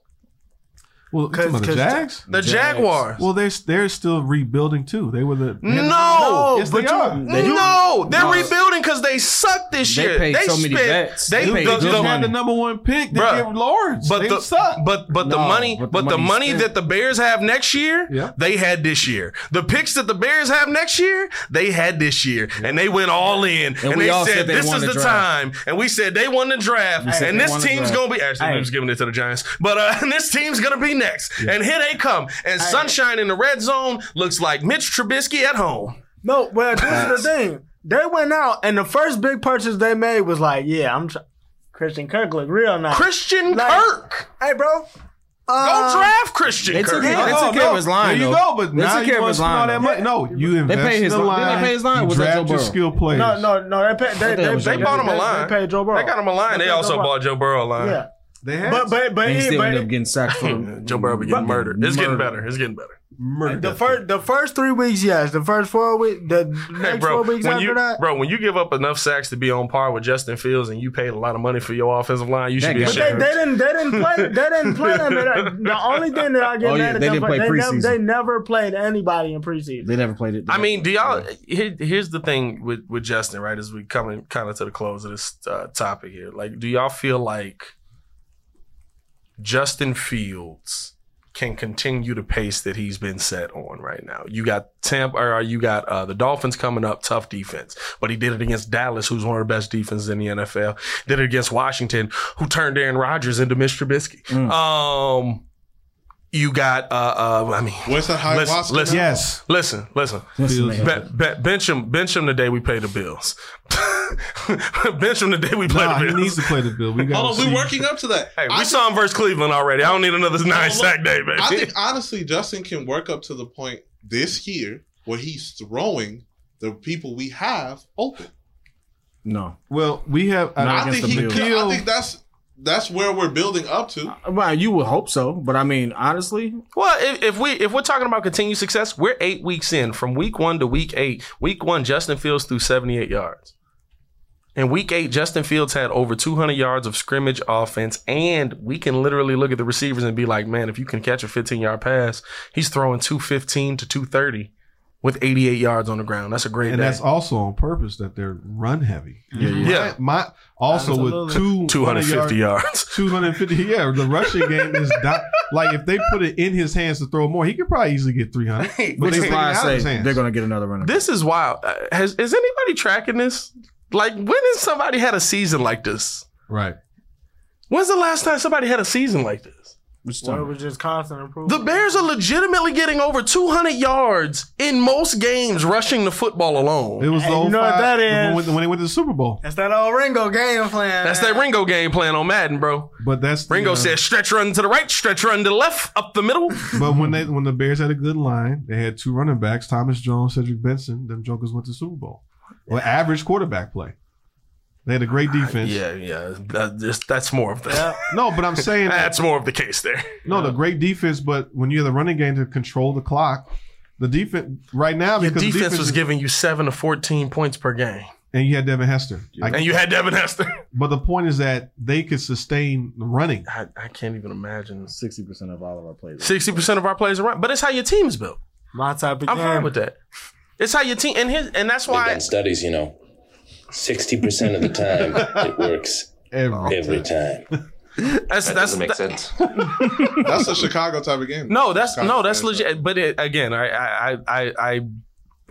Speaker 2: Well, you talking about the
Speaker 4: 'cause-
Speaker 2: Jags.
Speaker 1: The Jaguars.
Speaker 2: Well, they're they're still rebuilding too. They were
Speaker 4: Mm.
Speaker 2: the
Speaker 1: No,
Speaker 2: yes, they
Speaker 1: but
Speaker 2: are.
Speaker 1: no, they're rebuilding because they suck this
Speaker 7: They
Speaker 1: year.
Speaker 7: paid so many
Speaker 1: spent-
Speaker 7: vets.
Speaker 1: They,
Speaker 7: They paid
Speaker 1: the,
Speaker 7: good
Speaker 1: the-
Speaker 7: money.
Speaker 2: had the number one pick. They
Speaker 1: Bruh.
Speaker 2: gave Lawrence.
Speaker 1: But
Speaker 2: they
Speaker 1: the
Speaker 2: suck.
Speaker 1: but but the
Speaker 3: No,
Speaker 1: money
Speaker 3: but the
Speaker 1: but the
Speaker 3: money
Speaker 1: money
Speaker 3: spent.
Speaker 1: that the Bears have next year,
Speaker 2: Yeah.
Speaker 1: they had this year. The picks that the Bears have next year, they had this year, and they went all in. And,
Speaker 7: we
Speaker 1: they
Speaker 7: all
Speaker 1: said,
Speaker 7: said they
Speaker 1: "This
Speaker 7: won
Speaker 1: is
Speaker 7: the
Speaker 1: the
Speaker 7: draft.
Speaker 1: time." And we said they won the draft,
Speaker 3: said
Speaker 1: and
Speaker 3: they
Speaker 1: this
Speaker 3: won the
Speaker 1: team's
Speaker 3: draft.
Speaker 1: gonna be actually we was giving it to the Giants, but uh, <laughs> and this team's gonna be next. And here they come, and sunshine in the red zone looks like Mitch Trubisky at home.
Speaker 4: No, well, this is the thing. They went out, and the first big purchase they made was like, yeah, I'm tr- Christian Kirk look real now.
Speaker 1: Christian
Speaker 4: Like-
Speaker 1: Kirk.
Speaker 4: hey, bro. Uh,
Speaker 1: Go draft Christian
Speaker 7: They
Speaker 1: Kirk.
Speaker 7: took, they took care of his line.
Speaker 2: There you
Speaker 7: though.
Speaker 2: go. But
Speaker 7: They
Speaker 2: now
Speaker 7: took
Speaker 2: you
Speaker 7: care of
Speaker 2: want
Speaker 7: his
Speaker 2: to spend all
Speaker 7: line.
Speaker 2: that
Speaker 7: though.
Speaker 2: money. No, you invest
Speaker 7: pay his
Speaker 2: in the
Speaker 7: line. Didn't
Speaker 2: line.
Speaker 7: they pay his line?
Speaker 2: You
Speaker 7: Was that
Speaker 2: draft
Speaker 7: Joe
Speaker 2: your
Speaker 7: Burrow?
Speaker 2: skill players.
Speaker 4: No, no, no. They paid. They,
Speaker 7: thought it
Speaker 4: they,
Speaker 7: was
Speaker 4: they
Speaker 1: They bought him a
Speaker 4: they-
Speaker 1: line.
Speaker 4: They paid Joe Burrow.
Speaker 1: They got him a line. They,
Speaker 4: paid
Speaker 1: also
Speaker 4: Joe Burrow.
Speaker 1: bought Joe Burrow a line.
Speaker 4: Yeah,
Speaker 2: They had
Speaker 4: but but but,
Speaker 7: And he
Speaker 4: he,
Speaker 7: still
Speaker 4: but
Speaker 7: ended up getting sacked for
Speaker 2: <laughs>
Speaker 1: Joe Burrow be getting murdered. It's getting better. It's getting better.
Speaker 2: murdered.
Speaker 4: the first the first three weeks, yes. The first four weeks, the next
Speaker 1: Hey, bro,
Speaker 4: four weeks
Speaker 1: when
Speaker 4: after
Speaker 1: you,
Speaker 4: that.
Speaker 1: bro, when you give up enough sacks to be on par with Justin Fields and you paid a lot of money for your offensive line, you should
Speaker 7: That
Speaker 1: be
Speaker 7: guy-
Speaker 4: But they,
Speaker 1: ashamed.
Speaker 4: they didn't they didn't play they didn't play them. They- The only thing that I
Speaker 3: <laughs> Oh,
Speaker 4: get mad
Speaker 3: yeah,
Speaker 4: at
Speaker 3: they
Speaker 4: them
Speaker 3: didn't
Speaker 4: for-
Speaker 3: play
Speaker 4: they never,
Speaker 3: preseason.
Speaker 4: they never played anybody in preseason.
Speaker 3: They never played it.
Speaker 1: I mean, do y'all? Here, here's the thing with with Justin, right? As we coming kind of to the close of this uh, topic here, like, do y'all feel like Justin Fields can continue the pace that he's been set on right now? You got Tampa, or you got uh, the Dolphins coming up, tough defense, but he did it against Dallas, who's one of the best defenses in the NFL. Did it against Washington, who turned Aaron Rodgers into Mitch Trubisky. Um, you got, uh, uh, I mean.
Speaker 5: What's that high
Speaker 1: Listen,
Speaker 5: Boston?
Speaker 1: listen.
Speaker 2: yes.
Speaker 1: Listen, listen.
Speaker 3: Listen,
Speaker 1: Be- be- bench him, bench him the day we pay the bills. <laughs> bench him the day we play
Speaker 2: Nah,
Speaker 1: the
Speaker 2: he
Speaker 1: bills.
Speaker 2: needs to play the bill. We got
Speaker 5: Hold on,
Speaker 2: to
Speaker 5: we're working up to that.
Speaker 1: hey, we
Speaker 5: I
Speaker 1: saw him versus Cleveland already. I don't need another nine
Speaker 5: look,
Speaker 1: sack day, baby.
Speaker 5: I
Speaker 1: <laughs>
Speaker 5: think honestly, Justin can work up to the point this year where he's throwing the people we have open.
Speaker 3: no.
Speaker 2: Well, we have.
Speaker 5: I think
Speaker 3: against
Speaker 5: he.
Speaker 3: the
Speaker 5: Could,
Speaker 3: Bills.
Speaker 5: I think that's that's where we're building up to.
Speaker 3: Well, you would hope so, but I mean, honestly,
Speaker 1: well, if, if we if we're talking about continued success, we're eight weeks in from week one to week eight. Week one, Justin Fields threw seventy eight yards. In week eight, Justin Fields had over 200 yards of scrimmage offense, and we can literally look at the receivers and be like, man, if you can catch a 15 yard pass, he's throwing 215 to 230 with 88 yards on the ground. That's a great
Speaker 2: and
Speaker 1: day.
Speaker 2: that's also on purpose that they're run heavy.
Speaker 1: Yeah.
Speaker 2: My, my also with two
Speaker 1: 250 yards.
Speaker 2: 250. Yeah, the rushing game is not like if they put it in his hands to throw more, he could probably easily get 300. But
Speaker 3: which
Speaker 2: they
Speaker 3: is
Speaker 2: take it
Speaker 3: why
Speaker 2: out of
Speaker 3: I
Speaker 2: his
Speaker 3: say
Speaker 2: hands.
Speaker 3: they're going to get another runner.
Speaker 1: This is wild. Uh, Has is anybody tracking this? Like, when has somebody had a season like this?
Speaker 2: right.
Speaker 1: When's the last time somebody had a season like this?
Speaker 4: Well, it was just constant
Speaker 1: The
Speaker 4: improvement.
Speaker 1: Bears are legitimately getting over 200 yards in most games rushing the football
Speaker 2: It
Speaker 1: alone.
Speaker 2: was the
Speaker 4: Hey, you
Speaker 2: old
Speaker 4: know what
Speaker 2: five-
Speaker 4: that
Speaker 2: when,
Speaker 4: is?
Speaker 2: when they went to the Super Bowl.
Speaker 4: That's that old Ringo game plan.
Speaker 1: That's that Ringo game plan on Madden, bro.
Speaker 2: But that's the,
Speaker 1: Ringo
Speaker 2: uh,
Speaker 1: said stretch run to the right, stretch run to the left, up the middle.
Speaker 2: But when they when the Bears had a good line, they had two running backs, Thomas Jones, Cedric Benson. Them jokers went to the Super Bowl. Well, average quarterback play. They had a great defense.
Speaker 1: yeah, yeah. That, just, that's more of the
Speaker 2: No, but I'm
Speaker 1: <laughs>
Speaker 2: saying
Speaker 1: that's more of the case there.
Speaker 2: no, the great defense. But when you have the running game to control the clock, the defense right now
Speaker 1: The
Speaker 2: because the
Speaker 1: defense, was
Speaker 2: is-
Speaker 1: giving you seven to 14 points per game,
Speaker 2: and you had Devin Hester. I-
Speaker 1: and you had Devin Hester.
Speaker 2: but the point is that they could sustain the running.
Speaker 1: I, I can't even imagine.
Speaker 3: sixty percent of all of our plays.
Speaker 1: 60% of our players are run, but it's how your team is built.
Speaker 4: my type of
Speaker 1: I'm
Speaker 4: game.
Speaker 1: fine with that. It's how your team, and his, and that's
Speaker 8: They've
Speaker 1: why
Speaker 8: done studies, you know. 60% of the time, it works
Speaker 2: Every-
Speaker 8: every time.
Speaker 1: that's that's
Speaker 7: Makes sense.
Speaker 5: That's a Chicago type of game.
Speaker 1: No, that's
Speaker 5: Chicago
Speaker 1: no, that's
Speaker 5: fans,
Speaker 1: legit. But it, again, I, I, I, I, I,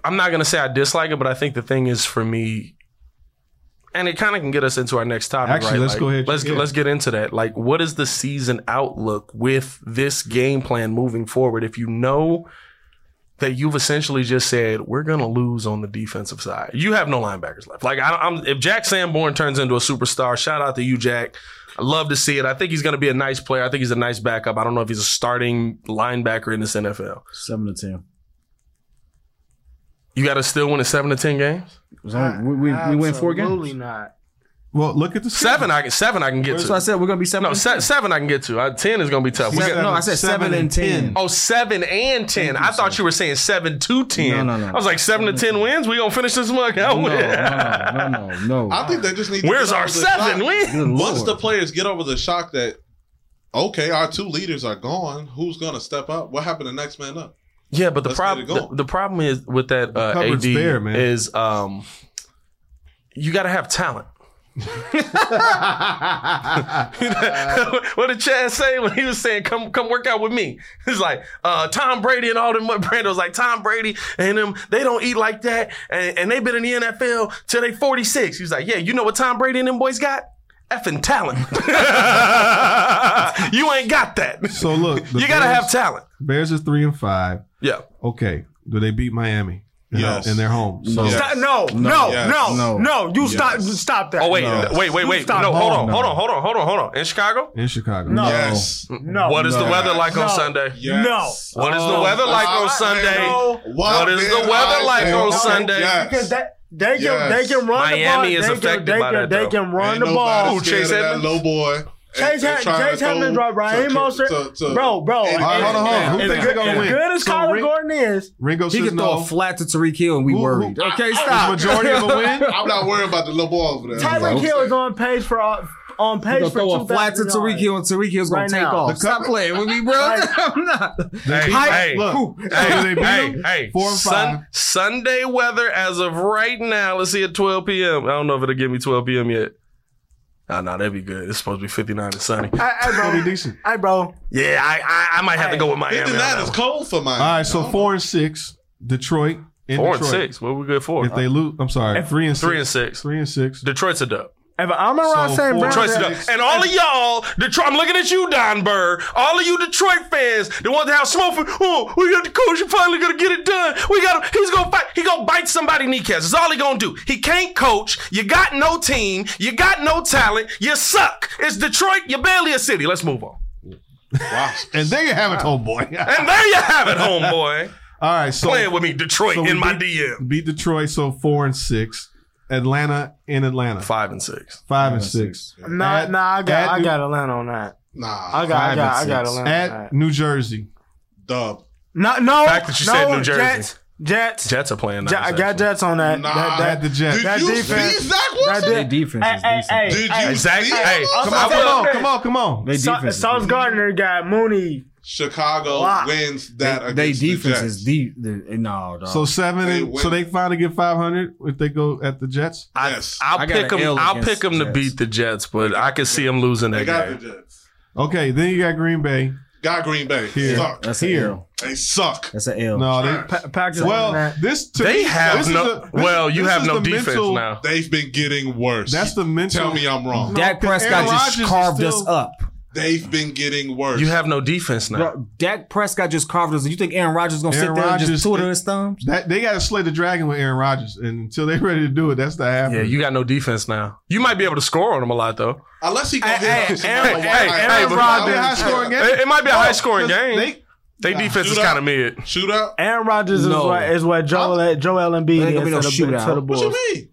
Speaker 1: I'm not gonna say I dislike it, but I think the thing is for me, and it kind of can get us into our next topic.
Speaker 2: Actually,
Speaker 1: right?
Speaker 2: let's
Speaker 1: Like,
Speaker 2: go ahead.
Speaker 1: Let's
Speaker 2: Yeah.
Speaker 1: get let's get into that. Like, what is the season outlook with this game plan moving forward? If you know that you've essentially just said we're gonna lose on the defensive side, you have no linebackers left. Like, I, I'm if Jack Sanborn turns into a superstar, shout out to you, Jack. I love to see it. I think he's going to be a nice player. I think he's a nice backup. I don't know if he's a starting linebacker in this NFL.
Speaker 3: Seven to ten.
Speaker 1: You got to still win a seven to ten games.
Speaker 3: So we, we, we win four
Speaker 4: Absolutely
Speaker 3: games.
Speaker 4: not.
Speaker 2: Well, look at the schedule.
Speaker 1: Seven, I can seven I can get
Speaker 3: So I
Speaker 1: to.
Speaker 3: said we're gonna be seven.
Speaker 1: No,
Speaker 3: and
Speaker 1: se- seven I can get to. Uh, ten is going to be tough. We got-
Speaker 3: no, I said seven and ten.
Speaker 1: Oh, seven and ten. I thought you were saying seven to ten.
Speaker 3: No, no,
Speaker 1: I
Speaker 3: no.
Speaker 1: was like seven to ten wins. We gonna finish this mug out.
Speaker 3: No,
Speaker 1: with-
Speaker 2: <laughs>
Speaker 3: no, no, no, no.
Speaker 5: I think they just need.
Speaker 1: <laughs> Where's
Speaker 5: get
Speaker 1: our
Speaker 5: over the
Speaker 1: seven
Speaker 5: shock.
Speaker 1: wins?
Speaker 5: Once the players get over the shock that okay, our two leaders are gone, who's gonna step up? What happened to next man up?
Speaker 1: Yeah, but the
Speaker 5: Let's get
Speaker 1: problem
Speaker 5: it going.
Speaker 1: the, the problem is with that uh, AD
Speaker 2: cupboard's bare, man.
Speaker 1: is um, you got to have talent. <laughs> what did Chad say when he was saying, "Come, come work out with me"? He's like, uh, "Tom Brady and all them." <laughs> Brando was like, "Tom Brady and them, they don't eat like that, and, and they've been in the NFL till they 46." He was like, "Yeah, you know what Tom Brady and them boys got? Effing talent. <laughs> you ain't got that.
Speaker 2: So look,
Speaker 1: <laughs>
Speaker 2: the
Speaker 1: you gotta
Speaker 2: Bears-
Speaker 1: have talent.
Speaker 2: Bears is three and five.
Speaker 1: Yeah,
Speaker 2: Okay, do they beat Miami? In their-
Speaker 5: Yes.
Speaker 2: in their home. So
Speaker 5: Yes.
Speaker 4: Stop, no, no, no,
Speaker 5: Yes.
Speaker 4: no, You stop,
Speaker 5: Yes.
Speaker 4: stop that.
Speaker 1: Oh wait,
Speaker 4: no.
Speaker 1: wait, wait, wait.
Speaker 4: Stop.
Speaker 1: No, hold on,
Speaker 2: No.
Speaker 1: hold on, hold on, hold on, hold on. In Chicago,
Speaker 2: in Chicago,
Speaker 4: No.
Speaker 5: Yes.
Speaker 4: no.
Speaker 1: what is the weather like on
Speaker 4: No.
Speaker 1: Sunday?
Speaker 5: Yes.
Speaker 1: What is the weather like on Sunday? What is the
Speaker 5: man,
Speaker 1: weather
Speaker 5: I
Speaker 1: like
Speaker 5: say-
Speaker 1: on Sunday?
Speaker 5: Yes.
Speaker 4: Because that they can
Speaker 5: Yes.
Speaker 4: they can run
Speaker 1: Miami
Speaker 4: the
Speaker 1: is
Speaker 4: ball. they
Speaker 1: affected
Speaker 4: can, they
Speaker 1: by
Speaker 4: can,
Speaker 1: that,
Speaker 4: They
Speaker 1: though.
Speaker 4: can run
Speaker 5: Ain't
Speaker 4: the ball.
Speaker 5: nobody
Speaker 1: Who,
Speaker 5: scared
Speaker 1: Chase
Speaker 5: of that
Speaker 1: Edmonds?
Speaker 5: Low boy.
Speaker 4: Chase
Speaker 5: and-
Speaker 4: Ham-
Speaker 5: and trying
Speaker 4: Chase
Speaker 5: to
Speaker 4: Hamlin,
Speaker 5: throw
Speaker 4: right? Raheem
Speaker 5: to-
Speaker 4: Mostert,
Speaker 5: to- to-
Speaker 4: bro, bro.
Speaker 5: Hey,
Speaker 4: and-
Speaker 2: All right, hold on, hold on. Who
Speaker 4: and-
Speaker 2: thinks they're gonna
Speaker 4: As
Speaker 2: win?
Speaker 4: good as
Speaker 2: So
Speaker 4: Kyler
Speaker 2: Ring-
Speaker 4: Gordon is,
Speaker 2: Ringo
Speaker 3: He
Speaker 2: says
Speaker 3: could throw
Speaker 2: no.
Speaker 3: a flat to Tariq Hill and we
Speaker 2: Who- who-
Speaker 3: worried. okay,
Speaker 2: Is
Speaker 3: stop.
Speaker 2: majority of a
Speaker 3: <laughs>
Speaker 2: win.
Speaker 5: I'm not worried about the little boy over there.
Speaker 4: Tyreek Hill is on page for uh, on
Speaker 3: He
Speaker 4: page
Speaker 3: gonna
Speaker 4: for
Speaker 3: throw
Speaker 4: two
Speaker 3: a flat to
Speaker 4: thousand
Speaker 3: Tariq Hill and Tariq Hill's gonna
Speaker 4: Right
Speaker 3: take
Speaker 4: now.
Speaker 3: off. Stop playing with me, bro. <laughs> I'm not.
Speaker 1: Hey, hey,
Speaker 2: Look, do they
Speaker 1: hey,
Speaker 2: beat
Speaker 1: hey,
Speaker 2: them?
Speaker 1: hey.
Speaker 2: Four and five.
Speaker 1: Sun- Sunday weather as of right now. Let's see at 12 p.m. I don't know if it'll give me 12 p.m. yet. Oh, no, that'd be good. It's supposed to be 59 and sunny.
Speaker 2: Pretty decent.
Speaker 4: Hey, bro.
Speaker 1: Yeah, I, I, I might have to go with Miami. on that
Speaker 5: 59 is
Speaker 1: one.
Speaker 5: cold for mine.
Speaker 2: All right, so four and six. Detroit. In
Speaker 1: Four and
Speaker 2: Detroit.
Speaker 1: six. What are we good for?
Speaker 2: If they lose, I'm sorry. three and
Speaker 1: Three and
Speaker 2: six.
Speaker 1: six.
Speaker 2: Three and six.
Speaker 1: Detroit's a dub.
Speaker 4: If I'm around
Speaker 2: So
Speaker 4: St.
Speaker 2: four-
Speaker 4: Brown,
Speaker 1: Detroit's a
Speaker 4: then-
Speaker 1: dub. And all of y'all, Detroit, I'm looking at you, Don Burr. All of you Detroit fans, the ones that have smoke for, oh, we got the coach, you finally gonna get it done. We got him, he's gonna fight, he gonna bite somebody kneecaps. That's all he gonna do. He can't coach. You got no team, you got no talent, you suck. It's Detroit, you're barely a city. Let's move on.
Speaker 2: And there you have it, homeboy. <laughs>
Speaker 1: And there you have it, homeboy.
Speaker 2: All right, so
Speaker 1: Playing with me, Detroit
Speaker 2: so we
Speaker 1: in my
Speaker 2: beat-
Speaker 1: DM.
Speaker 2: beat Detroit. So four and six. Atlanta in Atlanta. Five,
Speaker 1: Five and six.
Speaker 2: and six.
Speaker 4: Nah,
Speaker 2: At-
Speaker 4: nah, I
Speaker 2: at
Speaker 4: got, I
Speaker 2: New-
Speaker 4: got Atlanta on that.
Speaker 5: Nah.
Speaker 4: I got, I got, I got Atlanta on that.
Speaker 2: At New Jersey.
Speaker 5: Dub.
Speaker 4: No, no.
Speaker 1: fact that you
Speaker 4: no,
Speaker 1: said New Jersey.
Speaker 4: Jets, Jets.
Speaker 1: Jets are playing.
Speaker 4: Je-
Speaker 1: nice,
Speaker 4: I got
Speaker 1: actually.
Speaker 4: Jets on that.
Speaker 5: Nah.
Speaker 4: that,
Speaker 2: At
Speaker 4: that,
Speaker 2: the Jets.
Speaker 5: Did
Speaker 4: that
Speaker 5: you
Speaker 4: defense-
Speaker 5: see Zach
Speaker 4: that
Speaker 5: Wilson?
Speaker 3: Their defense
Speaker 4: Hey,
Speaker 3: is
Speaker 4: hey,
Speaker 3: decent.
Speaker 4: hey,
Speaker 5: Did
Speaker 4: hey.
Speaker 5: you
Speaker 1: Exactly.
Speaker 5: see
Speaker 1: Hey,
Speaker 5: that?
Speaker 1: I
Speaker 2: Come
Speaker 1: will.
Speaker 2: on, come on, come on.
Speaker 3: They
Speaker 4: Sa-
Speaker 3: defense.
Speaker 4: Sauce Gardner got Mooney.
Speaker 5: Chicago
Speaker 4: Wow.
Speaker 5: wins
Speaker 3: they,
Speaker 5: that
Speaker 3: they
Speaker 5: against
Speaker 3: defense
Speaker 5: the Jets.
Speaker 3: is deep. the- eh, No, dog.
Speaker 2: So seven,
Speaker 5: They
Speaker 2: and,
Speaker 5: win.
Speaker 2: so they finally get five hundred if they go at the Jets.
Speaker 1: I,
Speaker 5: Yes.
Speaker 1: I'll
Speaker 3: I got
Speaker 1: pick
Speaker 3: an
Speaker 1: them.
Speaker 3: L
Speaker 1: I'll
Speaker 3: against
Speaker 1: pick them
Speaker 3: the
Speaker 1: to
Speaker 3: Jets.
Speaker 1: beat the Jets, but I can see them losing
Speaker 5: They
Speaker 1: that
Speaker 5: got
Speaker 1: game.
Speaker 5: the Jets.
Speaker 2: Okay, then you got Green Bay.
Speaker 5: Got Green Bay.
Speaker 2: Here.
Speaker 5: Suck.
Speaker 3: that's
Speaker 2: here.
Speaker 3: an L.
Speaker 5: They suck.
Speaker 3: That's an L.
Speaker 2: No, they.
Speaker 4: Pa- Packers on
Speaker 2: Well,
Speaker 4: that.
Speaker 2: this to
Speaker 1: They
Speaker 2: me,
Speaker 1: have
Speaker 2: this is
Speaker 1: no-
Speaker 2: the- this-
Speaker 1: well, you
Speaker 2: this
Speaker 1: have
Speaker 2: is
Speaker 1: no
Speaker 2: the
Speaker 1: defense
Speaker 2: mental-
Speaker 1: now.
Speaker 5: They've been getting worse.
Speaker 2: That's the mental.
Speaker 5: Tell me I'm wrong.
Speaker 3: Dak
Speaker 2: No, 'cause
Speaker 3: Prescott
Speaker 2: Aaron Rodgers
Speaker 3: just
Speaker 2: is
Speaker 3: carved us
Speaker 2: still-
Speaker 3: up.
Speaker 5: They've been getting worse.
Speaker 1: You have no defense now.
Speaker 3: Bro, Dak Prescott just carved us. You think Aaron Rodgers is gonna
Speaker 2: Aaron
Speaker 3: sit there and
Speaker 2: Rodgers-
Speaker 3: just twiddle his thumbs?
Speaker 2: That they got to slay the dragon with Aaron Rodgers, and until they're ready to do it, that's not happening.
Speaker 1: Yeah, you got no defense now. You might be able to score on them a lot though.
Speaker 5: Unless he goes
Speaker 1: Hey, hey, Aaron- hey, hey, but-
Speaker 2: high scoring game.
Speaker 1: It, it might be a high scoring game.
Speaker 2: They,
Speaker 1: They, defense is
Speaker 5: Shoot up.
Speaker 1: kind of mid.
Speaker 5: Shootout?
Speaker 4: Aaron Rodgers
Speaker 3: No.
Speaker 4: is what is what Joel Joel
Speaker 3: There ain't
Speaker 4: Embiid
Speaker 3: gonna be no
Speaker 4: is to the,
Speaker 3: shootout.
Speaker 4: to the
Speaker 5: What
Speaker 4: Bulls.
Speaker 5: you mean?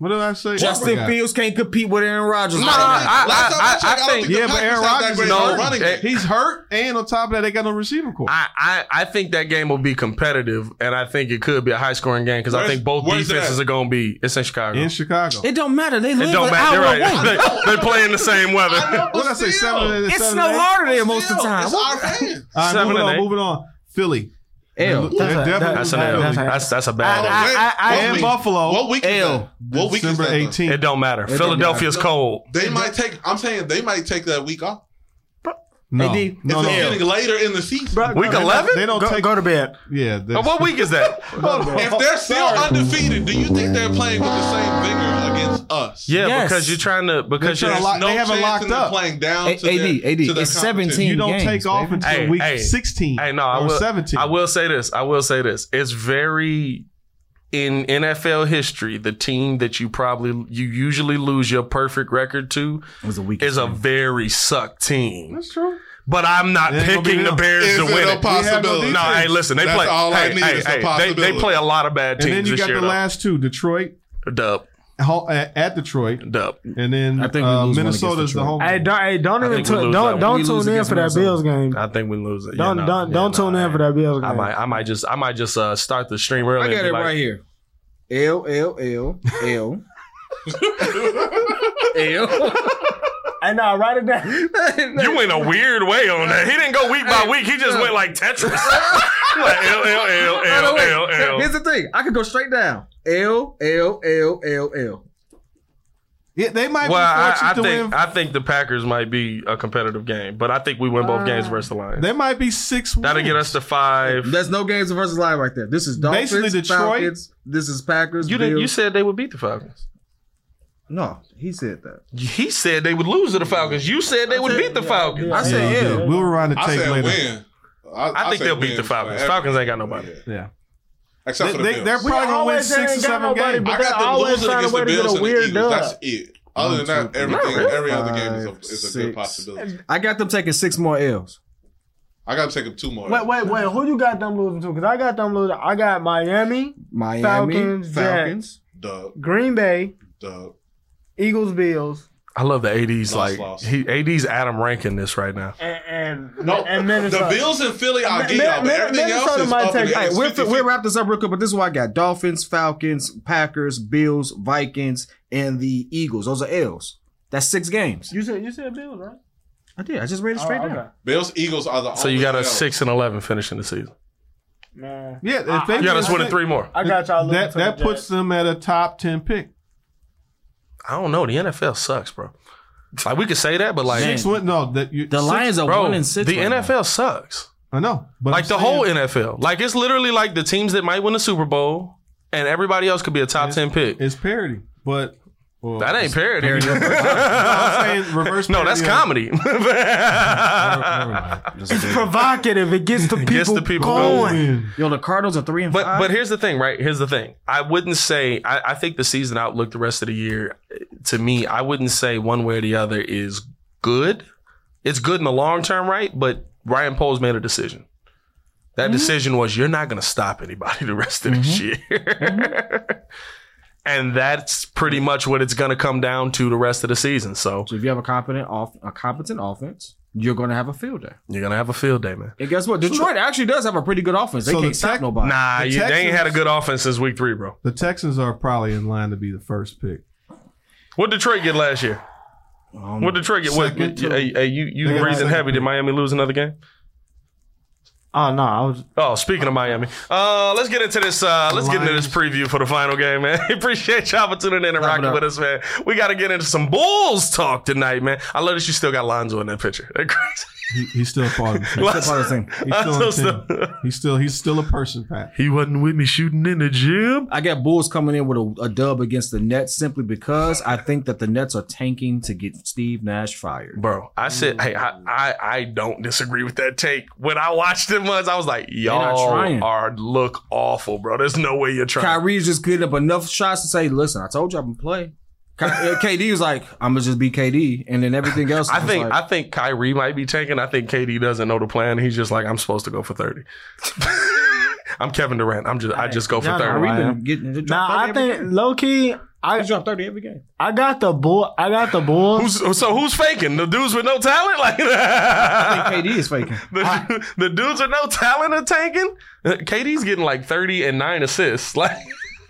Speaker 2: what did I say? I
Speaker 3: Justin
Speaker 2: forgot.
Speaker 3: Fields can't compete with Aaron Rodgers.
Speaker 1: No,
Speaker 3: right now.
Speaker 1: I-
Speaker 5: Last time
Speaker 1: I-
Speaker 5: checked,
Speaker 1: I
Speaker 5: don't
Speaker 1: think-
Speaker 5: the
Speaker 2: Yeah, but
Speaker 5: Packers
Speaker 2: Aaron
Speaker 5: have that
Speaker 2: Rodgers
Speaker 5: great
Speaker 2: is
Speaker 5: of a
Speaker 1: no-
Speaker 5: running
Speaker 1: eh,
Speaker 5: game.
Speaker 2: He's hurt, and on top of that, they got no receiving core.
Speaker 1: I, I, I think that game will be competitive, and I think it could be a high scoring game because I
Speaker 5: Where's-
Speaker 1: think both
Speaker 5: where's it
Speaker 1: defenses
Speaker 5: at?
Speaker 1: are going to be. It's in Chicago.
Speaker 2: in Chicago.
Speaker 3: It don't matter. They live
Speaker 1: it
Speaker 3: an
Speaker 1: don't matter.
Speaker 3: hour
Speaker 1: They're right. <laughs>
Speaker 3: away.
Speaker 1: They, they play in the same
Speaker 5: I know,
Speaker 1: weather.
Speaker 5: but
Speaker 2: What did I say?
Speaker 5: still.
Speaker 2: Seven and
Speaker 3: It's
Speaker 2: seven
Speaker 3: no
Speaker 2: and eight?
Speaker 3: harder there most of the
Speaker 5: Still,
Speaker 3: time.
Speaker 5: It's our fans.
Speaker 2: All right,
Speaker 1: Seven
Speaker 2: moving
Speaker 1: and
Speaker 2: on.
Speaker 1: eight.
Speaker 2: Moving on. Philly.
Speaker 3: L.
Speaker 2: They're
Speaker 4: a-
Speaker 2: definitely-
Speaker 1: That's an L.
Speaker 4: That's a-
Speaker 1: That's that's a bad. L.
Speaker 5: Oh, wait,
Speaker 4: I- I-
Speaker 5: what
Speaker 2: and
Speaker 5: week-
Speaker 2: Buffalo.
Speaker 5: What week is
Speaker 3: L.
Speaker 5: that? What week
Speaker 2: December
Speaker 5: is that?
Speaker 2: 18th.
Speaker 1: It don't matter.
Speaker 3: don't
Speaker 1: Philadelphia's cold.
Speaker 5: though? They might take. I'm saying they might take that week off.
Speaker 2: No,
Speaker 3: AD.
Speaker 2: no,
Speaker 5: it's
Speaker 2: no.
Speaker 5: getting later in the season.
Speaker 1: Week
Speaker 2: They don't-
Speaker 1: eleven.
Speaker 2: They don't
Speaker 4: Go,
Speaker 2: take.
Speaker 4: go to bed.
Speaker 2: Yeah, they-
Speaker 1: Oh, What week is that?
Speaker 5: If they're still undefeated, do you think they're playing with the same vigor against us.
Speaker 1: Yeah,
Speaker 7: Yes.
Speaker 1: because you're trying to because
Speaker 2: They're
Speaker 1: you're
Speaker 2: trying to lock-
Speaker 5: no
Speaker 2: they haven't
Speaker 5: chance
Speaker 2: locked
Speaker 5: in them
Speaker 2: up.
Speaker 5: Playing down
Speaker 7: A-
Speaker 5: to their-
Speaker 7: AD, AD,
Speaker 5: to their
Speaker 7: it's
Speaker 5: competition.
Speaker 7: 17.
Speaker 2: You don't
Speaker 7: games,
Speaker 2: take off
Speaker 7: baby.
Speaker 2: until week 16
Speaker 1: Hey, no, I
Speaker 2: or
Speaker 1: will,
Speaker 2: 17.
Speaker 1: I will say this. I will say this. It's very in NFL history, the team that you probably you usually lose your perfect record to
Speaker 3: was a weak
Speaker 1: is a very suck team.
Speaker 2: That's true.
Speaker 1: But I'm not
Speaker 2: It ain't gonna
Speaker 1: picking
Speaker 2: be
Speaker 1: the
Speaker 2: them.
Speaker 1: Bears
Speaker 5: Is
Speaker 1: to
Speaker 5: it
Speaker 1: win
Speaker 5: a
Speaker 1: it.
Speaker 5: possibility?
Speaker 1: No, hey, listen, they
Speaker 5: That's
Speaker 1: play.
Speaker 5: all I
Speaker 1: hey,
Speaker 5: need
Speaker 1: hey,
Speaker 5: is a
Speaker 1: hey, they, they
Speaker 5: possibility.
Speaker 1: play a lot of bad
Speaker 2: And
Speaker 1: teams
Speaker 2: then you
Speaker 1: this
Speaker 2: got
Speaker 1: year.
Speaker 2: the last two, Detroit
Speaker 1: though. Dub,
Speaker 2: ho- at at Detroit,
Speaker 1: dub.
Speaker 2: and then
Speaker 3: I think we
Speaker 2: uh,
Speaker 3: lose one
Speaker 2: Minnesota's
Speaker 3: against
Speaker 2: the home.
Speaker 4: Hey,
Speaker 2: game.
Speaker 4: don't, hey, don't
Speaker 1: I
Speaker 4: even
Speaker 1: think we
Speaker 4: tune
Speaker 1: lose that
Speaker 4: don't
Speaker 1: one.
Speaker 4: don't
Speaker 3: We lose
Speaker 4: tune in
Speaker 3: against
Speaker 4: for that
Speaker 3: Minnesota.
Speaker 4: Bills game.
Speaker 1: I think we lose it.
Speaker 4: Don't
Speaker 1: yeah, no,
Speaker 4: don't
Speaker 1: yeah,
Speaker 4: don't
Speaker 1: no,
Speaker 4: tune in
Speaker 1: I-
Speaker 4: for that Bills game.
Speaker 1: I might, I might just, I might just uh, start the stream early.
Speaker 7: I
Speaker 1: and
Speaker 7: got
Speaker 1: be
Speaker 7: it
Speaker 1: like,
Speaker 7: right here. L L L L
Speaker 3: <laughs>
Speaker 7: L.
Speaker 4: Hey, no, write it down.
Speaker 1: You went a weird way on that. He didn't go week by week. He just went like Tetris. like L
Speaker 7: No,
Speaker 1: L
Speaker 7: no,
Speaker 1: L
Speaker 7: wait.
Speaker 1: L L
Speaker 7: Here's
Speaker 1: L.
Speaker 7: the thing. I could go straight down. L L L L L.
Speaker 2: Yeah, they might
Speaker 1: Well,
Speaker 2: be
Speaker 1: I,
Speaker 2: fortunate
Speaker 1: I
Speaker 2: to
Speaker 1: think
Speaker 2: win.
Speaker 1: I think the Packers might be a competitive game, but I think we win both games versus the Lions.
Speaker 2: they might be six.
Speaker 1: That'll get us to five.
Speaker 7: That's no games versus live right there. This is Dolphins,
Speaker 2: Basically Detroit.
Speaker 7: Falcons. This is Packers.
Speaker 1: You didn't, you
Speaker 7: Bills.
Speaker 1: said they would beat the Falcons.
Speaker 7: no. He said that.
Speaker 1: He said they would lose to the Falcons. You said they would beat the Falcons.
Speaker 7: I said yeah.
Speaker 2: Yeah, we'll rewind the
Speaker 5: I
Speaker 2: tape
Speaker 5: said
Speaker 2: later.
Speaker 5: win. I,
Speaker 1: I think
Speaker 5: said
Speaker 1: they'll beat
Speaker 5: win
Speaker 1: the Falcons.
Speaker 5: for
Speaker 1: Falcons ain't got nobody.
Speaker 5: everything.
Speaker 2: Yeah,
Speaker 5: Except
Speaker 2: they,
Speaker 5: for the
Speaker 2: they,
Speaker 5: Bills.
Speaker 2: they're probably gonna win
Speaker 4: always
Speaker 2: six or
Speaker 4: ain't got
Speaker 2: seven
Speaker 4: nobody,
Speaker 2: games.
Speaker 4: but-
Speaker 5: I
Speaker 4: they
Speaker 5: got them
Speaker 4: always
Speaker 5: losing
Speaker 4: find a
Speaker 5: against
Speaker 4: way
Speaker 5: the
Speaker 4: to get
Speaker 5: Bills
Speaker 4: a
Speaker 5: and the
Speaker 4: weird
Speaker 5: Eagles.
Speaker 4: dub.
Speaker 5: That's it. Other than that, everything,
Speaker 1: five,
Speaker 5: every other game is a, is a
Speaker 3: six.
Speaker 5: good possibility.
Speaker 3: I got them taking six more L's.
Speaker 5: I got to take up two more.
Speaker 4: Wait, wait, wait. Who you got them losing to? Because I got them losing. I got Miami,
Speaker 7: Miami Falcons.
Speaker 4: Falcons, Falcons.
Speaker 5: Dub,
Speaker 4: Green Bay,
Speaker 5: dub.
Speaker 4: Eagles, Bills,
Speaker 1: I love the AD's
Speaker 5: Lost,
Speaker 1: like
Speaker 5: lost.
Speaker 1: He, AD's Adam ranking this right now.
Speaker 4: and and,
Speaker 5: No,
Speaker 4: and Minnesota.
Speaker 5: the Bills and Philly, I'll
Speaker 4: Mi-
Speaker 5: give y'all,
Speaker 4: Mi-
Speaker 5: but everything else
Speaker 4: Minnesota
Speaker 5: is
Speaker 4: might
Speaker 5: up in
Speaker 4: take-
Speaker 5: the air.
Speaker 7: Hey,
Speaker 5: It's
Speaker 7: we'll,
Speaker 5: 50,
Speaker 7: we'll wrap this up real quick, but this is why I got Dolphins, Falcons, Packers, Bills, Vikings, and the Eagles. Those are L's. That's six games.
Speaker 4: You said you said Bills, right?
Speaker 7: I did. I just read it straight
Speaker 4: Oh, okay. <laughs>
Speaker 7: down.
Speaker 5: Bills, Eagles are the
Speaker 1: So you
Speaker 5: only
Speaker 1: got a
Speaker 5: L's.
Speaker 1: six and eleven finishing the season.
Speaker 4: Man,
Speaker 2: Yeah, if they
Speaker 1: You got us
Speaker 2: win
Speaker 1: winning three more.
Speaker 4: I got y'all. losing
Speaker 2: that
Speaker 4: to the
Speaker 2: that puts
Speaker 4: Jets.
Speaker 2: them at a top ten pick.
Speaker 1: I don't know. The NFL sucks, bro. Like we could say that, but like,
Speaker 2: Six win, no, that you,
Speaker 3: The
Speaker 2: six-
Speaker 3: Lions are
Speaker 1: bro,
Speaker 3: one and six.
Speaker 1: the
Speaker 3: right now.
Speaker 1: NFL sucks.
Speaker 2: I know, but
Speaker 1: Like
Speaker 2: I'm
Speaker 1: the
Speaker 2: saying-
Speaker 1: whole NFL. Like it's literally like the teams that might win the Super Bowl and everybody else could be a top ten pick.
Speaker 2: It's parody, but well,
Speaker 1: That ain't parody. <laughs>
Speaker 2: I'm saying reverse.
Speaker 1: no, that's
Speaker 2: parody of-
Speaker 1: comedy. <laughs>
Speaker 2: Never mind.
Speaker 4: It's provocative. It gets the people,
Speaker 1: Gets the people
Speaker 4: going.
Speaker 1: going.
Speaker 3: Yo, the Cardinals are three and
Speaker 1: But
Speaker 3: five.
Speaker 1: but here's the thing, right? Here's the thing. I wouldn't say I, I think the season outlook the rest of the year, eh, to me, I wouldn't say one way or the other is good. It's good in the long term, right? But Ryan Poles made a decision. That
Speaker 2: Mm-hmm.
Speaker 1: decision was you're not gonna stop anybody <laughs> the rest of this year.
Speaker 2: Mm-hmm.
Speaker 1: <laughs> and that's pretty much what it's gonna come down to the rest of the season. So
Speaker 3: so if you have a competent off a competent offense, you're going to have a field day.
Speaker 1: you're gonna have a field day, man.
Speaker 3: And guess what? Detroit actually does have a pretty good offense. They
Speaker 2: So the
Speaker 3: can't stop
Speaker 2: tech-
Speaker 3: nobody.
Speaker 1: Nah,
Speaker 2: The
Speaker 1: you, they ain't had a
Speaker 2: Texans-
Speaker 1: good offense since week three, bro.
Speaker 2: The Texans are probably in line to be the first pick.
Speaker 1: What Detroit get last year? What Detroit get? What,
Speaker 2: Second.
Speaker 1: hey, hey, you
Speaker 2: They
Speaker 1: you
Speaker 2: got
Speaker 1: breathing
Speaker 2: second.
Speaker 1: heavy? Did Miami lose another game?
Speaker 4: Oh no, I was.
Speaker 1: Oh, speaking of Miami, uh, let's get into this. Uh, let's get into this preview for the final game, man. <laughs> Appreciate y'all for tuning in and rocking with us, man. We got to get into some Bulls talk tonight, man. I love that you still got Lonzo in that picture. <laughs> That crazy.
Speaker 2: He, he's still a part of the
Speaker 1: <laughs>
Speaker 2: team.
Speaker 1: Lonzo-
Speaker 3: part of the team.
Speaker 2: He's still,
Speaker 1: Lonzo
Speaker 2: on the team. he's still he's still a person, Pat.
Speaker 1: He wasn't with me shooting in the gym.
Speaker 3: I got Bulls coming in with a, a dub against the Nets simply because I think that the Nets are tanking to get Steve Nash fired.
Speaker 1: Bro, I said, hey, I, I, I don't disagree with that take. When I watched them once, I was like,
Speaker 3: not
Speaker 1: y'all
Speaker 3: trying.
Speaker 1: are look awful, bro. There's no way you're trying.
Speaker 3: Kyrie's just getting up enough shots to say, "Listen, I told you I'm gonna play." Ky- uh, <laughs> KD was like, "I'm gonna just be KD," and then everything else.
Speaker 1: I
Speaker 3: was
Speaker 1: think
Speaker 3: like,
Speaker 1: I think Kyrie might be taken. I think KD doesn't know the plan. He's just like, I'm supposed to go for thirty. <laughs> I'm Kevin Durant. I'm just I just go for
Speaker 4: Y'all know
Speaker 1: thirty.
Speaker 3: Kyrie
Speaker 4: I
Speaker 3: been
Speaker 4: am.
Speaker 3: getting. he dropped
Speaker 4: Nah,
Speaker 3: 30
Speaker 4: I
Speaker 3: every
Speaker 4: think
Speaker 3: game.
Speaker 4: low key.
Speaker 3: he
Speaker 4: I
Speaker 3: dropped thirty every game.
Speaker 4: I got the bull. I got the bull. <laughs>
Speaker 1: Who's so who's faking? The dudes with no talent? <laughs> Like
Speaker 3: I think KD is faking.
Speaker 1: the, the dudes with no talent are tanking? Uh, KD's getting like thirty and nine assists. <laughs> Like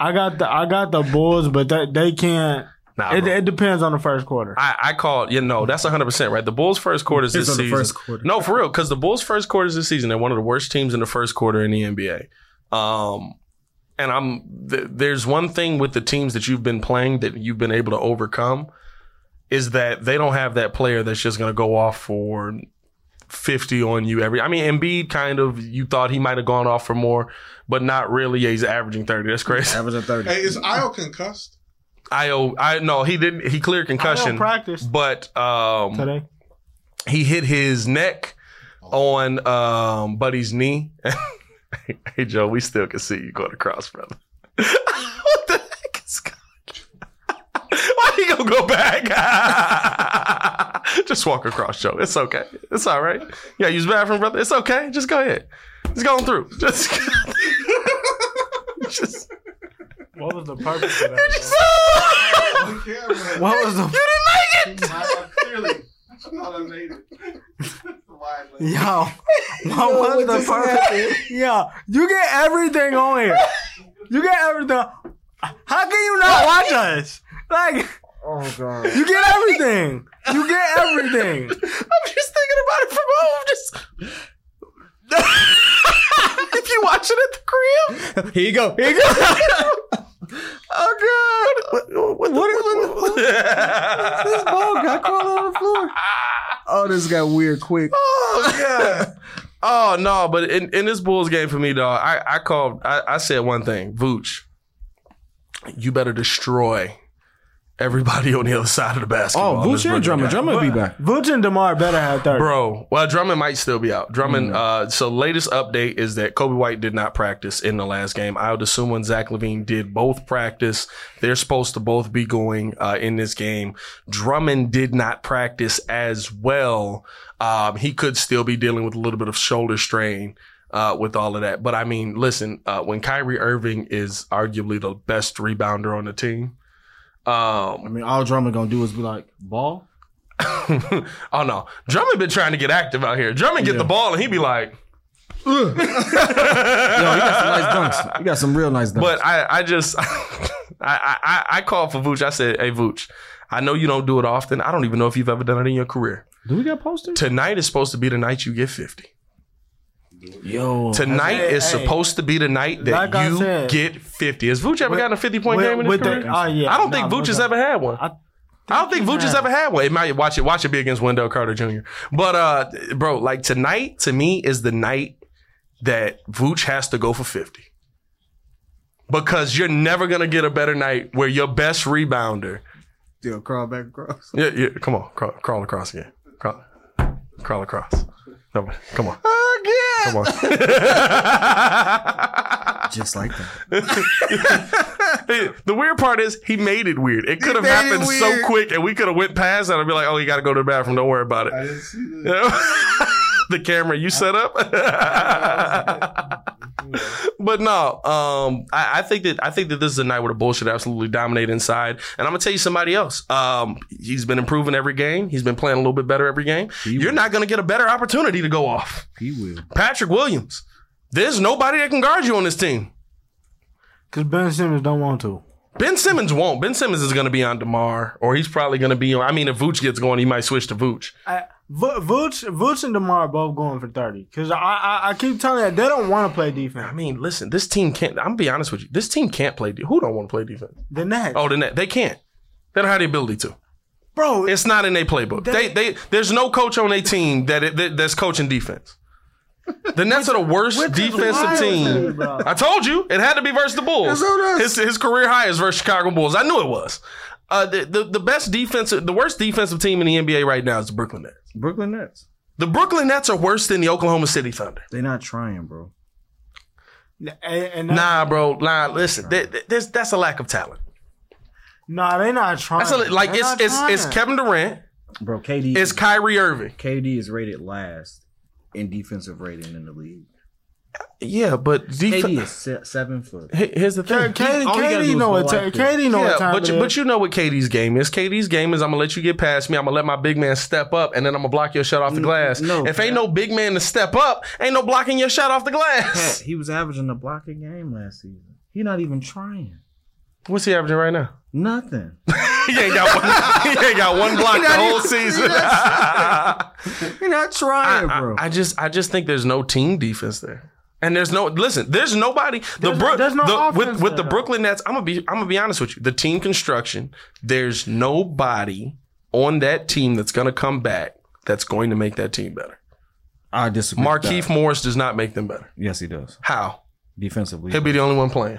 Speaker 4: I got the I got the Bulls, but they, they can't.
Speaker 1: nah,
Speaker 4: It,
Speaker 1: bro.
Speaker 4: it depends on the first quarter.
Speaker 1: I, I called, you know, that's 100%, right? The Bulls' first quarter is this
Speaker 3: Depends on the
Speaker 1: season.
Speaker 3: first quarter.
Speaker 1: No, for real, because the Bulls' first quarter is this season. They're one of the worst teams in the first quarter in the NBA. Um, and I'm th- there's one thing with the teams that you've been playing that you've been able to overcome is that they don't have that player that's just going to go off for 50 on you every. I mean, Embiid kind of you thought he might have gone off for more, but not really. Yeah, he's averaging 30. That's crazy.
Speaker 3: Average of thirty.
Speaker 5: Hey, is Io concussed?
Speaker 1: Io, I no, he didn't. He cleared concussion.
Speaker 4: practiced.
Speaker 1: but um,
Speaker 4: today.
Speaker 1: he hit his neck on um, Buddy's knee. <laughs> hey Joe, we still can see you going across, brother. <laughs> what the heck is going? <laughs> Why he gonna go back? <laughs> Just walk across, Joe. It's okay. It's all right. Yeah, use the bathroom, brother. It's okay. Just go ahead. It's going through. <laughs> Just. Just. <laughs>
Speaker 9: What was the purpose of that?
Speaker 1: Just-
Speaker 3: What was the
Speaker 1: you didn't like it.
Speaker 5: Clearly, not a native. Why?
Speaker 4: <laughs> Yo, what was the <laughs> purpose? Yo, you get everything on here. You get everything. How can you not watch us? Like,
Speaker 7: Oh god.
Speaker 4: you get everything. You
Speaker 1: <laughs>
Speaker 4: get everything.
Speaker 1: I'm just thinking about it from home. Just <laughs> if you watch it at the crib.
Speaker 3: Here you go. Here you go.
Speaker 1: Oh God! What, what, what,
Speaker 3: this ball got caught on the
Speaker 4: <laughs>
Speaker 3: floor. Oh, this got weird quick.
Speaker 1: oh God! Oh no! But in, in this Bulls game for me, dog, I I called. I, I said one thing, Vooch. You better destroy everybody on the other side of the
Speaker 3: Oh,
Speaker 1: basketball. in this
Speaker 3: Vooch and
Speaker 1: rookie
Speaker 3: Drummer.
Speaker 1: game.
Speaker 3: Drummer will be back.
Speaker 4: Vooch and Demar better have thirty.
Speaker 1: Bro, well, Drummond might still be out. Drummond. Uh, so latest update is that Kobe White did not practice in the last game. I would assume when Zach Levine did both practice, they're supposed to both be going uh, in this game. Drummond did not practice as well. Um, he could still be dealing with a little bit of shoulder strain. Uh, with all of that. But I mean, listen, uh, when Kyrie Irving is arguably the best rebounder on the team, <laughs> um,
Speaker 3: I mean, all drama gonna do is be like ball.
Speaker 1: oh no, Drummond been trying to get active out here. Drummond get the ball and he be like,
Speaker 3: Yo, you got some nice dunks. You got some real nice dunks.
Speaker 1: but I, I just, <laughs> I, I, I- I called for Vooch. I said, hey Vooch, I know you don't do it often. I don't even know if you've ever done it in your career.
Speaker 3: do we got posters?
Speaker 1: Tonight is supposed to be the night you get fifty.
Speaker 3: Yo,
Speaker 1: Tonight
Speaker 4: Hey,
Speaker 1: is
Speaker 4: hey.
Speaker 1: supposed to be the night that
Speaker 4: Like I
Speaker 1: you
Speaker 4: said,
Speaker 1: get fifty. Has Vooch ever gotten a fifty point
Speaker 4: with-
Speaker 1: game in his
Speaker 4: with the-
Speaker 1: career?
Speaker 4: oh, yeah.
Speaker 1: I don't think
Speaker 4: Nah,
Speaker 1: Vooch has
Speaker 4: Vooch-
Speaker 1: ever had one. I, don't think Vooch has ever had one. It might watch it. Watch it be against Wendell Carter Jr. But uh, bro, like tonight to me is the night that Vooch has to go for fifty because you're never gonna get a better night where your best rebounder.
Speaker 7: Still crawl back across.
Speaker 1: Yeah, yeah. Come on, crawl, crawl across again. Crawl, crawl across. Come on, come on, come on.
Speaker 4: <laughs>
Speaker 7: Just like that.
Speaker 1: Hey, the weird part is he made it weird. It could have
Speaker 7: made it
Speaker 1: happened so
Speaker 7: weird.
Speaker 1: quick, and we could have went past that and be like, "Oh, you got to go to the bathroom. Don't worry about it."
Speaker 5: I didn't see
Speaker 1: You
Speaker 5: that.
Speaker 1: know? <laughs> the camera you set up. <laughs> but no, um, I, I think that I think that this is a night where the Bulls should absolutely dominate inside. And I'm gonna tell you somebody else. Um, he's been improving every game. He's been playing a little bit better every game. You're not gonna get a better opportunity to go off.
Speaker 3: he will.
Speaker 1: Patrick Williams. There's nobody that can guard you on this team.
Speaker 4: Because Ben Simmons don't want to.
Speaker 1: Ben Simmons won't. Ben Simmons is going to be on Demar, or he's probably going to be on. I mean, if Vooch gets going, he might switch to Vooch.
Speaker 4: I, Vo- Vooch, Vooch and Demar are both going for thirty. Because I, I, I keep telling you, they don't want to play
Speaker 1: I
Speaker 4: defense.
Speaker 1: mean, listen, this team can't. I'm gonna be honest with you. This team can't play. De- who don't want to play defense?
Speaker 4: The net,
Speaker 1: Oh, the net. They can't. They don't have the ability to.
Speaker 4: bro.
Speaker 1: It's not in their playbook. They,
Speaker 4: They-
Speaker 1: they, there's no coach on their team that, it, that that's coaching defense. The Nets are the worst defensive
Speaker 4: Lions
Speaker 1: team.
Speaker 4: team, bro.
Speaker 1: I told you it had to be versus the Bulls. His, his career high is versus Chicago Bulls. I knew it was. Uh, the, the the best defensive, the worst defensive team in the NBA right now is the Brooklyn Nets.
Speaker 3: Brooklyn Nets.
Speaker 1: The Brooklyn Nets are worse than the Oklahoma City Thunder.
Speaker 3: They not trying, bro.
Speaker 4: and, and
Speaker 1: Nah, bro. Nah, listen. th- th- there's- that's a lack of talent.
Speaker 4: nah, they not trying.
Speaker 1: That's a, like
Speaker 4: They
Speaker 1: it's
Speaker 4: not
Speaker 1: it's it's
Speaker 4: trying.
Speaker 1: Kevin Durant.
Speaker 3: Bro, KD.
Speaker 1: It's Kyrie Irving.
Speaker 3: KD is rated last in defensive rating in the league.
Speaker 1: Yeah, but
Speaker 3: KD
Speaker 1: defense.
Speaker 3: is se- seven foot.
Speaker 1: Here's the thing.
Speaker 4: Katie,
Speaker 3: all you gotta do
Speaker 4: Katie
Speaker 3: is
Speaker 4: know
Speaker 3: go
Speaker 4: what time.
Speaker 3: like this.
Speaker 4: Katie know
Speaker 1: yeah,
Speaker 4: what time.
Speaker 1: but
Speaker 4: it
Speaker 1: you,
Speaker 4: is.
Speaker 1: but you know what KD's game is. KD's game is I'm gonna let you get past me. I'm gonna let my big man step up, and then I'm gonna block your shot off the glass.
Speaker 3: no,
Speaker 1: if ain't no big man to step up, ain't no blocking your shot off the glass.
Speaker 3: Pat, he was averaging a block a game last season. He not even trying.
Speaker 1: <laughs> What's he averaging right now? <laughs>
Speaker 3: Nothing.
Speaker 1: he ain't got one. <laughs> he ain't got one block the whole season.
Speaker 3: You're not trying,
Speaker 1: I-
Speaker 3: bro.
Speaker 1: I, just I just think there's no team defense there. And there's no listen. There's nobody. The
Speaker 4: There's-
Speaker 1: Brook,
Speaker 4: there's no
Speaker 1: the- with
Speaker 4: offense
Speaker 1: with the
Speaker 4: there, though.
Speaker 1: Brooklyn Nets. I'm gonna be I'm gonna be honest with you. The team construction. There's nobody on that team that's gonna come back. That's going to make that team better.
Speaker 3: I, disagree. with that.
Speaker 1: Markeith Morris does not make them better.
Speaker 3: Yes, he does.
Speaker 1: How?
Speaker 3: Defensively.
Speaker 1: He'll be the only one playing.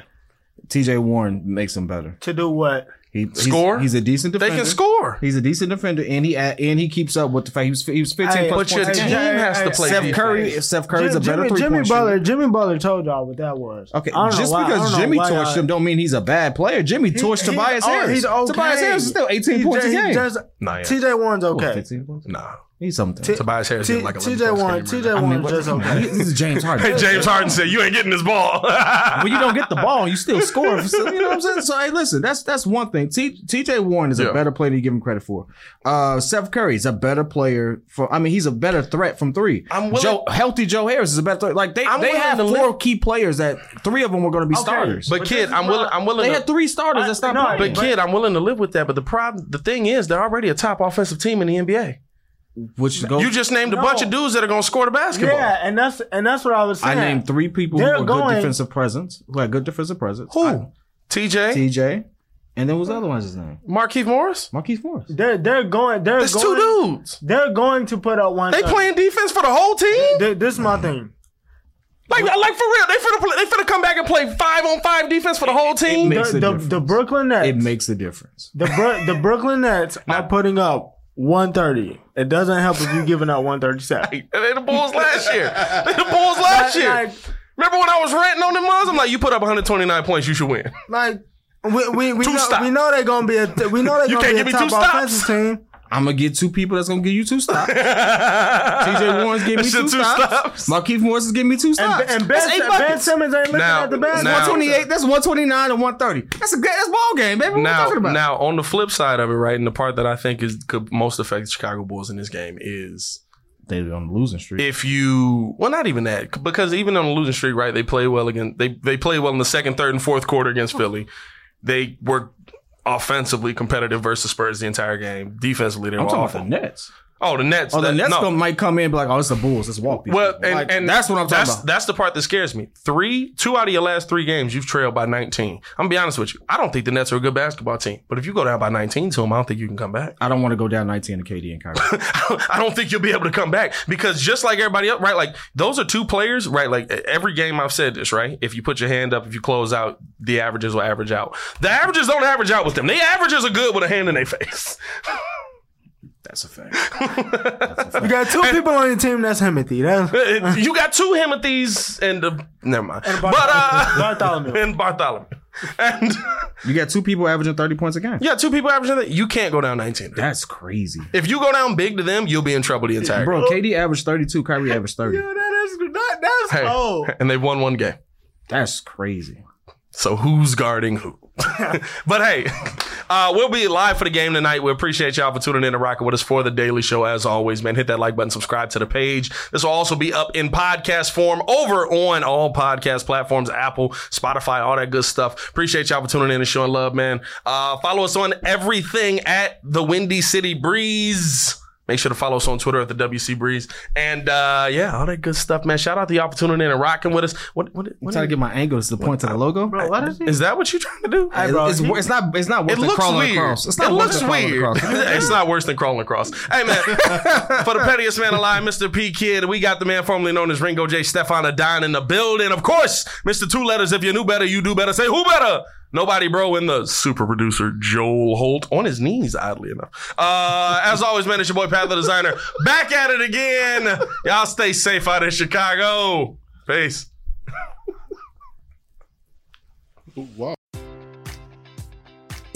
Speaker 3: TJ Warren makes him better.
Speaker 4: to do what?
Speaker 3: He he's-
Speaker 1: Score?
Speaker 3: He's, a decent
Speaker 1: They
Speaker 3: defender.
Speaker 1: can score.
Speaker 3: He's a decent defender, and he and he keeps up with the fact he was he was fifteen
Speaker 4: Hey,
Speaker 3: plus
Speaker 4: but your
Speaker 3: points a
Speaker 4: team
Speaker 3: game.
Speaker 4: has to play
Speaker 3: Steph Curry,
Speaker 4: defense.
Speaker 3: Steph Curry's a better
Speaker 4: Jimmy,
Speaker 3: three
Speaker 4: Jimmy
Speaker 3: point
Speaker 4: Butler. Jimmy Butler told y'all what that was.
Speaker 3: Okay,
Speaker 4: I don't know
Speaker 3: just
Speaker 4: why- I
Speaker 3: because
Speaker 4: don't know
Speaker 3: Jimmy
Speaker 4: why
Speaker 3: torched
Speaker 4: y'all-
Speaker 3: him don't mean he's a bad player. Jimmy torched
Speaker 4: he-
Speaker 3: Tobias
Speaker 4: oh,
Speaker 3: Harris.
Speaker 4: he's okay.
Speaker 3: Tobias Harris is still 18
Speaker 4: He
Speaker 3: points a
Speaker 4: ju- he
Speaker 3: game.
Speaker 4: just-
Speaker 1: Nah, yeah.
Speaker 4: TJ Warren's
Speaker 3: What,
Speaker 4: okay.
Speaker 3: 15 points?
Speaker 1: Nah.
Speaker 3: He's something.
Speaker 4: T-
Speaker 1: Tobias Harris
Speaker 4: T-
Speaker 1: did like 11
Speaker 4: TJ
Speaker 1: points
Speaker 4: Warren,
Speaker 1: this game
Speaker 4: TJ
Speaker 3: I mean,
Speaker 4: Warren's
Speaker 3: what-
Speaker 4: just okay.
Speaker 3: this is
Speaker 1: <laughs>
Speaker 3: James
Speaker 1: Hey,
Speaker 3: Harden.
Speaker 1: James Harden said, "You ain't getting this ball." <laughs>
Speaker 3: when you don't get the ball, you still score. So, you know what I'm saying? So hey, listen, that's that's one thing. T- TJ Warren is
Speaker 1: Yeah.
Speaker 3: a better player than you give him credit for. Uh Seth Curry is a better player for I mean, he's a better threat from three.
Speaker 1: I'm willing-
Speaker 3: Joe, healthy Joe Harris is a better threat. Like they,
Speaker 1: I'm
Speaker 3: they
Speaker 1: willing
Speaker 3: have
Speaker 1: to
Speaker 3: four
Speaker 1: live-
Speaker 3: key players that three of them were gonna be starters.
Speaker 1: but kid, I'm willing. I'm willing.
Speaker 3: they
Speaker 1: to-
Speaker 3: had three starters that stopped
Speaker 4: no,
Speaker 3: playing.
Speaker 1: But kid, I'm willing to live with that. But the problem, the thing is, they're already a top offensive team in the NBA.
Speaker 3: which goes,
Speaker 1: You just named a bunch of dudes that are going to score the basketball.
Speaker 4: Yeah, and that's and that's what I was
Speaker 3: I
Speaker 4: saying.
Speaker 3: named three people who
Speaker 4: They're
Speaker 3: were good
Speaker 4: going-
Speaker 3: defensive presence, who had good defensive presence.
Speaker 1: Who?
Speaker 3: I-
Speaker 1: TJ,
Speaker 3: TJ, and then what was the other one's his name?
Speaker 1: Markeith Morris.
Speaker 3: Marquise Morris.
Speaker 4: They're they're going. They're
Speaker 1: There's
Speaker 4: going,
Speaker 1: two dudes.
Speaker 4: They're going to put up one.
Speaker 1: They playing defense for the whole team.
Speaker 4: Th- This is my thing.
Speaker 1: Like, like for real. They finna play, they finna come back and play five on five defense for the whole team.
Speaker 3: Makes
Speaker 4: The,
Speaker 3: a
Speaker 4: the,
Speaker 3: difference.
Speaker 4: the Brooklyn Nets.
Speaker 3: It makes a difference.
Speaker 4: the Bro- the
Speaker 1: <laughs>
Speaker 4: Brooklyn Nets are putting up 130. It doesn't help if you giving up 137.
Speaker 1: And they the Bulls last
Speaker 4: <laughs>
Speaker 1: year. They the Bulls last
Speaker 4: Like-
Speaker 1: year.
Speaker 4: like-
Speaker 1: Remember when I was ranting on them Mons? I'm like, you put up 129 points, you should win.
Speaker 4: Like we we we,
Speaker 1: Two
Speaker 4: know,
Speaker 1: stops.
Speaker 4: we know they're gonna be a we know
Speaker 1: You
Speaker 4: they're
Speaker 1: can't
Speaker 4: gonna
Speaker 1: give me
Speaker 4: be a top
Speaker 1: two stops.
Speaker 4: offensive team.
Speaker 3: I'm gonna get two people that's gonna give you
Speaker 1: <laughs>
Speaker 3: two stops. TJ
Speaker 1: TJ
Speaker 3: Warren's giving me two, stops. Marquise Morris is giving me two
Speaker 4: And,
Speaker 3: stops.
Speaker 4: and
Speaker 3: that's
Speaker 4: ben,
Speaker 3: eight
Speaker 4: ben
Speaker 3: buckets.
Speaker 4: Simmons ain't looking
Speaker 1: Now-
Speaker 4: at the basket.
Speaker 1: now-
Speaker 3: That's 128. That's 129 and 130. That's a good. That's ball game, baby. What are we
Speaker 1: Now,
Speaker 3: talking about?
Speaker 1: now on the flip side of it, right, and the part that I think is could most affect the Chicago Bulls in this game is
Speaker 3: they're on the losing streak.
Speaker 1: if you well, not even that, c- because even on the losing streak, right, they play well again. They they play well in the second, third, and fourth quarter against Philly. They were offensively competitive versus Spurs the entire game. Defensively, they were
Speaker 3: I'm talking
Speaker 1: awful.
Speaker 3: about the Nets.
Speaker 1: oh, the Nets.
Speaker 3: Oh, the
Speaker 1: that-
Speaker 3: Nets
Speaker 1: no.
Speaker 3: gonna- might come in and be like, "Oh, it's the Bulls. Let's walk." these
Speaker 1: Well,
Speaker 3: people."
Speaker 1: and,
Speaker 3: Like,
Speaker 1: and
Speaker 3: that's what I'm talking
Speaker 1: that's,
Speaker 3: about.
Speaker 1: That's the part that scares me. Three, two out of your last three games, you've trailed by 19. I'm gonna be honest with you. I don't think the Nets are a good basketball team, but if you go down by 19 to them, I don't think you can come back.
Speaker 3: I don't want to go down 19 to KD and Kyrie.
Speaker 1: <laughs> I don't think you'll be able to come back because just like everybody else, right? Like those are two players, right? Like e-, every game I've said this, right? If you put your hand up, if you close out, the averages will average out. The averages don't average out with them. The averages are good with a hand in their face. <laughs>
Speaker 3: that's a fact.
Speaker 4: you got two people on your team that's Himothy. That's
Speaker 1: you got two Himothys and the never mind. but uh,
Speaker 4: Bartholomew.
Speaker 1: <laughs> and Bartholomew, and <laughs>
Speaker 3: You got two people averaging 30 points a game.
Speaker 1: yeah, two people averaging that. You can't go down nineteen.
Speaker 3: That's crazy.
Speaker 1: If you go down big to them, you'll be in trouble the entire game.
Speaker 3: Bro, KD averaged 32, Kyrie averaged 30.
Speaker 4: that is that, that's
Speaker 1: Hey,
Speaker 4: cold.
Speaker 1: and they won one game.
Speaker 3: That's crazy.
Speaker 1: So who's guarding who? <laughs> but hey, uh, we'll be live for the game tonight. We appreciate y'all for tuning in and rocking with us for the Daily Show. As always, man, hit that like button, subscribe to the page. This will also be up in podcast form over on all podcast platforms, Apple, Spotify, all that good stuff. Appreciate y'all for tuning in and showing love, man. Uh, follow us on everything at the Windy City Breeze. Make sure to follow us on Twitter at the WC Breeze. And uh, yeah, all that good stuff, man. Shout out to y'all for tuning in and rocking with us. What, what,
Speaker 3: I'm
Speaker 1: what
Speaker 3: trying to get my angle to the point to the logo.
Speaker 4: Bro, what is he?
Speaker 1: is that what you're trying to do?
Speaker 3: It's- it's, wor- it's not. It's not worth
Speaker 1: It
Speaker 3: than
Speaker 1: looks
Speaker 3: crawling
Speaker 1: weird.
Speaker 3: across. It's not
Speaker 1: it
Speaker 3: worth
Speaker 1: looks
Speaker 3: than crawling
Speaker 1: weird.
Speaker 3: across.
Speaker 1: <laughs> it's not worse than crawling across. Hey
Speaker 3: <laughs>
Speaker 1: man, for the pettiest man alive, Mr. P Kid, we got the man formerly known as Ringo J. Stefan Adine in the building. Of course, Mr. Two Letters. If you knew better, you do better. Say who better? Nobody, bro. And the super producer Joel Holt on his knees, oddly enough. Uh, as always, man, it's your boy Pat the Designer back at it again. Y'all stay safe out in Chicago. Peace.
Speaker 10: Wow.